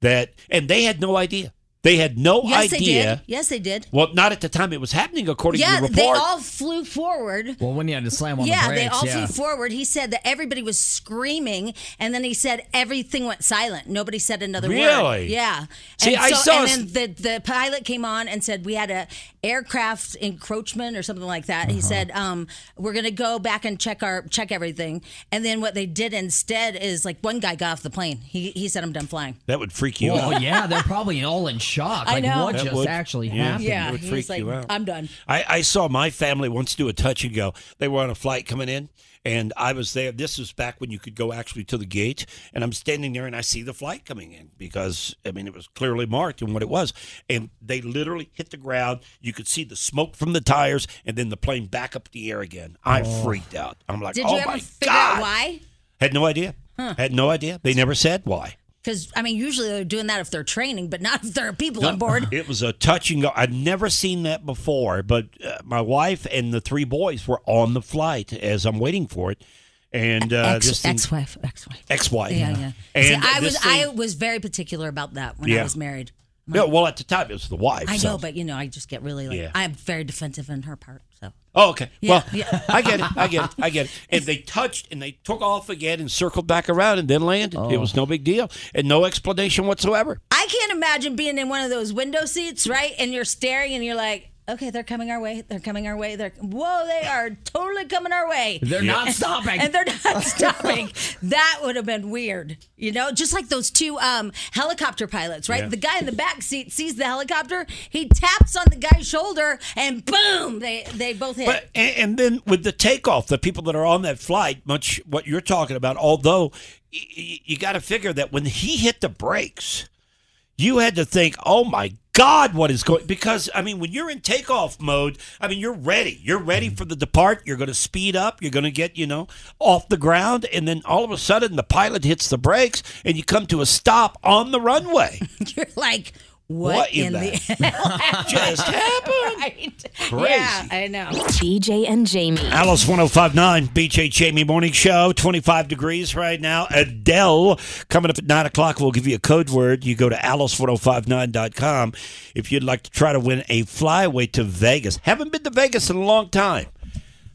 Speaker 3: that and they had no idea. They had no
Speaker 2: Yes, they
Speaker 3: idea.
Speaker 2: did. Yes, they did.
Speaker 3: Well, not at the time it was happening according
Speaker 2: yeah,
Speaker 3: to the
Speaker 2: they
Speaker 3: report.
Speaker 2: all flew forward.
Speaker 4: Well, when you had to slam on
Speaker 2: yeah,
Speaker 4: the
Speaker 2: they
Speaker 4: brakes,
Speaker 2: all
Speaker 4: yeah.
Speaker 2: flew forward. He said that everybody was screaming, and then he said everything went silent. Nobody said another word.
Speaker 18: Really?
Speaker 2: Yeah.
Speaker 18: See,
Speaker 2: and
Speaker 18: I
Speaker 2: so,
Speaker 18: saw s-
Speaker 2: And then the, the pilot came on and said we had a aircraft encroachment or something like that. He said um, we're gonna go back and check our check everything. And then what they did instead is like one guy got off the plane. He he said I'm done flying.
Speaker 3: that would freak you
Speaker 4: Well,
Speaker 3: out.
Speaker 4: yeah, they're probably all in shock.
Speaker 2: I
Speaker 4: Like,
Speaker 2: know.
Speaker 4: what
Speaker 3: That
Speaker 4: just
Speaker 3: would-
Speaker 4: actually
Speaker 3: yeah.
Speaker 4: happened?
Speaker 3: Yeah, it would
Speaker 2: he's
Speaker 3: freak
Speaker 2: like
Speaker 3: you out.
Speaker 2: I'm done.
Speaker 3: I, I saw my family once do a touch and go. They were on a flight coming in, and I was there. This was back when you could go actually to the gate, and I'm standing there and I see the flight coming in because I mean it was clearly marked and what it was, and they literally hit the ground. You could see the smoke from the tires, and then the plane back up the air again. I
Speaker 19: Oh.
Speaker 3: freaked out. I'm like,
Speaker 2: Did
Speaker 3: oh
Speaker 2: you ever
Speaker 3: my
Speaker 2: figure
Speaker 3: god!
Speaker 2: out why?
Speaker 3: Had no idea.
Speaker 2: Huh.
Speaker 3: Had no idea. They never said why.
Speaker 2: Because I mean, usually they're doing that if they're training, but not if there are people on board.
Speaker 3: It was a touch and go. I'd never seen that before, but uh, my wife and the three boys were on the flight as I'm waiting for it. And uh,
Speaker 2: Ex-
Speaker 3: this thing,
Speaker 2: ex-wife, ex-wife,
Speaker 3: ex-wife.
Speaker 2: Yeah, yeah. See,
Speaker 3: And
Speaker 2: I was
Speaker 3: this thing-
Speaker 2: I was very particular about that when I
Speaker 3: Yeah.
Speaker 2: was married.
Speaker 3: yeah. Well, at the time it was the wife.
Speaker 2: I
Speaker 3: so-
Speaker 2: know, but you know, I just get really like
Speaker 3: Yeah.
Speaker 2: I'm very defensive in her part. So
Speaker 3: Oh, okay.
Speaker 2: Yeah,
Speaker 3: well,
Speaker 2: yeah.
Speaker 3: I get it. I get it. I get it. And they touched and they took off again and circled back around and then landed.
Speaker 2: Oh.
Speaker 3: It was no big deal and no explanation whatsoever.
Speaker 2: I can't imagine being in one of those window seats, right? And you're staring, and you're like, okay, they're coming our way. They're coming our way. They're whoa, they are totally coming our way.
Speaker 4: They're not stopping.
Speaker 2: and they're not stopping. that would have been weird, you know. Just like those two um, helicopter pilots, right?
Speaker 18: Yeah.
Speaker 2: The guy in the back seat sees the helicopter. He taps on the guy's shoulder, and boom, they they both hit.
Speaker 3: But and, and then with the takeoff, the people that are on that flight, much what you're talking about. Although y- y- you got to figure that when he hit the brakes, you had to think, "Oh my God, what is going?" Because I mean, when you're in takeoff mode, I mean, you're ready. You're ready
Speaker 2: Mm-hmm.
Speaker 3: for the depart. You're going to speed up. You're going to get you know off the ground, and then all of a sudden, the pilot hits the brakes, and you come to a stop on the runway.
Speaker 2: you're [laughs] like, what,
Speaker 3: What
Speaker 2: in,
Speaker 3: in
Speaker 2: the
Speaker 3: [laughs] Just happened?
Speaker 2: [laughs] Right?
Speaker 3: Crazy.
Speaker 2: Yeah, I know.
Speaker 1: BJ and Jamie.
Speaker 3: Alice 1059, BJ Jamie Morning Show, 25 degrees right now. Adele coming up at 9 o'clock. We'll give you a code word. You go to alice1059.com if you'd like to try to win a flyaway to Vegas. Haven't been to Vegas in a long time.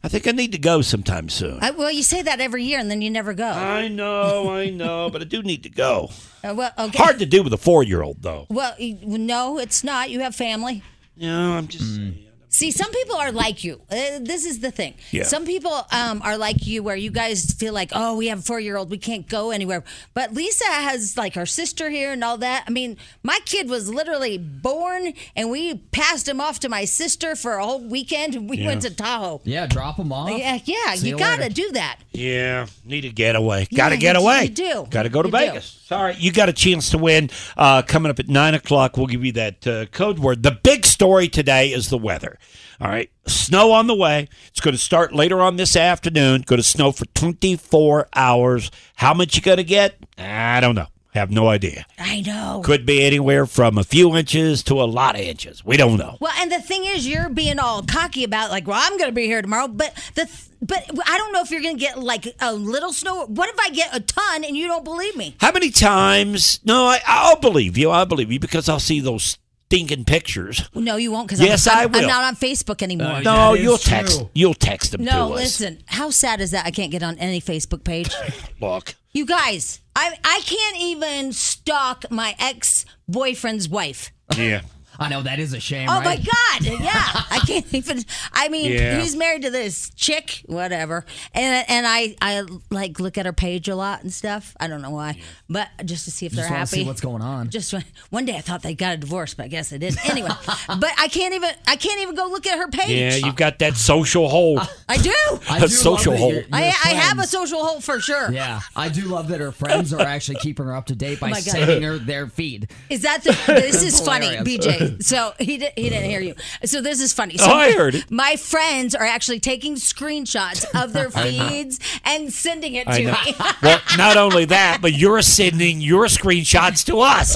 Speaker 3: I think I need to go sometime soon.
Speaker 2: I, Uh, well, you say that every year, and then you never go.
Speaker 3: I know, I know, but I do need to go.
Speaker 2: Uh, well, okay.
Speaker 3: Hard to do with a four year old, though.
Speaker 2: Well, y- no, it's not. You have family.
Speaker 3: No, I'm just. saying.
Speaker 2: See, some people are like you. Uh, this is the thing.
Speaker 18: Yeah.
Speaker 2: Some people um, are like you, where you guys feel like, oh, we have a four year old, we can't go anywhere. But Lisa has like her sister here and all that. I mean, my kid was literally born, and we passed him off to my sister for a whole weekend, and we
Speaker 3: Yeah.
Speaker 2: went to Tahoe.
Speaker 4: Yeah, drop them off.
Speaker 2: Yeah, yeah,
Speaker 4: See
Speaker 2: you
Speaker 4: later.
Speaker 2: gotta do that.
Speaker 3: Yeah, need a getaway. Got to
Speaker 2: you
Speaker 3: get
Speaker 2: do-
Speaker 3: away.
Speaker 2: you do.
Speaker 3: Got to go to
Speaker 2: You do.
Speaker 3: Vegas. Sorry, you got a chance to win. Uh, coming up at nine o'clock, we'll give you that uh, code word. The big story today is the weather. All right, snow on the way. It's going to start later on this afternoon. Going to snow for twenty four hours. How much you going to get? I don't know. Have no idea.
Speaker 2: I know.
Speaker 3: Could be anywhere from a few inches to a lot of inches. We don't know.
Speaker 2: Well, and the thing is, you're being all cocky about like, well, I'm going to be here tomorrow, but the th- but I don't know if you're going to get like a little snow. What if I get a ton and you don't believe me?
Speaker 3: How many times? No, I, I'll believe you. I'll believe you because I'll see those stinking pictures.
Speaker 2: No, you won't because
Speaker 3: Yes,
Speaker 2: I'm,
Speaker 3: I
Speaker 2: I'm, I'm
Speaker 3: will.
Speaker 2: not on Facebook anymore.
Speaker 3: no, you'll text. You'll text them
Speaker 2: No,
Speaker 3: to
Speaker 2: listen. How sad is that? I can't get on any Facebook
Speaker 4: [laughs]
Speaker 2: page.
Speaker 3: us. Look,
Speaker 2: you guys, I I can't even stalk my ex boyfriend's wife. [laughs]
Speaker 3: yeah,
Speaker 4: I know that is a shame.
Speaker 2: Oh
Speaker 4: right?
Speaker 2: my God! Yeah,
Speaker 4: [laughs]
Speaker 2: I can't even. I mean,
Speaker 4: Yeah.
Speaker 2: he's married to this chick, whatever, and and I I like look at her page a lot and stuff. I don't know why, but just to see if
Speaker 4: Just
Speaker 2: they're
Speaker 4: wanna
Speaker 2: happy.
Speaker 4: see what's going on.
Speaker 2: Just when- one day I thought they got a divorce, but I guess they didn't. Anyway, [laughs] but I can't even I can't even go look at her page.
Speaker 3: yeah, you've got that social hole.
Speaker 2: I do.
Speaker 3: I do love social that hole. you're-
Speaker 2: I,
Speaker 4: you're
Speaker 2: I have a
Speaker 4: friends.
Speaker 2: social hole for sure.
Speaker 4: Yeah, I do love that her friends are actually keeping her up to date
Speaker 2: [laughs]
Speaker 4: by
Speaker 2: Oh my God.
Speaker 4: saving her their feed.
Speaker 2: Is that
Speaker 3: [laughs]
Speaker 2: the, this
Speaker 4: That's
Speaker 2: is funny,
Speaker 4: hilarious.
Speaker 2: BJ? So he di- he didn't hear you. So this is funny. So
Speaker 4: Oh, I heard it.
Speaker 2: My friends are actually taking screenshots of their
Speaker 3: [laughs] I know.
Speaker 2: feeds and sending it
Speaker 3: I
Speaker 2: to
Speaker 3: know.
Speaker 2: me. [laughs]
Speaker 3: well, not only that, but you're sending your screenshots to
Speaker 2: [laughs]
Speaker 3: us,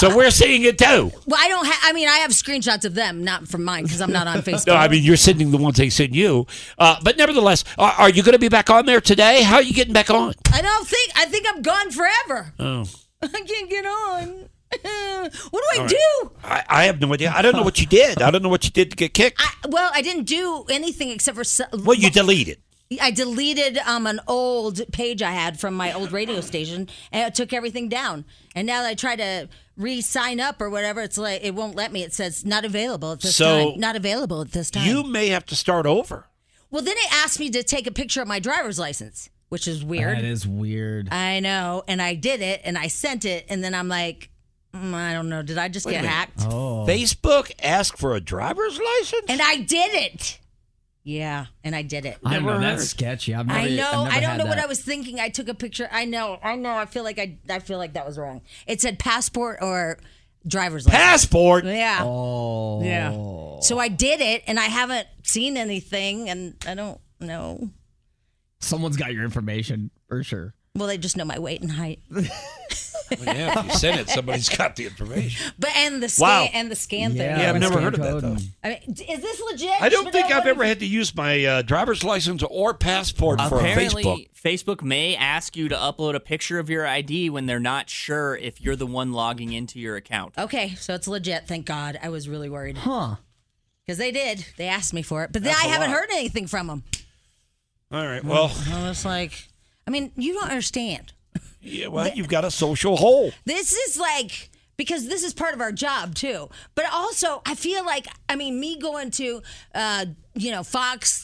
Speaker 3: so we're seeing it too.
Speaker 2: well, I don't. Ha- I mean, I have screenshots of them, not from mine, because I'm not on Facebook.
Speaker 3: [laughs] No, I mean you're sending the ones they send you. Uh, but nevertheless, are, are you going to be back on there today? How are you getting back on?
Speaker 2: I don't think. I think I'm gone forever.
Speaker 3: Oh.
Speaker 2: [laughs] I can't get on. [laughs] what do I
Speaker 3: All right.
Speaker 2: do?
Speaker 3: I, I have no idea. I don't know what you did. I don't know what you did to get kicked.
Speaker 2: Well, I didn't do anything except for. s-
Speaker 3: well, you deleted.
Speaker 2: I deleted um, an old page I had from my old radio station, and it took everything down. And now that I try to re-sign up or whatever, it's like it won't let me. It says not available at this
Speaker 3: So-
Speaker 2: time. Not available at this time.
Speaker 3: You may have to start over.
Speaker 2: well, then it asked me to take a picture of my driver's license, which is weird.
Speaker 4: That is weird.
Speaker 2: I know, and I did it, and I sent it, and then I'm like, mm, I don't know, did I just
Speaker 3: Wait a
Speaker 2: get
Speaker 3: minute.
Speaker 2: hacked?
Speaker 4: Oh.
Speaker 3: Facebook asked for a driver's license,
Speaker 2: and I did it. Yeah, and I did it.
Speaker 4: I don't know.
Speaker 3: Never
Speaker 4: That's
Speaker 3: heard.
Speaker 4: sketchy. I've never, e-
Speaker 2: I know.
Speaker 4: I've never
Speaker 2: I don't
Speaker 4: had
Speaker 2: know what
Speaker 4: that.
Speaker 2: I was thinking. I took a picture. I know. I know. I feel like I. I feel like that was wrong. It said passport or driver's license.
Speaker 3: Passport?
Speaker 2: Yeah.
Speaker 4: Oh.
Speaker 2: Yeah. So I did it, and I haven't seen anything, and I don't know.
Speaker 4: Someone's got your information for sure.
Speaker 2: Well, they just know my weight and height,
Speaker 3: yeah, if you send it, somebody's got the information.
Speaker 2: but and the scan
Speaker 3: Wow.
Speaker 2: and the scan
Speaker 3: Yeah,
Speaker 2: thing.
Speaker 3: I've never heard of that though.
Speaker 2: I mean, d- is this legit?
Speaker 3: I don't think
Speaker 2: Shmadel,
Speaker 3: I've
Speaker 2: what
Speaker 3: ever had to use my uh, driver's license or passport for
Speaker 12: Apparently,
Speaker 3: Facebook.
Speaker 12: Facebook may ask you to upload a picture of your ID when they're not sure if you're the one logging into your account.
Speaker 2: do- Okay, so it's legit. Thank God. I was really worried.
Speaker 4: Huh.
Speaker 2: Because they did. They asked me for it, but then
Speaker 3: That's
Speaker 2: I
Speaker 3: a
Speaker 2: haven't
Speaker 3: lot.
Speaker 2: heard anything from them.
Speaker 3: All right. Well,
Speaker 2: I was like, I mean, you don't understand.
Speaker 3: yeah, well, you've got a social hole.
Speaker 2: This is like because this is part of our job too. But also, I feel like I mean, me going to uh, you know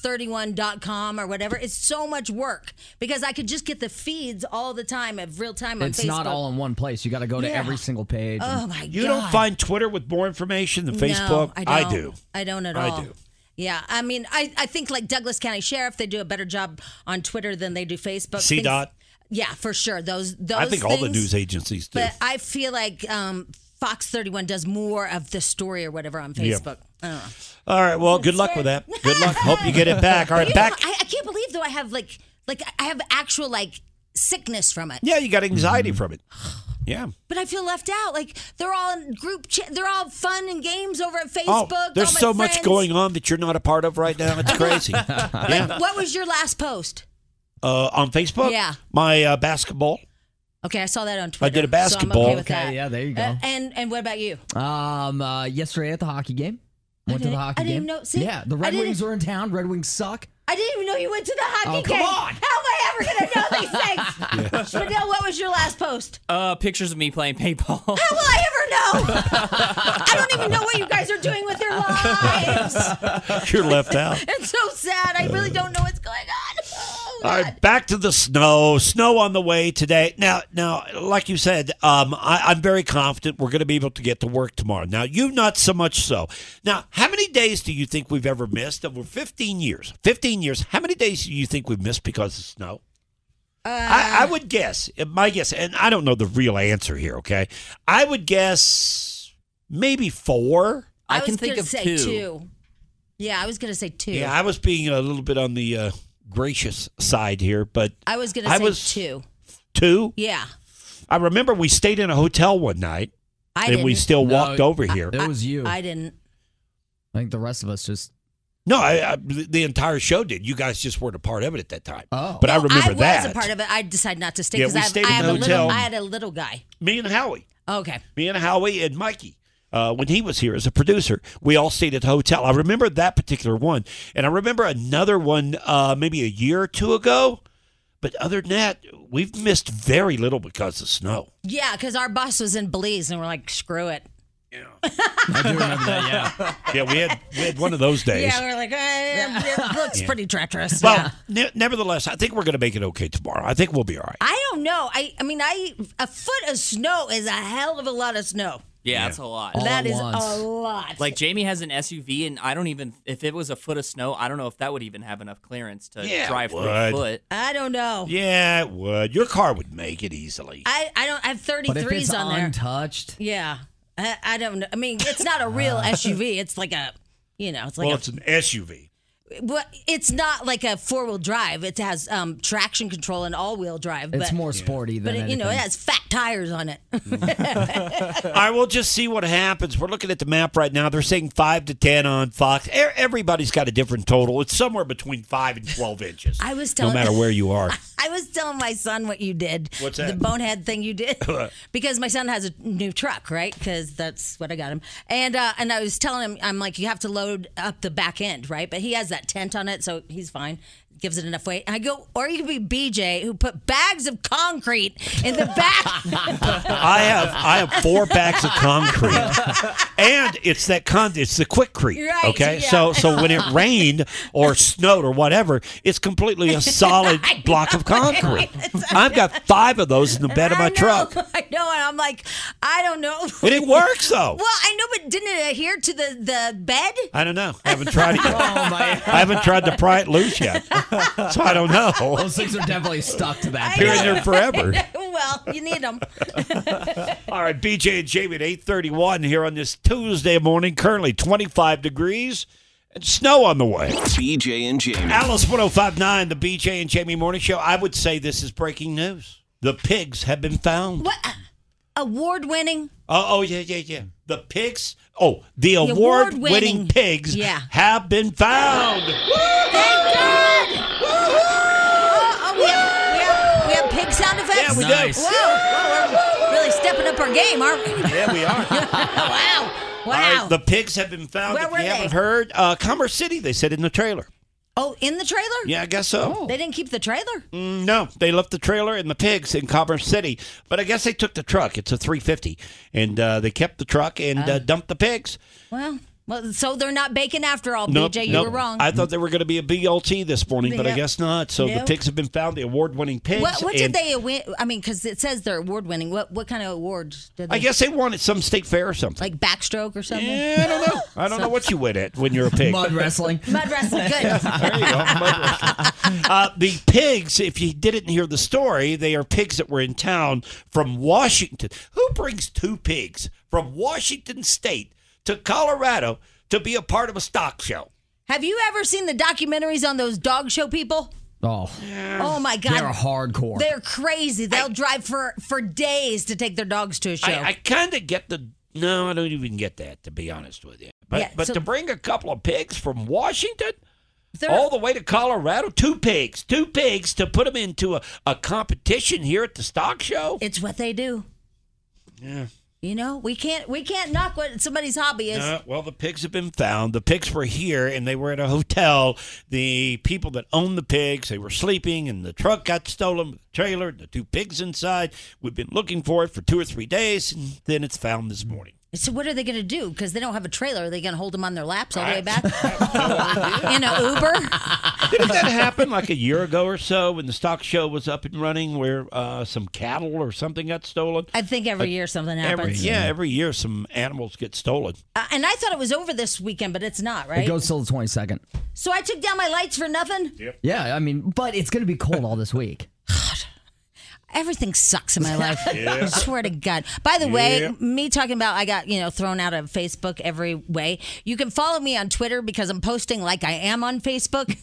Speaker 2: fox31.com or whatever, it's so much work because I could just get the feeds all the time of real time on
Speaker 4: It's
Speaker 2: Facebook.
Speaker 4: not all in one place. You got to go to
Speaker 2: Yeah.
Speaker 4: every single page.
Speaker 2: Oh,
Speaker 4: and-
Speaker 2: my
Speaker 3: You don't
Speaker 2: God.
Speaker 3: find Twitter with more information than
Speaker 2: No,
Speaker 3: Facebook.
Speaker 2: I, don't.
Speaker 3: do.
Speaker 2: I don't at
Speaker 3: I
Speaker 2: all.
Speaker 3: do.
Speaker 2: Yeah, I mean, I, I think like Douglas County Sheriff, they do a better job on Twitter than they do Facebook. Things-
Speaker 3: CDOT.
Speaker 2: Yeah, for sure. Those those.
Speaker 3: I think all the
Speaker 2: things-
Speaker 3: news agencies do.
Speaker 2: But I feel like um, Fox 31 does more of the story or whatever on
Speaker 3: Yeah.
Speaker 2: Facebook. I don't know.
Speaker 3: All right. Well, good luck with that. Good luck. Hope you get it back. All right,
Speaker 2: You
Speaker 3: back.
Speaker 2: know, I, I can't believe though I have like like I have actual like sickness from it.
Speaker 3: Yeah, you got anxiety
Speaker 2: [gasps]
Speaker 3: from it. Yeah.
Speaker 2: But I feel left out. Like they're all in group. Ch- they're all fun and games over at Facebook.
Speaker 3: oh, there's
Speaker 2: all my
Speaker 3: so much
Speaker 2: friends.
Speaker 3: going on that you're not a part of right now.
Speaker 2: [laughs]
Speaker 3: It's crazy. yeah.
Speaker 2: What was your last post?
Speaker 3: Uh, on Facebook?
Speaker 2: Yeah.
Speaker 3: My uh, basketball. [laughs]
Speaker 2: Okay, I saw that on Twitter.
Speaker 3: I did a
Speaker 2: So
Speaker 3: basketball.
Speaker 2: I'm okay with that.
Speaker 4: yeah, there you go.
Speaker 2: Uh, and and what about you?
Speaker 4: Um, uh, yesterday at the hockey game, went to the
Speaker 2: didn't-
Speaker 4: hockey
Speaker 2: I didn't
Speaker 4: game.
Speaker 2: even know- see,
Speaker 4: yeah, the
Speaker 2: I
Speaker 4: Red
Speaker 2: didn't-
Speaker 4: Wings are in town. Red Wings suck.
Speaker 2: I didn't even know you went to the hockey
Speaker 4: Oh, come
Speaker 2: game.
Speaker 4: on.
Speaker 2: How am I ever never gonna know
Speaker 4: [laughs]
Speaker 2: these things. Spadil, what was your last post?
Speaker 12: Uh, pictures of me playing paintball.
Speaker 2: How will [laughs] I ever know? I don't even know what you guys are doing with your lives.
Speaker 3: You're left out.
Speaker 2: It's so sad. I really don't know what's going on. Oh,
Speaker 3: All right, back to the snow. Snow on the way today. Now, now, like you said, um, I, I'm very confident we're going to be able to get to work tomorrow. Now, you not so much so. Now, how many days do you think we've ever missed over 15 years? 15 years. How many days do you think we've missed because of snow? I, I would guess. My guess, and I don't know the real answer here. Okay, I would guess maybe four.
Speaker 2: I, was gonna say Yeah, I was gonna say two.
Speaker 3: Yeah, I was being a little bit on the uh, gracious side here, but
Speaker 2: I was gonna
Speaker 3: I
Speaker 2: say
Speaker 3: was-
Speaker 2: two.
Speaker 3: two.
Speaker 2: Yeah.
Speaker 3: I remember we stayed in a hotel one night,
Speaker 2: I
Speaker 3: and we
Speaker 2: didn't.
Speaker 3: still
Speaker 2: No,
Speaker 3: walked over here.
Speaker 4: It was you.
Speaker 2: I didn't.
Speaker 4: I think the rest of us just.
Speaker 3: No, I, I, the entire show did. You guys just weren't a part of it at that time. Oh, but I
Speaker 2: I
Speaker 3: remember
Speaker 2: was
Speaker 3: that.
Speaker 2: a part of it. I decided not to stay
Speaker 3: Yeah,
Speaker 2: because
Speaker 3: we
Speaker 2: I,
Speaker 3: stayed
Speaker 2: I
Speaker 3: in
Speaker 2: have
Speaker 3: the
Speaker 2: a little.
Speaker 3: hotel.
Speaker 2: I had a little guy.
Speaker 3: Me and Howie.
Speaker 2: Okay.
Speaker 3: Me and Howie and Mikey. Uh, when he was here as a producer, we all stayed at the hotel. I remember that particular one, and I remember another one uh, maybe a year or two ago. But other than that, we've missed very little because of snow.
Speaker 2: Yeah, because our bus was in Belize, and we're like, screw it.
Speaker 3: yeah, yeah, we had we had one of those days.
Speaker 2: [laughs] Yeah, we're like, eh, it looks
Speaker 3: [laughs] Yeah.
Speaker 2: pretty treacherous.
Speaker 3: Well,
Speaker 2: yeah.
Speaker 3: ne- nevertheless, I think we're going to make it okay tomorrow. I think we'll be all right.
Speaker 2: I don't know. I I mean, I a foot of snow is a hell of a lot of snow.
Speaker 12: Yeah, that's a lot.
Speaker 2: [laughs] that is a lot.
Speaker 12: Like Jamie has an SUV, and I don't even if it was a foot of snow, I don't know if that would even have enough clearance to
Speaker 3: Yeah, it
Speaker 12: drive through a
Speaker 3: would.
Speaker 12: foot.
Speaker 2: I don't know.
Speaker 3: Yeah, it would. Your car would make it easily.
Speaker 2: I I don't. I have thirty threes on there.
Speaker 4: untouched,
Speaker 2: Yeah. I, I don't know. I mean, it's not a real SUV. It's like a, you know, it's like
Speaker 3: well,
Speaker 2: a
Speaker 3: it's an SUV.
Speaker 2: Well, it's not like a four wheel drive. It has um, traction control and all wheel drive. But,
Speaker 4: It's more sporty
Speaker 2: but
Speaker 4: than
Speaker 2: it, you know, it
Speaker 4: anything.
Speaker 2: has fat tires on it.
Speaker 3: All right, we'll just see what happens. We're looking at the map right now. They're saying five to ten on Fox. E- Everybody's got a different total. It's somewhere between five and twelve inches.
Speaker 2: I was
Speaker 3: no
Speaker 2: telling,
Speaker 3: matter where you
Speaker 2: [laughs]
Speaker 3: are.
Speaker 2: I was telling my son what you did.
Speaker 3: What's that?
Speaker 2: The bonehead thing you
Speaker 3: [laughs]
Speaker 2: did. because my son has a new truck, right? Because that's what I got him. And uh, and I was telling him, I'm like, you have to load up the back end, right? But he has that tent on it, so he's fine. Gives it enough weight. I go, or you could be BJ who put bags of concrete in the
Speaker 3: [laughs]
Speaker 2: back.
Speaker 3: I have I have four bags of concrete, and it's that con it's the quickcrete.
Speaker 2: Right,
Speaker 3: okay,
Speaker 2: yeah.
Speaker 3: so so
Speaker 2: [laughs]
Speaker 3: when it rained or snowed or whatever, it's completely
Speaker 2: [laughs]
Speaker 3: a solid block of concrete. I've got five of those in the bed of my
Speaker 2: [laughs]
Speaker 3: truck.
Speaker 2: I know, and I'm like, I don't know. [laughs]
Speaker 3: And it works, though.
Speaker 2: Well, I know, but didn't it adhere to the the
Speaker 3: [laughs]
Speaker 2: bed?
Speaker 3: I don't know. I haven't tried it yet. I haven't tried to pry it loose yet, so I don't know.
Speaker 4: Those things are definitely stuck to that.
Speaker 3: They're in there forever.
Speaker 2: well, you need them.
Speaker 3: All right, BJ and Jamie at 831 here on this Tuesday morning. Currently 25 degrees and snow on the way.
Speaker 6: BJ and Jamie.
Speaker 3: Alice 1059, the BJ and Jamie Morning Show. I would say this is breaking news. The pigs have been found.
Speaker 2: What award winning?
Speaker 3: Oh, oh yeah, yeah, yeah. The pigs. Oh, the, award
Speaker 2: award-winning-
Speaker 3: winning pigs
Speaker 2: Yeah. Oh.
Speaker 3: have been found.
Speaker 2: Thank God! Oh, oh, we, have, we, have, we have pig sound effects.
Speaker 3: Yeah, we do. Nice.
Speaker 2: Whoa, whoa, we're really stepping up our game, aren't
Speaker 3: [laughs]
Speaker 2: we?
Speaker 3: yeah, we are.
Speaker 2: [laughs] wow,
Speaker 3: All
Speaker 2: wow.
Speaker 3: right, the pigs have been found.
Speaker 2: Where
Speaker 3: if
Speaker 2: were
Speaker 3: you haven't
Speaker 2: they?
Speaker 3: heard, uh, Commerce City, they said in the trailer.
Speaker 2: oh, in the trailer?
Speaker 3: Yeah, I guess so.
Speaker 2: They didn't keep the trailer.
Speaker 3: Mm, No, they left the trailer and the pigs in Commerce City, but I guess they took the truck. It's a 350, and uh, they kept the truck and uh,
Speaker 2: Ah.
Speaker 3: dumped the pigs.
Speaker 2: Well, well, so they're not bacon after all,
Speaker 3: Nope,
Speaker 2: BJ. You
Speaker 3: nope.
Speaker 2: were wrong.
Speaker 3: I thought they were going to be a BLT this morning, but I
Speaker 2: Yep.
Speaker 3: guess not. So the
Speaker 2: Nope.
Speaker 3: pigs have been found, the award-winning pigs.
Speaker 2: What, what did
Speaker 3: and
Speaker 2: they win? I mean, because it says they're award winning. What what kind of awards did they?
Speaker 3: I guess they won at some state fair or something.
Speaker 2: like backstroke or something.
Speaker 3: Yeah, I
Speaker 2: [laughs]
Speaker 3: don't know. I don't know what you win at when you're a pig.
Speaker 4: Mud wrestling.
Speaker 2: Mud wrestling, good.
Speaker 3: [laughs] There you go. uh, the pigs, if you didn't hear the story, they are pigs that were in town from Washington. Who brings two pigs from Washington State to Colorado to be a part of a stock show?
Speaker 2: Have you ever seen the documentaries on those dog show people?
Speaker 4: Oh,
Speaker 2: Oh my God,
Speaker 4: they're hardcore.
Speaker 2: They're crazy. They'll drive for for days to take their dogs to a show.
Speaker 3: I, I kind of get the. No, I don't even get that, to be honest with you. But,
Speaker 2: Yeah,
Speaker 3: but
Speaker 2: so-
Speaker 3: to bring a couple of pigs from Washington
Speaker 2: They're-
Speaker 3: all the way to Colorado, two pigs, two pigs to put them into a, a competition here at the stock show?
Speaker 2: it's what they do.
Speaker 3: Yeah.
Speaker 2: You know, we can't we can't knock what somebody's hobby is.
Speaker 3: Uh, well, the pigs have been found. The pigs were here, and they were at a hotel. The people that owned the pigs, they were sleeping, and the truck got stolen with the trailer, the two pigs inside. We've been looking for it for two or three days, and then it's found this [laughs] morning.
Speaker 2: So what are they going to do? Because they don't have a trailer. Are they going to hold them on their laps all the way
Speaker 3: [laughs]
Speaker 2: back in an Uber?
Speaker 3: Didn't that happen like a year ago or so when the stock show was up and running, where uh, some cattle or something got stolen?
Speaker 2: I think every
Speaker 3: Like,
Speaker 2: year something happens.
Speaker 3: Every, yeah, every year some animals get stolen.
Speaker 2: Uh, and I thought it was over this weekend, but it's not, right?
Speaker 4: It goes till the 22nd.
Speaker 2: so I took down my lights for nothing.
Speaker 4: Yeah, I mean, but it's going to be cold all this week.
Speaker 2: Everything sucks
Speaker 4: [laughs]
Speaker 2: in my life.
Speaker 4: Yeah.
Speaker 2: I swear to God. By the way,
Speaker 4: Yeah.
Speaker 2: me talking about I got, you know, thrown out of Facebook every way. You can follow me on Twitter because I'm posting like I am on Facebook.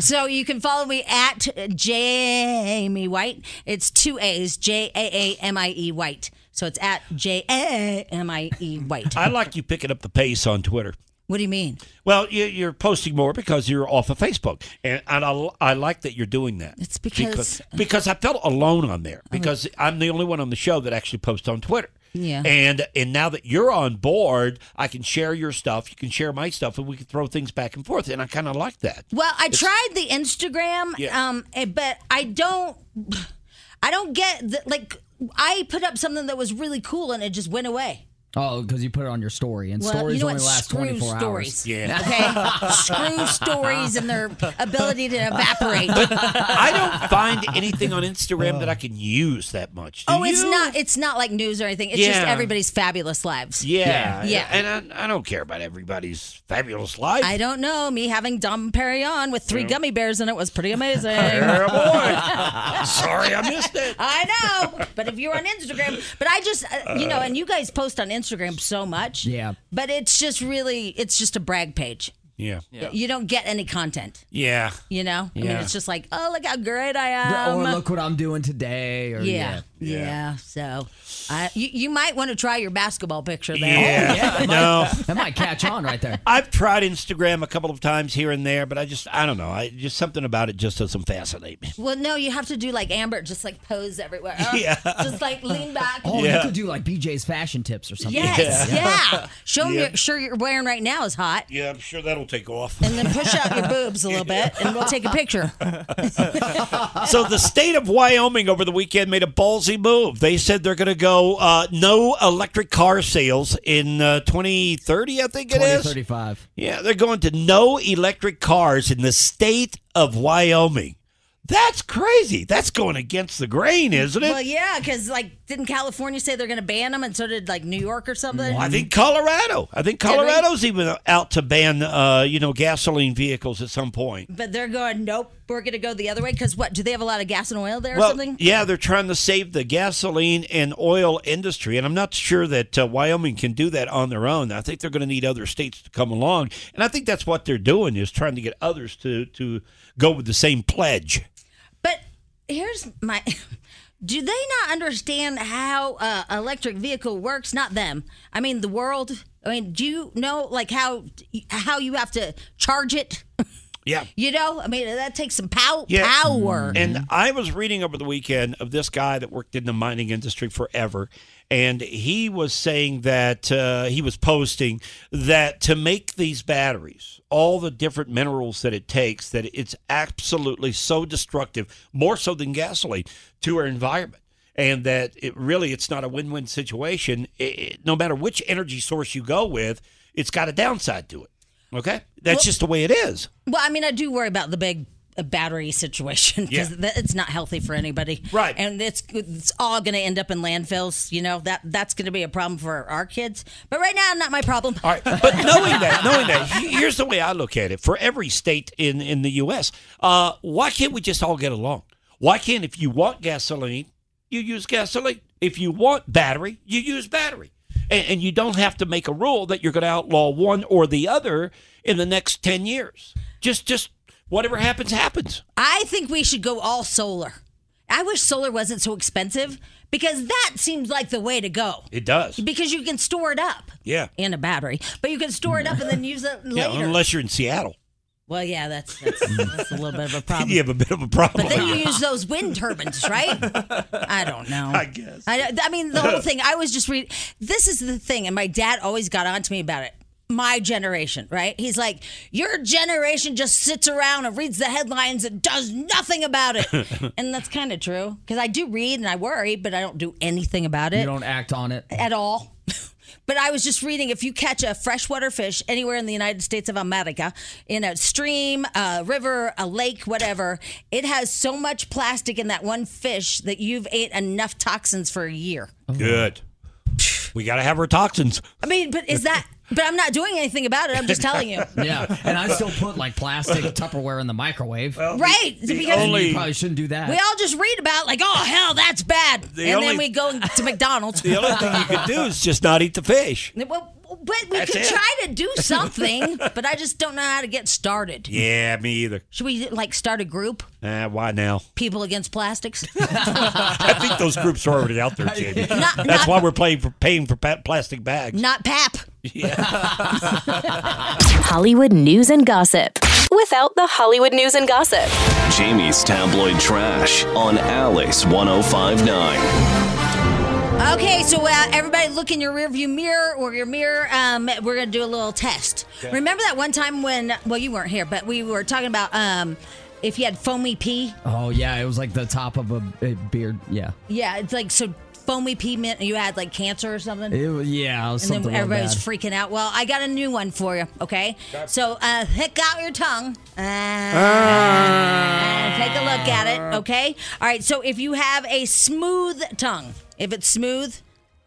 Speaker 2: [laughs] so you can follow me at Jamie E White. It's two A's, J A A M I E White. So it's at J A M I E White.
Speaker 3: I like you picking up the pace on Twitter.
Speaker 2: What do you mean?
Speaker 3: Well, you, you're posting more because you're off of Facebook, and, and I, I like that you're doing that. It's
Speaker 2: because- uh, Oh.
Speaker 3: because because I felt alone on there because I'm the only one on the show that actually posts on Twitter.
Speaker 2: Yeah.
Speaker 3: And and now that you're on board, I can share your stuff. You can share my stuff, and we can throw things back and forth. And I kind of
Speaker 2: [laughs]
Speaker 3: like that.
Speaker 2: Well, I tried the Instagram,
Speaker 3: Yeah.
Speaker 2: um, eh, but I don't, I don't get the, like I put up something that was really cool and it just went away.
Speaker 4: Oh, because you put it on your story, and
Speaker 2: Well,
Speaker 4: stories
Speaker 2: you know
Speaker 4: only
Speaker 2: what?
Speaker 4: last
Speaker 2: Screw
Speaker 4: 24
Speaker 2: stories.
Speaker 4: hours.
Speaker 3: Yeah.
Speaker 2: Okay,
Speaker 3: [laughs]
Speaker 2: screw stories and their ability to evaporate.
Speaker 3: I don't find anything on Instagram that I can use that much. Do
Speaker 2: oh, it's
Speaker 3: you?
Speaker 2: not, it's not like news or anything. It's just
Speaker 3: Yeah.
Speaker 2: everybody's fabulous lives.
Speaker 3: Yeah,
Speaker 2: yeah.
Speaker 3: And I, I don't care about everybody's fabulous life.
Speaker 2: I don't know. Me having Dom Perignon with three
Speaker 3: Yeah.
Speaker 2: gummy bears in it was pretty
Speaker 3: [laughs]
Speaker 2: amazing.
Speaker 3: Yeah, boy. Sorry, I missed it.
Speaker 2: [laughs] I know, but if you're on Instagram, but I just, uh, you know, and you guys post on Instagram so much.
Speaker 4: Yeah.
Speaker 2: But it's just really, it's just a brag page.
Speaker 3: Yeah.
Speaker 2: You don't get any content,
Speaker 3: Yeah.
Speaker 2: you know? I mean,
Speaker 4: Yeah.
Speaker 2: it's just like, oh, look how great I
Speaker 4: The-
Speaker 2: am.
Speaker 4: or oh, look what I'm doing today. Or,
Speaker 2: Um, yeah,
Speaker 4: yeah.
Speaker 2: yeah, So, I, you, you might want to try your basketball picture there.
Speaker 3: Yeah.
Speaker 4: that
Speaker 3: No.
Speaker 4: might- that might catch on
Speaker 2: [laughs]
Speaker 4: right there.
Speaker 3: I've tried Instagram a couple of times here and there, but I just I don't know. I just something about it just doesn't fascinate me.
Speaker 2: Oh, Well, no, you have to do like Amber, just like pose everywhere. Oh,
Speaker 3: Yeah.
Speaker 2: Just like lean back.
Speaker 4: Oh,
Speaker 3: Yeah.
Speaker 4: you could do like BJ's fashion tips or something.
Speaker 2: Yes,
Speaker 4: [laughs]
Speaker 2: yeah. Show 'em
Speaker 3: Yeah.
Speaker 2: your shirt you're wearing right now is hot.
Speaker 3: Yeah, I'm sure that'll take off.
Speaker 2: And then push out your boobs a little bit, and we'll take a picture.
Speaker 3: [laughs] so the state of Wyoming over the weekend made a ballsy move. They said they're going to go uh, no electric car sales in uh, 2030. I think it is.
Speaker 4: 2035.
Speaker 3: Yeah, they're going to no electric cars in the state of Wyoming. That's crazy. That's going against the grain, isn't it?
Speaker 2: Well, yeah, because like, didn't California say they're going to ban them, and so did like New York or something?
Speaker 3: I think Colorado. I think
Speaker 2: Did we?
Speaker 3: Colorado's even out to ban, uh, you know, gasoline vehicles at some point.
Speaker 2: But they're going, nope, we're going to go the other way. Because what? Do they have a lot of gas and oil there or
Speaker 3: Well,
Speaker 2: something?
Speaker 3: yeah, they're trying to save the gasoline and oil industry, and I'm not sure that uh, Wyoming can do that on their own. I think they're going to need other states to come along, and I think that's what they're doing is trying to get others to to go with the same pledge.
Speaker 2: But here's my. [laughs] Do they not understand how uh, electric vehicle works? Not them. I mean the world. I mean, do you know like how how you have to charge it? [laughs]
Speaker 3: Yeah.
Speaker 2: You know, I mean that takes some pow- power.
Speaker 3: And I was reading over the weekend of this guy that worked in the mining industry forever, and he was saying that uh, he was posting that to make these batteries, all the different minerals that it takes, that it's absolutely so destructive, more so than gasoline, to our environment. And that it really, it's not a win-win situation. I i no matter which energy source you go with, it's got a downside to it. Okay, that's
Speaker 2: Well-
Speaker 3: just the way it is.
Speaker 2: Well, I mean, I do worry about the big uh, battery [laughs] situation because
Speaker 3: Yeah.
Speaker 2: it's not healthy for anybody. Right. And it's it's all going to end up in landfills. You know that that's going to be a problem for our kids. But right now, not my problem.
Speaker 3: All right. But knowing that, knowing that, he- here's the way I look at it. For every state in in the U.S., uh, why can't we just all get along? Why can't if you want gasoline, you use gasoline. If you want battery, you use battery, and, and you don't have to make a rule that you're going to outlaw one or the other in the next ten years. Just just whatever happens happens.
Speaker 2: I think we should go all solar. I wish solar wasn't so expensive because that seems like the way to go.
Speaker 3: It does.
Speaker 2: Because you can store it up
Speaker 3: Yeah.
Speaker 2: in a battery, but you can store it up and then use it
Speaker 3: [laughs] Yeah.
Speaker 2: later.
Speaker 3: Unless you're in Seattle.
Speaker 2: Well, yeah, that's that's, that's a little bit of
Speaker 3: [laughs]
Speaker 2: a problem.
Speaker 3: You have a bit of a problem.
Speaker 2: Um, But then
Speaker 3: [laughs]
Speaker 2: you use those wind turbines, right? I don't know. I
Speaker 3: guess.
Speaker 2: I, I mean, the whole thing. I was just reading. This is the thing, and my dad always got on to me about it. My generation, right? He's like, your generation just sits around and reads the headlines and does nothing about it. and that's kind of true because I do read and I worry, but I don't do anything about it
Speaker 4: You don't act on it.
Speaker 2: at all. [laughs] But I was just reading if you catch a freshwater fish anywhere in the United States of America, in a stream, a river, a lake, whatever, it has so much plastic in that one fish that you've ate enough toxins for a year.
Speaker 3: Good. We got to have our toxins.
Speaker 2: I mean, but is that, but I'm not doing anything about it. I'm just
Speaker 3: [laughs]
Speaker 2: telling you.
Speaker 4: Yeah, and I still put like
Speaker 2: [laughs]
Speaker 4: plastic Tupperware in the microwave.
Speaker 2: Right, the because- only-
Speaker 4: you probably shouldn't do that.
Speaker 2: We all just read about, like, oh, hell, that's bad.
Speaker 3: The
Speaker 2: and
Speaker 3: only-
Speaker 2: then we go to McDonald's.
Speaker 3: [laughs] The only thing you could do is just not eat the fish.
Speaker 2: Well, but we
Speaker 3: That's
Speaker 2: could
Speaker 3: it.
Speaker 2: try to
Speaker 3: [laughs]
Speaker 2: do something, but I just don't know how to get started.
Speaker 3: Yeah, me either.
Speaker 2: Should we, like, start a group?
Speaker 3: Eh, why [laughs] now?
Speaker 2: People against plastics. [laughs]
Speaker 3: I think those groups are already out there, Jamie.
Speaker 2: Not-
Speaker 3: That's
Speaker 2: not-
Speaker 3: why we're playing for paying for pa- plastic bags.
Speaker 2: Not pap.
Speaker 1: Hollywood news and gossip. Without the Hollywood news and gossip.
Speaker 6: Jamie's tabloid trash on Alice 1059.
Speaker 2: Okay, so uh, everybody look in your rearview mirror or your mirror. Um, we're going to do a little test.
Speaker 18: Okay.
Speaker 2: Remember that one time when, well, you weren't here, but we were talking about um, if you had foamy pee?
Speaker 4: Oh yeah, it was like the top of a, a beard. Yeah.
Speaker 2: Yeah, it's like, so foamy pee meant you had like cancer or something?
Speaker 4: It was, yeah, it was
Speaker 2: and then
Speaker 4: something real
Speaker 2: everybody's
Speaker 4: bad.
Speaker 2: freaking out. Well, I got a new one for you, okay? So uh, pick out your tongue.
Speaker 4: Ah.
Speaker 2: Uh, Take a look at it, okay? All right, so if you have a smooth tongue, if it's smooth,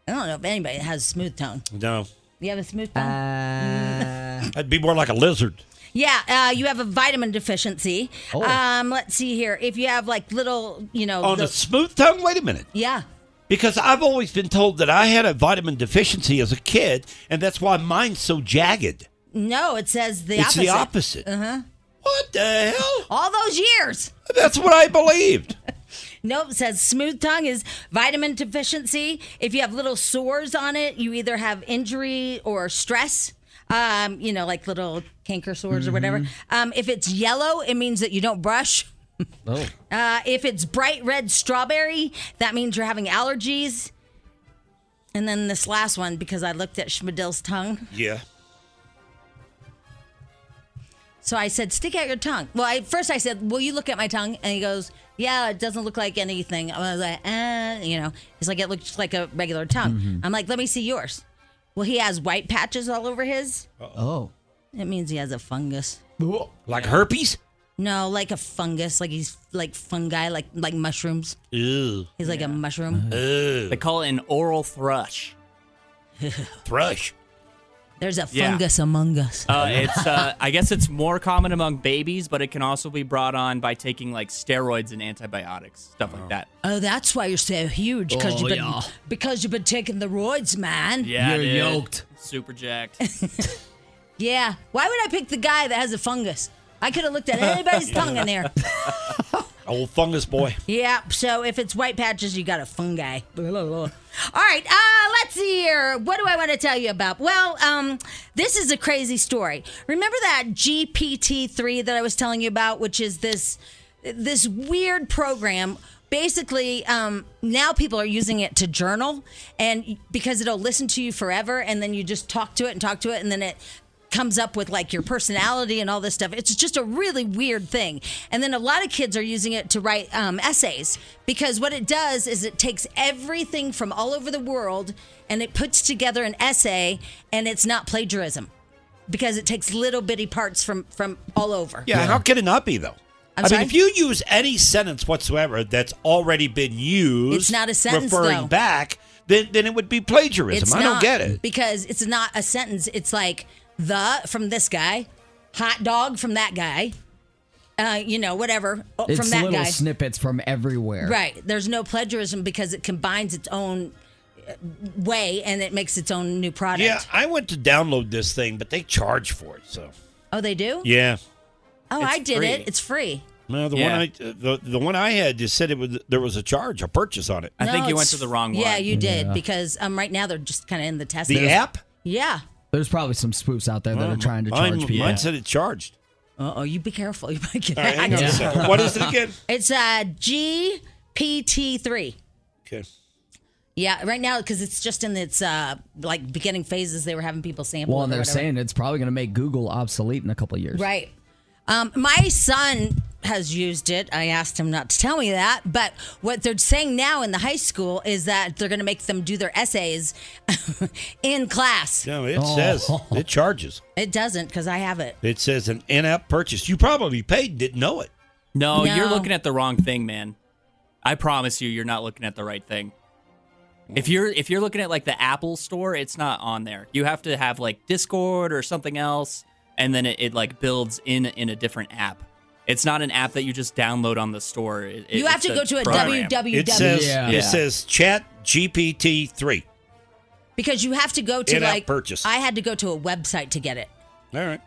Speaker 2: I don't know if anybody has a smooth tongue.
Speaker 3: No,
Speaker 2: You have a smooth tongue?
Speaker 4: Uh.
Speaker 3: I'd be more like a lizard.
Speaker 2: Yeah, uh, you have a vitamin deficiency.
Speaker 3: Oh.
Speaker 2: Um, let's see here. If you have like little, you know,
Speaker 3: On
Speaker 2: the-
Speaker 3: a smooth tongue. Wait a minute.
Speaker 2: yeah.
Speaker 3: Because I've always been told that I had a vitamin deficiency as a kid, and that's why mine's so jagged.
Speaker 2: No, it says the
Speaker 3: It's
Speaker 2: opposite.
Speaker 3: the opposite. Uh-huh.
Speaker 2: Uh huh.
Speaker 3: What the hell?
Speaker 2: All those years.
Speaker 3: That's what I believed.
Speaker 2: Nope, it says smooth tongue is vitamin deficiency. If you have little sores on it, you either have injury or stress. Um, you know, like little canker sores or whatever.
Speaker 18: Mhm.
Speaker 2: Um, if it's yellow, it means that you don't brush.
Speaker 4: Oh.
Speaker 2: Uh, if it's bright red strawberry, that means you're having allergies. And then this last one, because I looked at Schmidl's tongue.
Speaker 3: Yeah.
Speaker 2: So I said, stick out your tongue. Well, I, first I said, will you look at my tongue? And he goes, yeah, it doesn't look like anything. I was like, eh, you know. He's like, it looks like a regular tongue.
Speaker 12: Mm-hmm.
Speaker 4: Mhm.
Speaker 2: I'm like, let me see yours. Well, he has white patches all over his.
Speaker 4: Oh.
Speaker 2: It means he has a fungus.
Speaker 3: Like herpes?
Speaker 2: No, like a fungus. Like he's like fungi, like like mushrooms.
Speaker 3: Ew.
Speaker 2: He's like a mushroom.
Speaker 12: Uh-huh.
Speaker 3: Ew.
Speaker 12: They call it an oral thrush.
Speaker 3: Thrush.
Speaker 2: There's a
Speaker 12: Yeah.
Speaker 2: fungus among us.
Speaker 3: [laughs]
Speaker 12: Uh, it's uh, I guess it's more common among babies, but it can also be brought on by taking like steroids and antibiotics, stuff like that.
Speaker 2: Oh, that's why you're so huge because
Speaker 12: Oh,
Speaker 2: you've been
Speaker 12: yeah.
Speaker 2: because you've been taking the roids, man.
Speaker 12: Yeah, dude. super jacked.
Speaker 2: Yeah. Why would I pick the guy that has a fungus? I could have looked at
Speaker 12: [laughs]
Speaker 2: anybody's tongue in there.
Speaker 3: Old fungus boy.
Speaker 2: Yeah. So if it's white patches, you got a fungi. [laughs] All right. Uh, let's see here. What do I want to tell you about? Well, um, this is a crazy story. Remember that GPT three that I was telling you about, which is this this weird program. Basically, um, now people are using it to journal, and because it'll listen to you forever, and then you just talk to it and talk to it, and then it comes up with like your personality and all this stuff. It's just a really weird thing. And then a lot of kids are using it to write um, essays because what it does is it takes everything from all over the world and it puts together an essay, and it's not plagiarism because it takes little bitty parts from from all over.
Speaker 3: Yeah, how can it not be though? i
Speaker 2: I'm
Speaker 3: mean,
Speaker 2: sorry?
Speaker 3: if you use any sentence whatsoever that's already been used,
Speaker 2: It's not a sentence,
Speaker 3: referring
Speaker 2: though.
Speaker 3: back, then then it would be plagiarism.
Speaker 2: It's
Speaker 3: I don't
Speaker 2: not,
Speaker 3: get it.
Speaker 2: because it's not a sentence. It's like the from this guy, hot dog from that guy, uh, you know, whatever uh,
Speaker 4: It's
Speaker 2: from that
Speaker 4: little
Speaker 2: guy.
Speaker 4: snippets from everywhere.
Speaker 2: Right. There's no plagiarism because it combines its own uh, way and it makes its own new product.
Speaker 3: Yeah, I went to download this thing, but they charge for it. So
Speaker 2: Oh, they do?
Speaker 3: yeah,
Speaker 2: Oh,
Speaker 3: It's
Speaker 2: I did
Speaker 3: free.
Speaker 2: it. It's free.
Speaker 3: no, the
Speaker 12: Yeah.
Speaker 3: one I uh, the, the one I had just said it was there was a charge, a purchase on it.
Speaker 12: I think
Speaker 2: No,
Speaker 12: you went
Speaker 2: it's-
Speaker 12: to the wrong
Speaker 2: Yeah,
Speaker 12: one.
Speaker 2: you did
Speaker 4: Yeah.
Speaker 2: because um, right now they're just kind of in the test.
Speaker 4: The app?
Speaker 2: Yeah.
Speaker 4: There's probably some spoofs out there that are trying to
Speaker 3: Mine-
Speaker 4: charge people.
Speaker 3: Mine said it charged.
Speaker 2: Uh oh, you be careful. [laughs] You might get
Speaker 3: All right, hang on a
Speaker 2: hacked.
Speaker 3: second. What is it again?
Speaker 2: [laughs] It's uh, GPT3.
Speaker 3: Okay.
Speaker 2: Yeah, right now because it's just in its uh, like beginning phases. They were having people sample. it
Speaker 4: Well,
Speaker 2: or
Speaker 4: and they're
Speaker 2: whatever.
Speaker 4: saying it's probably going to make Google obsolete in a couple of years.
Speaker 2: Right. Um, my son has used it. I asked him not to tell me that, but what they're saying now in the high school is that they're going to make them do their essays [laughs] in class.
Speaker 3: No, it says it charges.
Speaker 2: It doesn't because I have it.
Speaker 3: It says an in-app purchase. You probably paid, and didn't know it.
Speaker 12: No,
Speaker 2: No.
Speaker 12: you're looking at the wrong thing, man. I promise you, you're not looking at the right thing. If you're if you're looking at like the Apple Store, it's not on there. You have to have like Discord or something else, and then it, it like builds in in a different app. It's not an app that you just download on the store. It-
Speaker 2: You
Speaker 12: it-
Speaker 2: have
Speaker 12: it's
Speaker 2: to go to a
Speaker 12: program.
Speaker 2: www.
Speaker 3: It says
Speaker 12: Yeah.
Speaker 3: it
Speaker 12: Yeah.
Speaker 3: says Chat GPT three.
Speaker 2: Because you have to go to
Speaker 3: In-app
Speaker 2: like
Speaker 3: purchase.
Speaker 2: I had to go to a website to get it.
Speaker 3: All right.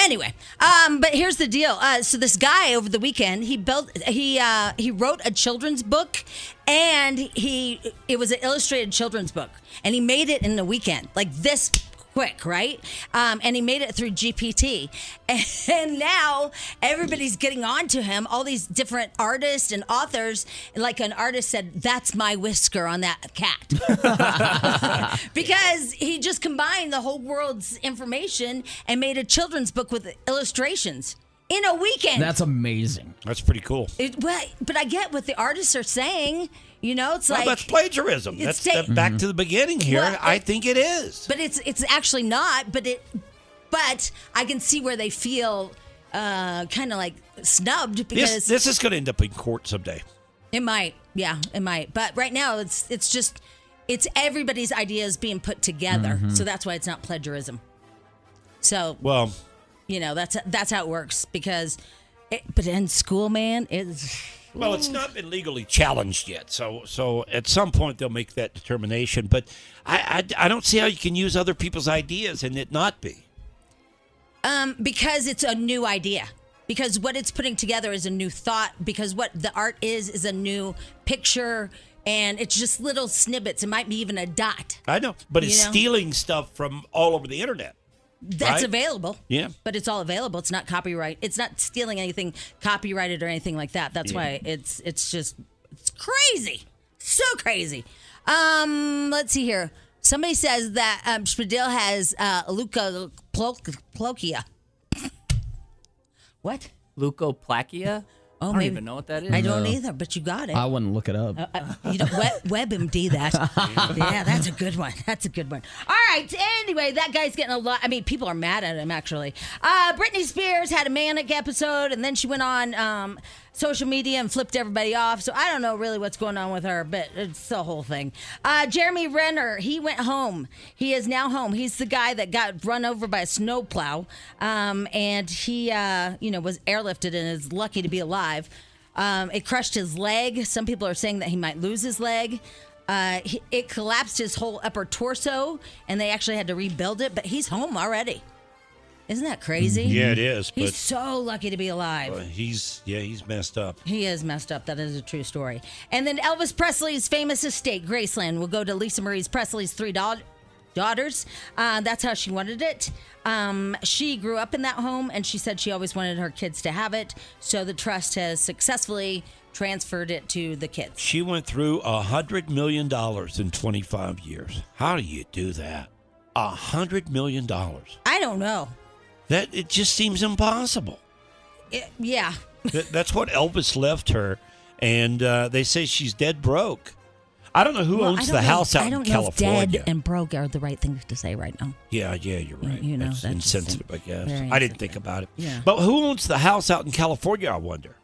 Speaker 2: Anyway, um, but here's the deal. Uh, so this guy over the weekend, he built, he uh, he wrote a children's book, and he it was an illustrated children's book, and he made it in the weekend, like this quick, right? Um, and he made it through GPT, [laughs] and now everybody's getting on to him. All these different artists and authors, like an artist said, "That's my whisker on that cat." because he just combined the whole world's information and made a children's book with illustrations in a weekend.
Speaker 4: That's amazing.
Speaker 3: That's pretty cool.
Speaker 2: it, well, but I get what the artists are saying. You know, it's
Speaker 3: Well,
Speaker 2: like
Speaker 3: that's plagiarism.
Speaker 2: it's
Speaker 3: That's
Speaker 2: ta-
Speaker 3: that back to the beginning here.
Speaker 2: Well,
Speaker 3: I think it is.
Speaker 2: but it's it's actually not. But it, but I can see where they feel uh, kind of like snubbed because
Speaker 3: This this is going to end up in court someday.
Speaker 2: it might, yeah, it might. But right now, it's it's just it's everybody's ideas being put together,
Speaker 3: Mhm.
Speaker 2: so that's why it's not plagiarism. So
Speaker 3: Well,
Speaker 2: you know that's that's how it works because it, but in school man it's
Speaker 3: well, it's not been legally challenged yet. So so at some point they'll make that determination. But I I, I don't see how you can use other people's ideas and it not be.
Speaker 2: um because it's a new idea because what it's putting together is a new thought because what the art is is a new picture and it's just little snippets it might be even a dot
Speaker 3: I know, but it's
Speaker 2: You know?
Speaker 3: stealing stuff from all over the internet.
Speaker 2: that's
Speaker 3: Right.
Speaker 2: available
Speaker 3: Yeah.
Speaker 2: but it's all available it's not copyright it's not stealing anything copyrighted or anything like that that's
Speaker 3: Yeah.
Speaker 2: why it's it's just it's crazy so crazy um let's see here somebody says that um spadil has uh luca plokia [laughs] what
Speaker 12: Leukoplakia? I don't even know what that is.
Speaker 2: i don't either but you got it
Speaker 4: I wouldn't look it up.
Speaker 2: Uh, uh, you don't web, WebMD that. yeah, that's a good one. That's a good one. All right. Anyway, that guy's getting a lot. I mean, people are mad at him actually. Uh, Britney Spears had a manic episode, and then she went on um, social media and flipped everybody off. So I don't know really what's going on with her, but it's the whole thing. Uh, Jeremy Renner, he went home. He is now home. He's the guy that got run over by a snowplow, um, and he, uh, you know, was airlifted and is lucky to be alive. Um, it crushed his leg. Some people are saying that he might lose his leg. Uh, he, it collapsed his whole upper torso, and they actually had to rebuild it. But he's home already. Isn't that crazy?
Speaker 3: Mm-hmm. Yeah, it is,
Speaker 2: He's
Speaker 3: but-
Speaker 2: so lucky to be alive.
Speaker 3: Uh, he's yeah, he's messed up.
Speaker 2: He is messed up. That is a true story. And then Elvis Presley's famous estate, Graceland, will go to Lisa Marie Presley's three daugh- daughters. Uh, that's how she wanted it. Um, she grew up in that home, and she said she always wanted her kids to have it. So the trust has successfully transferred it to the kids.
Speaker 3: She went through a hundred million dollars in twenty five years. How do you do that? A hundred million dollars.
Speaker 2: I don't know.
Speaker 3: That it just seems impossible.
Speaker 2: It- yeah.
Speaker 3: That- That's what Elvis left her, and uh, they say she's dead broke. I don't know who
Speaker 2: Well, I
Speaker 3: owns
Speaker 2: don't
Speaker 3: the
Speaker 2: know-
Speaker 3: house out
Speaker 2: I don't
Speaker 3: in
Speaker 2: know if
Speaker 3: California.
Speaker 2: dead and broke are the right things to say right now.
Speaker 3: yeah, yeah, you're right.
Speaker 2: you know,
Speaker 3: that's
Speaker 2: that just
Speaker 3: insensitive, I guess.
Speaker 2: very
Speaker 3: I didn't think about it.
Speaker 2: Yeah.
Speaker 3: But who owns the house out in California? I wonder,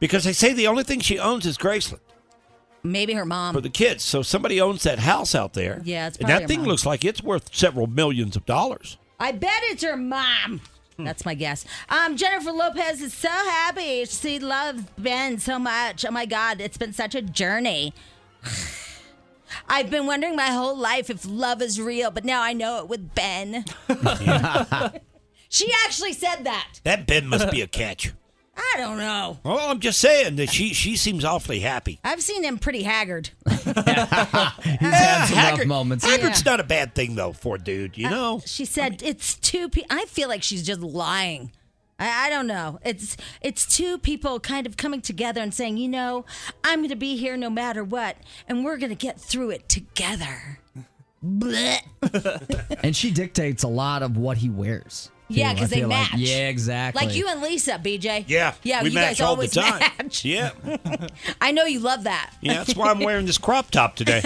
Speaker 3: because they say the only thing she owns is Graceland
Speaker 2: Maybe her mom.
Speaker 3: for the kids. So somebody owns that house out there.
Speaker 2: Yeah, it's
Speaker 3: and
Speaker 2: probably
Speaker 3: that
Speaker 2: her
Speaker 3: thing
Speaker 2: mom.
Speaker 3: looks like it's worth several millions of dollars.
Speaker 2: I bet it's her mom. That's my guess. Um, Jennifer Lopez is so happy. She loves Ben so much. Oh my God, it's been such a journey. [sighs] I've been wondering my whole life if love is real, but now I know it with Ben. she actually said that.
Speaker 3: That bed
Speaker 2: [laughs]
Speaker 3: must be a catch.
Speaker 2: I don't know.
Speaker 3: Well, I'm just saying that she she seems awfully happy.
Speaker 2: I've seen him pretty haggard.
Speaker 3: He's
Speaker 2: uh,
Speaker 3: had
Speaker 4: some rough moments.
Speaker 3: Uh,
Speaker 4: [laughs]
Speaker 3: Haggard's not a bad thing though for a dude, you know.
Speaker 2: She said it's two. P- I feel like she's just lying. I, I don't know. It's it's two people kind of coming together and saying, you know, I'm going to be here no matter what, and we're going to get through it together. Blech.
Speaker 4: and she dictates a lot of what he wears. too,
Speaker 2: Yeah,
Speaker 4: I
Speaker 2: 'cause they
Speaker 4: feel like.
Speaker 2: match.
Speaker 4: Yeah, exactly.
Speaker 2: Like you and Lisa, BJ.
Speaker 3: Yeah,
Speaker 2: yeah,
Speaker 3: we
Speaker 2: you
Speaker 3: match
Speaker 2: guys
Speaker 3: all the
Speaker 2: always
Speaker 3: time.
Speaker 2: match.
Speaker 3: Yeah,
Speaker 2: I know you love that.
Speaker 3: yeah. That's
Speaker 2: [laughs]
Speaker 3: why I'm wearing this crop top today.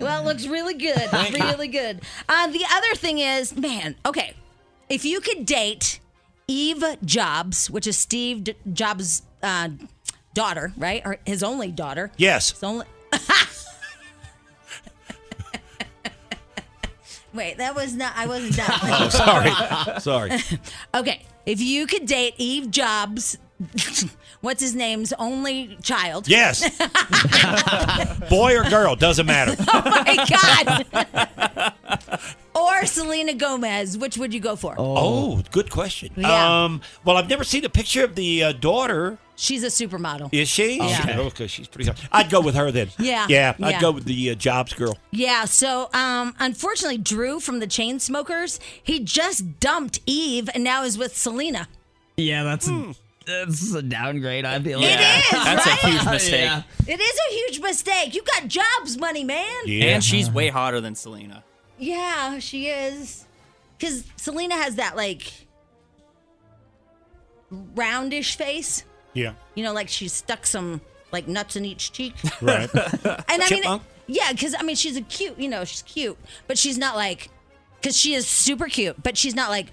Speaker 2: Well, it looks really good.
Speaker 3: Thank you.
Speaker 2: really good. Uh, the other thing is, man, okay, if you could date Eve Jobs, which is Steve D- Jobs' uh, daughter, right? Or his only daughter.
Speaker 3: Yes.
Speaker 2: His only. [laughs] Wait, that was not, I wasn't done.
Speaker 3: Oh,
Speaker 2: [laughs]
Speaker 3: sorry. Sorry.
Speaker 2: Okay, if you could date Eve Jobs, [laughs] what's his name's only child?
Speaker 3: Yes. Boy or girl, doesn't matter.
Speaker 2: [laughs] [laughs] oh my God. or Selena Gomez, which would you go for?
Speaker 3: Oh, good question.
Speaker 2: Yeah.
Speaker 3: Um, well, I've never seen a picture of the uh, daughter.
Speaker 2: She's a supermodel.
Speaker 3: Is she?
Speaker 2: Yeah.
Speaker 3: Oh, Okay. okay, she's pretty hot. I'd go with her then.
Speaker 2: [laughs] Yeah,
Speaker 3: Yeah, I'd
Speaker 2: yeah.
Speaker 3: go with the uh, jobs girl.
Speaker 2: Yeah, so um unfortunately Drew from the Chainsmokers, he just dumped Eve and now is with Selena.
Speaker 4: yeah, that's
Speaker 2: Hmm.
Speaker 4: that's a downgrade. I feel
Speaker 2: It
Speaker 4: like [laughs]
Speaker 2: is, That's a right? huge
Speaker 12: mistake.
Speaker 4: Yeah.
Speaker 2: It is a huge mistake. You got jobs money, man.
Speaker 12: And she's way hotter than Selena.
Speaker 2: Yeah, she is. Cuz Selena has that like roundish face.
Speaker 3: Yeah.
Speaker 2: You know, like she's stuck some like nuts in each cheek.
Speaker 3: Right.
Speaker 2: [laughs] And I mean,
Speaker 3: Chipmunk?
Speaker 2: yeah, because I mean, she's a cute, you know, she's cute, but she's not like, because she is super cute, but she's not like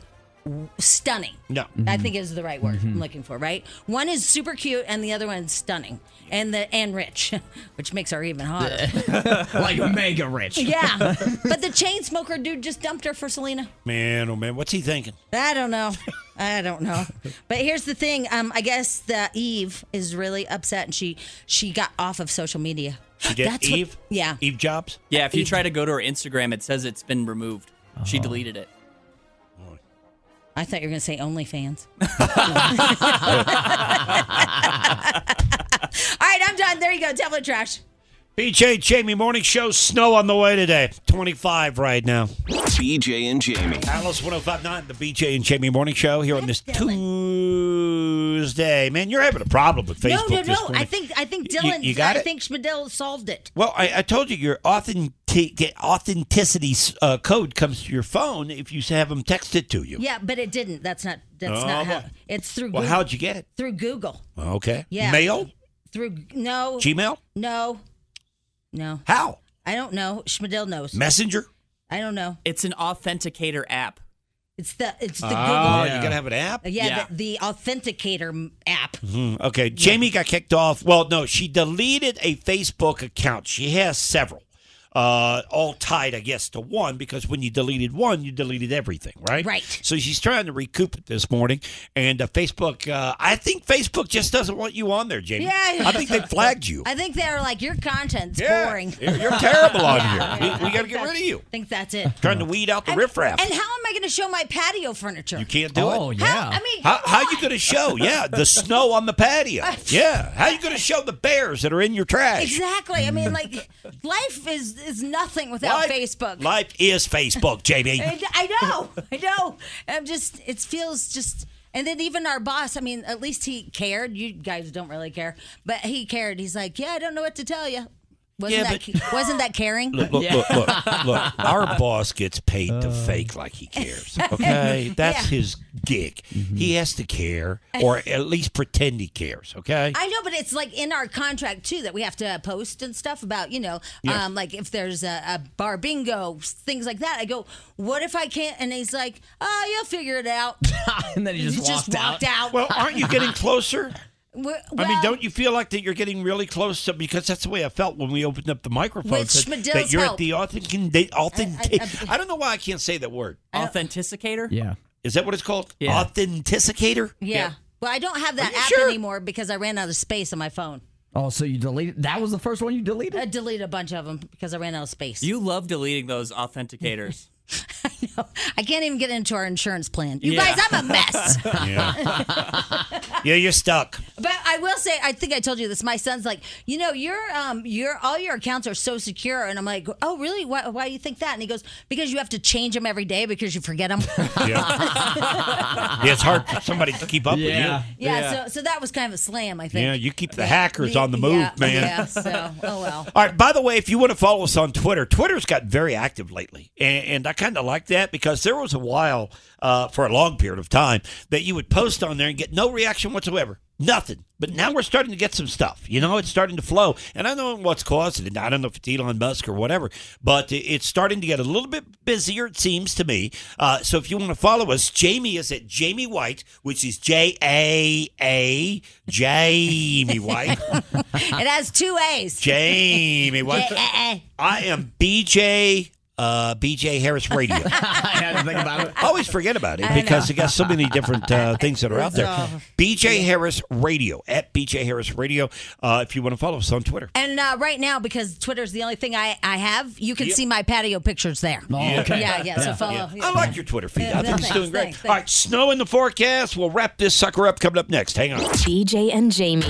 Speaker 2: stunning.
Speaker 3: No.
Speaker 2: I think is the right word I'm looking for. Right, one is super cute, and the other one's stunning, and the and rich, [laughs] which makes her even hotter.
Speaker 4: like mega rich.
Speaker 2: yeah, but the chain smoker dude just dumped her for Selena.
Speaker 3: Man, oh man, what's he thinking?
Speaker 2: I don't know. I don't know. But here's the thing. Um, I guess the Eve is really upset, and she she got off of social media.
Speaker 3: She did
Speaker 2: That's what-
Speaker 3: Eve?
Speaker 2: yeah.
Speaker 3: Eve Jobs?
Speaker 12: Yeah, if you
Speaker 2: Eve-
Speaker 12: try to go to her Instagram, it says it's been removed. She
Speaker 4: Uh-huh.
Speaker 12: deleted it.
Speaker 2: I thought you were going to say OnlyFans. [laughs] All right, I'm done. There you go. Devil in trash.
Speaker 3: BJ Jamie Morning Show, snow on the way today. 25 right now.
Speaker 6: BJ and Jamie.
Speaker 3: Alice 1059, the BJ and Jamie Morning Show here on this Tuesday. Man, you're having a problem with
Speaker 2: No,
Speaker 3: Facebook
Speaker 2: no,
Speaker 3: this
Speaker 2: no.
Speaker 3: morning.
Speaker 2: I think I think
Speaker 3: You-
Speaker 2: Dylan.
Speaker 3: you got
Speaker 2: I
Speaker 3: it?
Speaker 2: think Schmidl solved it.
Speaker 3: Well, I, I told you your authentic authenticity uh, code comes to your phone if you have them text it to you.
Speaker 2: Yeah, but it didn't. That's not. That's
Speaker 3: Oh,
Speaker 2: not how.
Speaker 3: boy.
Speaker 2: It's through.
Speaker 3: Well,
Speaker 2: Google.
Speaker 3: how'd you get it?
Speaker 2: Through Google.
Speaker 3: Okay.
Speaker 2: Yeah.
Speaker 3: Mail,
Speaker 2: Through no.
Speaker 3: Gmail,
Speaker 2: No. No.
Speaker 3: How?
Speaker 2: I don't know. Schmidl knows.
Speaker 3: Messenger.
Speaker 2: I don't know.
Speaker 12: It's an authenticator app.
Speaker 2: It's the it's the
Speaker 3: oh,
Speaker 2: Google.
Speaker 3: you gotta have an app.
Speaker 2: Yeah, The, the authenticator app.
Speaker 3: Mhm. Okay, Jamie got kicked off. Well, no, she deleted a Facebook account. She has several, uh, all tied, I guess, to one because when you deleted one, you deleted everything, right?
Speaker 2: Right.
Speaker 3: So she's trying to recoup it this morning, and uh, Facebook. Uh, I think Facebook just doesn't want you on there, Jamie.
Speaker 2: Yeah.
Speaker 3: I think they flagged you.
Speaker 2: I think they're like your content's boring.
Speaker 3: You're, you're terrible on
Speaker 2: Yeah.
Speaker 3: here. We, we got to
Speaker 2: I
Speaker 3: get
Speaker 2: think
Speaker 3: rid of you.
Speaker 2: I think that's
Speaker 3: [laughs]
Speaker 2: it.
Speaker 3: Trying to weed out the riffraff.
Speaker 2: And how am I going to show my patio furniture?
Speaker 3: you can't do
Speaker 4: Oh,
Speaker 3: it.
Speaker 4: yeah. How-
Speaker 2: I mean,
Speaker 3: How, how you going to show? Yeah, the snow on
Speaker 2: [laughs]
Speaker 3: the patio. Yeah, how you going to show the bears that are in your trash?
Speaker 2: exactly. I mean, like,
Speaker 3: [laughs]
Speaker 2: life is is nothing without
Speaker 3: Life-
Speaker 2: Facebook.
Speaker 3: Life is Facebook, Jamie.
Speaker 2: I, I know, [laughs] I know. I'm just. It feels just. And then even our boss. I mean, at least he cared. You guys don't really care, but he cared. He's like, yeah, I don't know what to tell you. Wasn't
Speaker 3: Yeah,
Speaker 2: that wasn't that
Speaker 3: [laughs]
Speaker 2: caring?
Speaker 3: Look, look, look, look, look. [laughs] Our boss gets paid to fake like he cares. Uh. [laughs] Okay, Mm-hmm. that's his gig. He has to care, or at least pretend he cares. Okay.
Speaker 2: I know, but it's like in our contract too that we have to post and stuff about, you know,
Speaker 3: Yeah.
Speaker 2: um, like if there's a, a bar bingo, things like that. I go, what if I can't? And he's like, oh, you'll figure it out.
Speaker 4: and then he just,
Speaker 2: You just
Speaker 4: walked,
Speaker 2: walked
Speaker 4: out.
Speaker 2: out.
Speaker 3: well, aren't you getting closer?
Speaker 2: Well,
Speaker 3: I mean, don't you feel like that you're getting really close to? Because that's the way I felt when we opened up the microphone.
Speaker 2: With
Speaker 3: That,
Speaker 2: Schmidl's
Speaker 3: that you're
Speaker 2: help.
Speaker 3: at the authentic. The authentic
Speaker 2: I-
Speaker 3: [laughs] I, don't know why I can't say that word.
Speaker 12: Authenticator?
Speaker 4: Yeah.
Speaker 3: Is that what it's called?
Speaker 12: Yeah.
Speaker 3: Authenticator.
Speaker 2: Yeah. Well, I don't have that
Speaker 3: Are you
Speaker 2: app
Speaker 3: sure?
Speaker 2: anymore because I ran out of space on my phone.
Speaker 4: Oh, so you deleted? That was the first one you deleted.
Speaker 2: I deleted a bunch of them because I ran out of space.
Speaker 12: You love deleting those authenticators.
Speaker 2: I can't even get into our insurance plan. You
Speaker 3: [laughs]
Speaker 12: Yeah.
Speaker 2: guys, I'm a mess.
Speaker 3: Yeah, you're stuck.
Speaker 2: But I will say, I think I told you this. My son's like, you know, your um, your all your accounts are so secure, and I'm like, oh, really? Why, why do you think that? And he goes, because you have to change them every day because you forget
Speaker 3: [laughs]
Speaker 2: them.
Speaker 3: Yeah, it's hard for somebody to keep up
Speaker 2: Yeah.
Speaker 3: with you.
Speaker 2: Yeah, So, so that was kind of a slam, I think.
Speaker 3: Yeah, you keep the hackers on the move,
Speaker 2: yeah,
Speaker 3: man.
Speaker 2: Yeah. So, oh
Speaker 3: [laughs]
Speaker 2: well.
Speaker 3: All right. By the way, if you want to follow us on Twitter, Twitter's got very active lately, and, and I kind of like that because there was a while, uh, for a long period of time, that you would post on there and get no reaction whatsoever, nothing. But now we're starting to get some stuff. You know, it's starting to flow, and I don't know what's causing it. I don't know if it's Elon Musk or whatever, but it- it's starting to get a little bit busier. It seems to me. Uh, so if you want to follow us, Jamie is at Jamie White, which is J A A Jamie White.
Speaker 2: it has two
Speaker 3: [laughs]
Speaker 2: A's. Eh,
Speaker 3: Jamie, what?
Speaker 2: J-A-A.
Speaker 3: I am BJ. Uh, BJ Harris Radio. [laughs] I had to think about it. always forget about it
Speaker 18: I
Speaker 3: because
Speaker 18: know.
Speaker 3: it got so many different uh, things that are out there.
Speaker 2: It's
Speaker 3: BJ Harris Radio at BJ Harris Radio. Uh, if you want to follow us on Twitter.
Speaker 2: And uh, right now, because Twitter's the only thing I, I have, you can see my patio pictures there. Yeah, yeah. So follow.
Speaker 3: Oh, Yeah. I like your Twitter feed.
Speaker 2: Yeah,
Speaker 3: I think it's
Speaker 2: thanks,
Speaker 3: doing great.
Speaker 2: thanks,
Speaker 3: All right, snow in the forecast. We'll wrap this sucker up coming up next. Hang on.
Speaker 1: BJ and Jamie.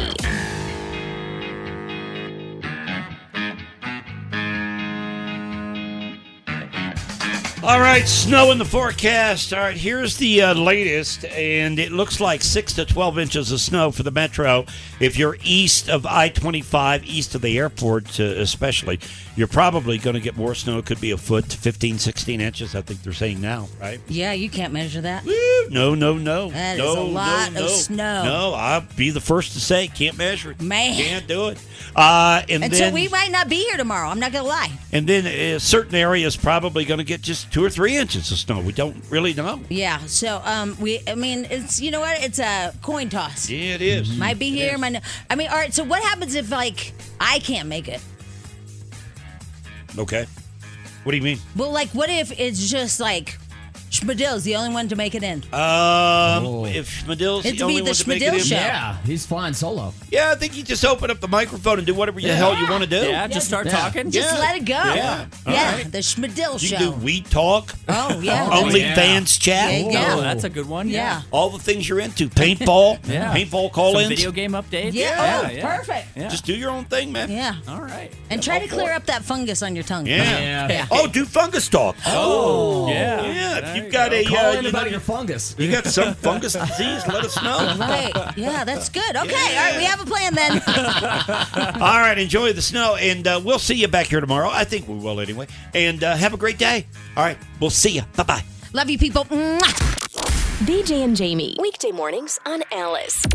Speaker 3: All right, snow in the forecast. All right, here's the uh, latest, and it looks like six to twelve inches of snow for the metro. If you're east of I twenty five, east of the airport, uh, especially, you're probably going to get more snow. It could be a foot to 15, 16 inches. I think they're saying now, right?
Speaker 2: Yeah, you can't measure that.
Speaker 3: No, no, no.
Speaker 2: That is
Speaker 3: no,
Speaker 2: a lot
Speaker 3: no,
Speaker 2: of
Speaker 3: no.
Speaker 2: snow.
Speaker 3: No, I'll be the first to say can't measure it.
Speaker 2: Man.
Speaker 3: can't do it. Uh, and
Speaker 2: And
Speaker 3: then
Speaker 2: so we might not be here tomorrow. I'm not gonna lie.
Speaker 3: and then uh, certain areas probably going to get just two or three inches of snow. We don't really know.
Speaker 2: Yeah. So um, we. I mean, it's you know what? It's a coin toss.
Speaker 3: Yeah, it is.
Speaker 2: Might be here. Might. Not. I mean, all right. So what happens if like I can't make it?
Speaker 3: Okay. What do you mean?
Speaker 2: Well, like, what if it's just like Schmidl's the only one to make it in?
Speaker 3: Um, if Schmidl's
Speaker 2: It'd
Speaker 3: the
Speaker 2: be
Speaker 3: only
Speaker 2: the
Speaker 3: one to make it
Speaker 2: Schmidl
Speaker 3: in,
Speaker 2: show.
Speaker 4: Yeah, he's flying solo.
Speaker 3: Yeah, I think you just open up the microphone and do whatever the
Speaker 4: Yeah.
Speaker 3: hell you want to do.
Speaker 4: Yeah, just start Yeah. talking.
Speaker 2: Just let it go.
Speaker 3: Oh, Yeah. All
Speaker 2: Yeah,
Speaker 3: right.
Speaker 2: The Schmidl
Speaker 3: You
Speaker 2: show.
Speaker 3: can do We Talk.
Speaker 2: Oh,
Speaker 3: [laughs]
Speaker 2: yeah. Oh,
Speaker 3: Only
Speaker 2: yeah.
Speaker 3: fans chat.
Speaker 2: Yeah, yeah. Oh, that's a
Speaker 12: good one.
Speaker 2: Yeah.
Speaker 3: All the things you're into. Paintball.
Speaker 12: Yeah.
Speaker 3: Paintball call
Speaker 12: Some
Speaker 3: ins.
Speaker 12: video game updates.
Speaker 2: Yeah. Oh, perfect.
Speaker 3: Just do your own thing, man.
Speaker 2: Yeah. All
Speaker 12: right.
Speaker 2: And try to clear up that fungus on your tongue.
Speaker 3: Yeah. Oh, do fungus talk.
Speaker 4: Oh, yeah.
Speaker 3: Yeah.
Speaker 4: There
Speaker 3: If
Speaker 4: you
Speaker 3: you've got
Speaker 4: go.
Speaker 3: a
Speaker 4: Call
Speaker 3: uh,
Speaker 4: in
Speaker 3: you
Speaker 4: about
Speaker 3: know,
Speaker 4: your fungus.
Speaker 3: You got
Speaker 4: [laughs]
Speaker 3: some fungus disease? Let us know.
Speaker 2: [laughs] Right. Yeah, that's
Speaker 3: [laughs]
Speaker 2: good. Okay. All right. We have a plan then.
Speaker 3: All right, enjoy the snow, and uh, we'll see you back here tomorrow. I think we will anyway. And uh, have a great day. All right, we'll see you. Bye bye.
Speaker 2: Love you, people. Mwah.
Speaker 1: BJ and Jamie. Weekday mornings on Alice.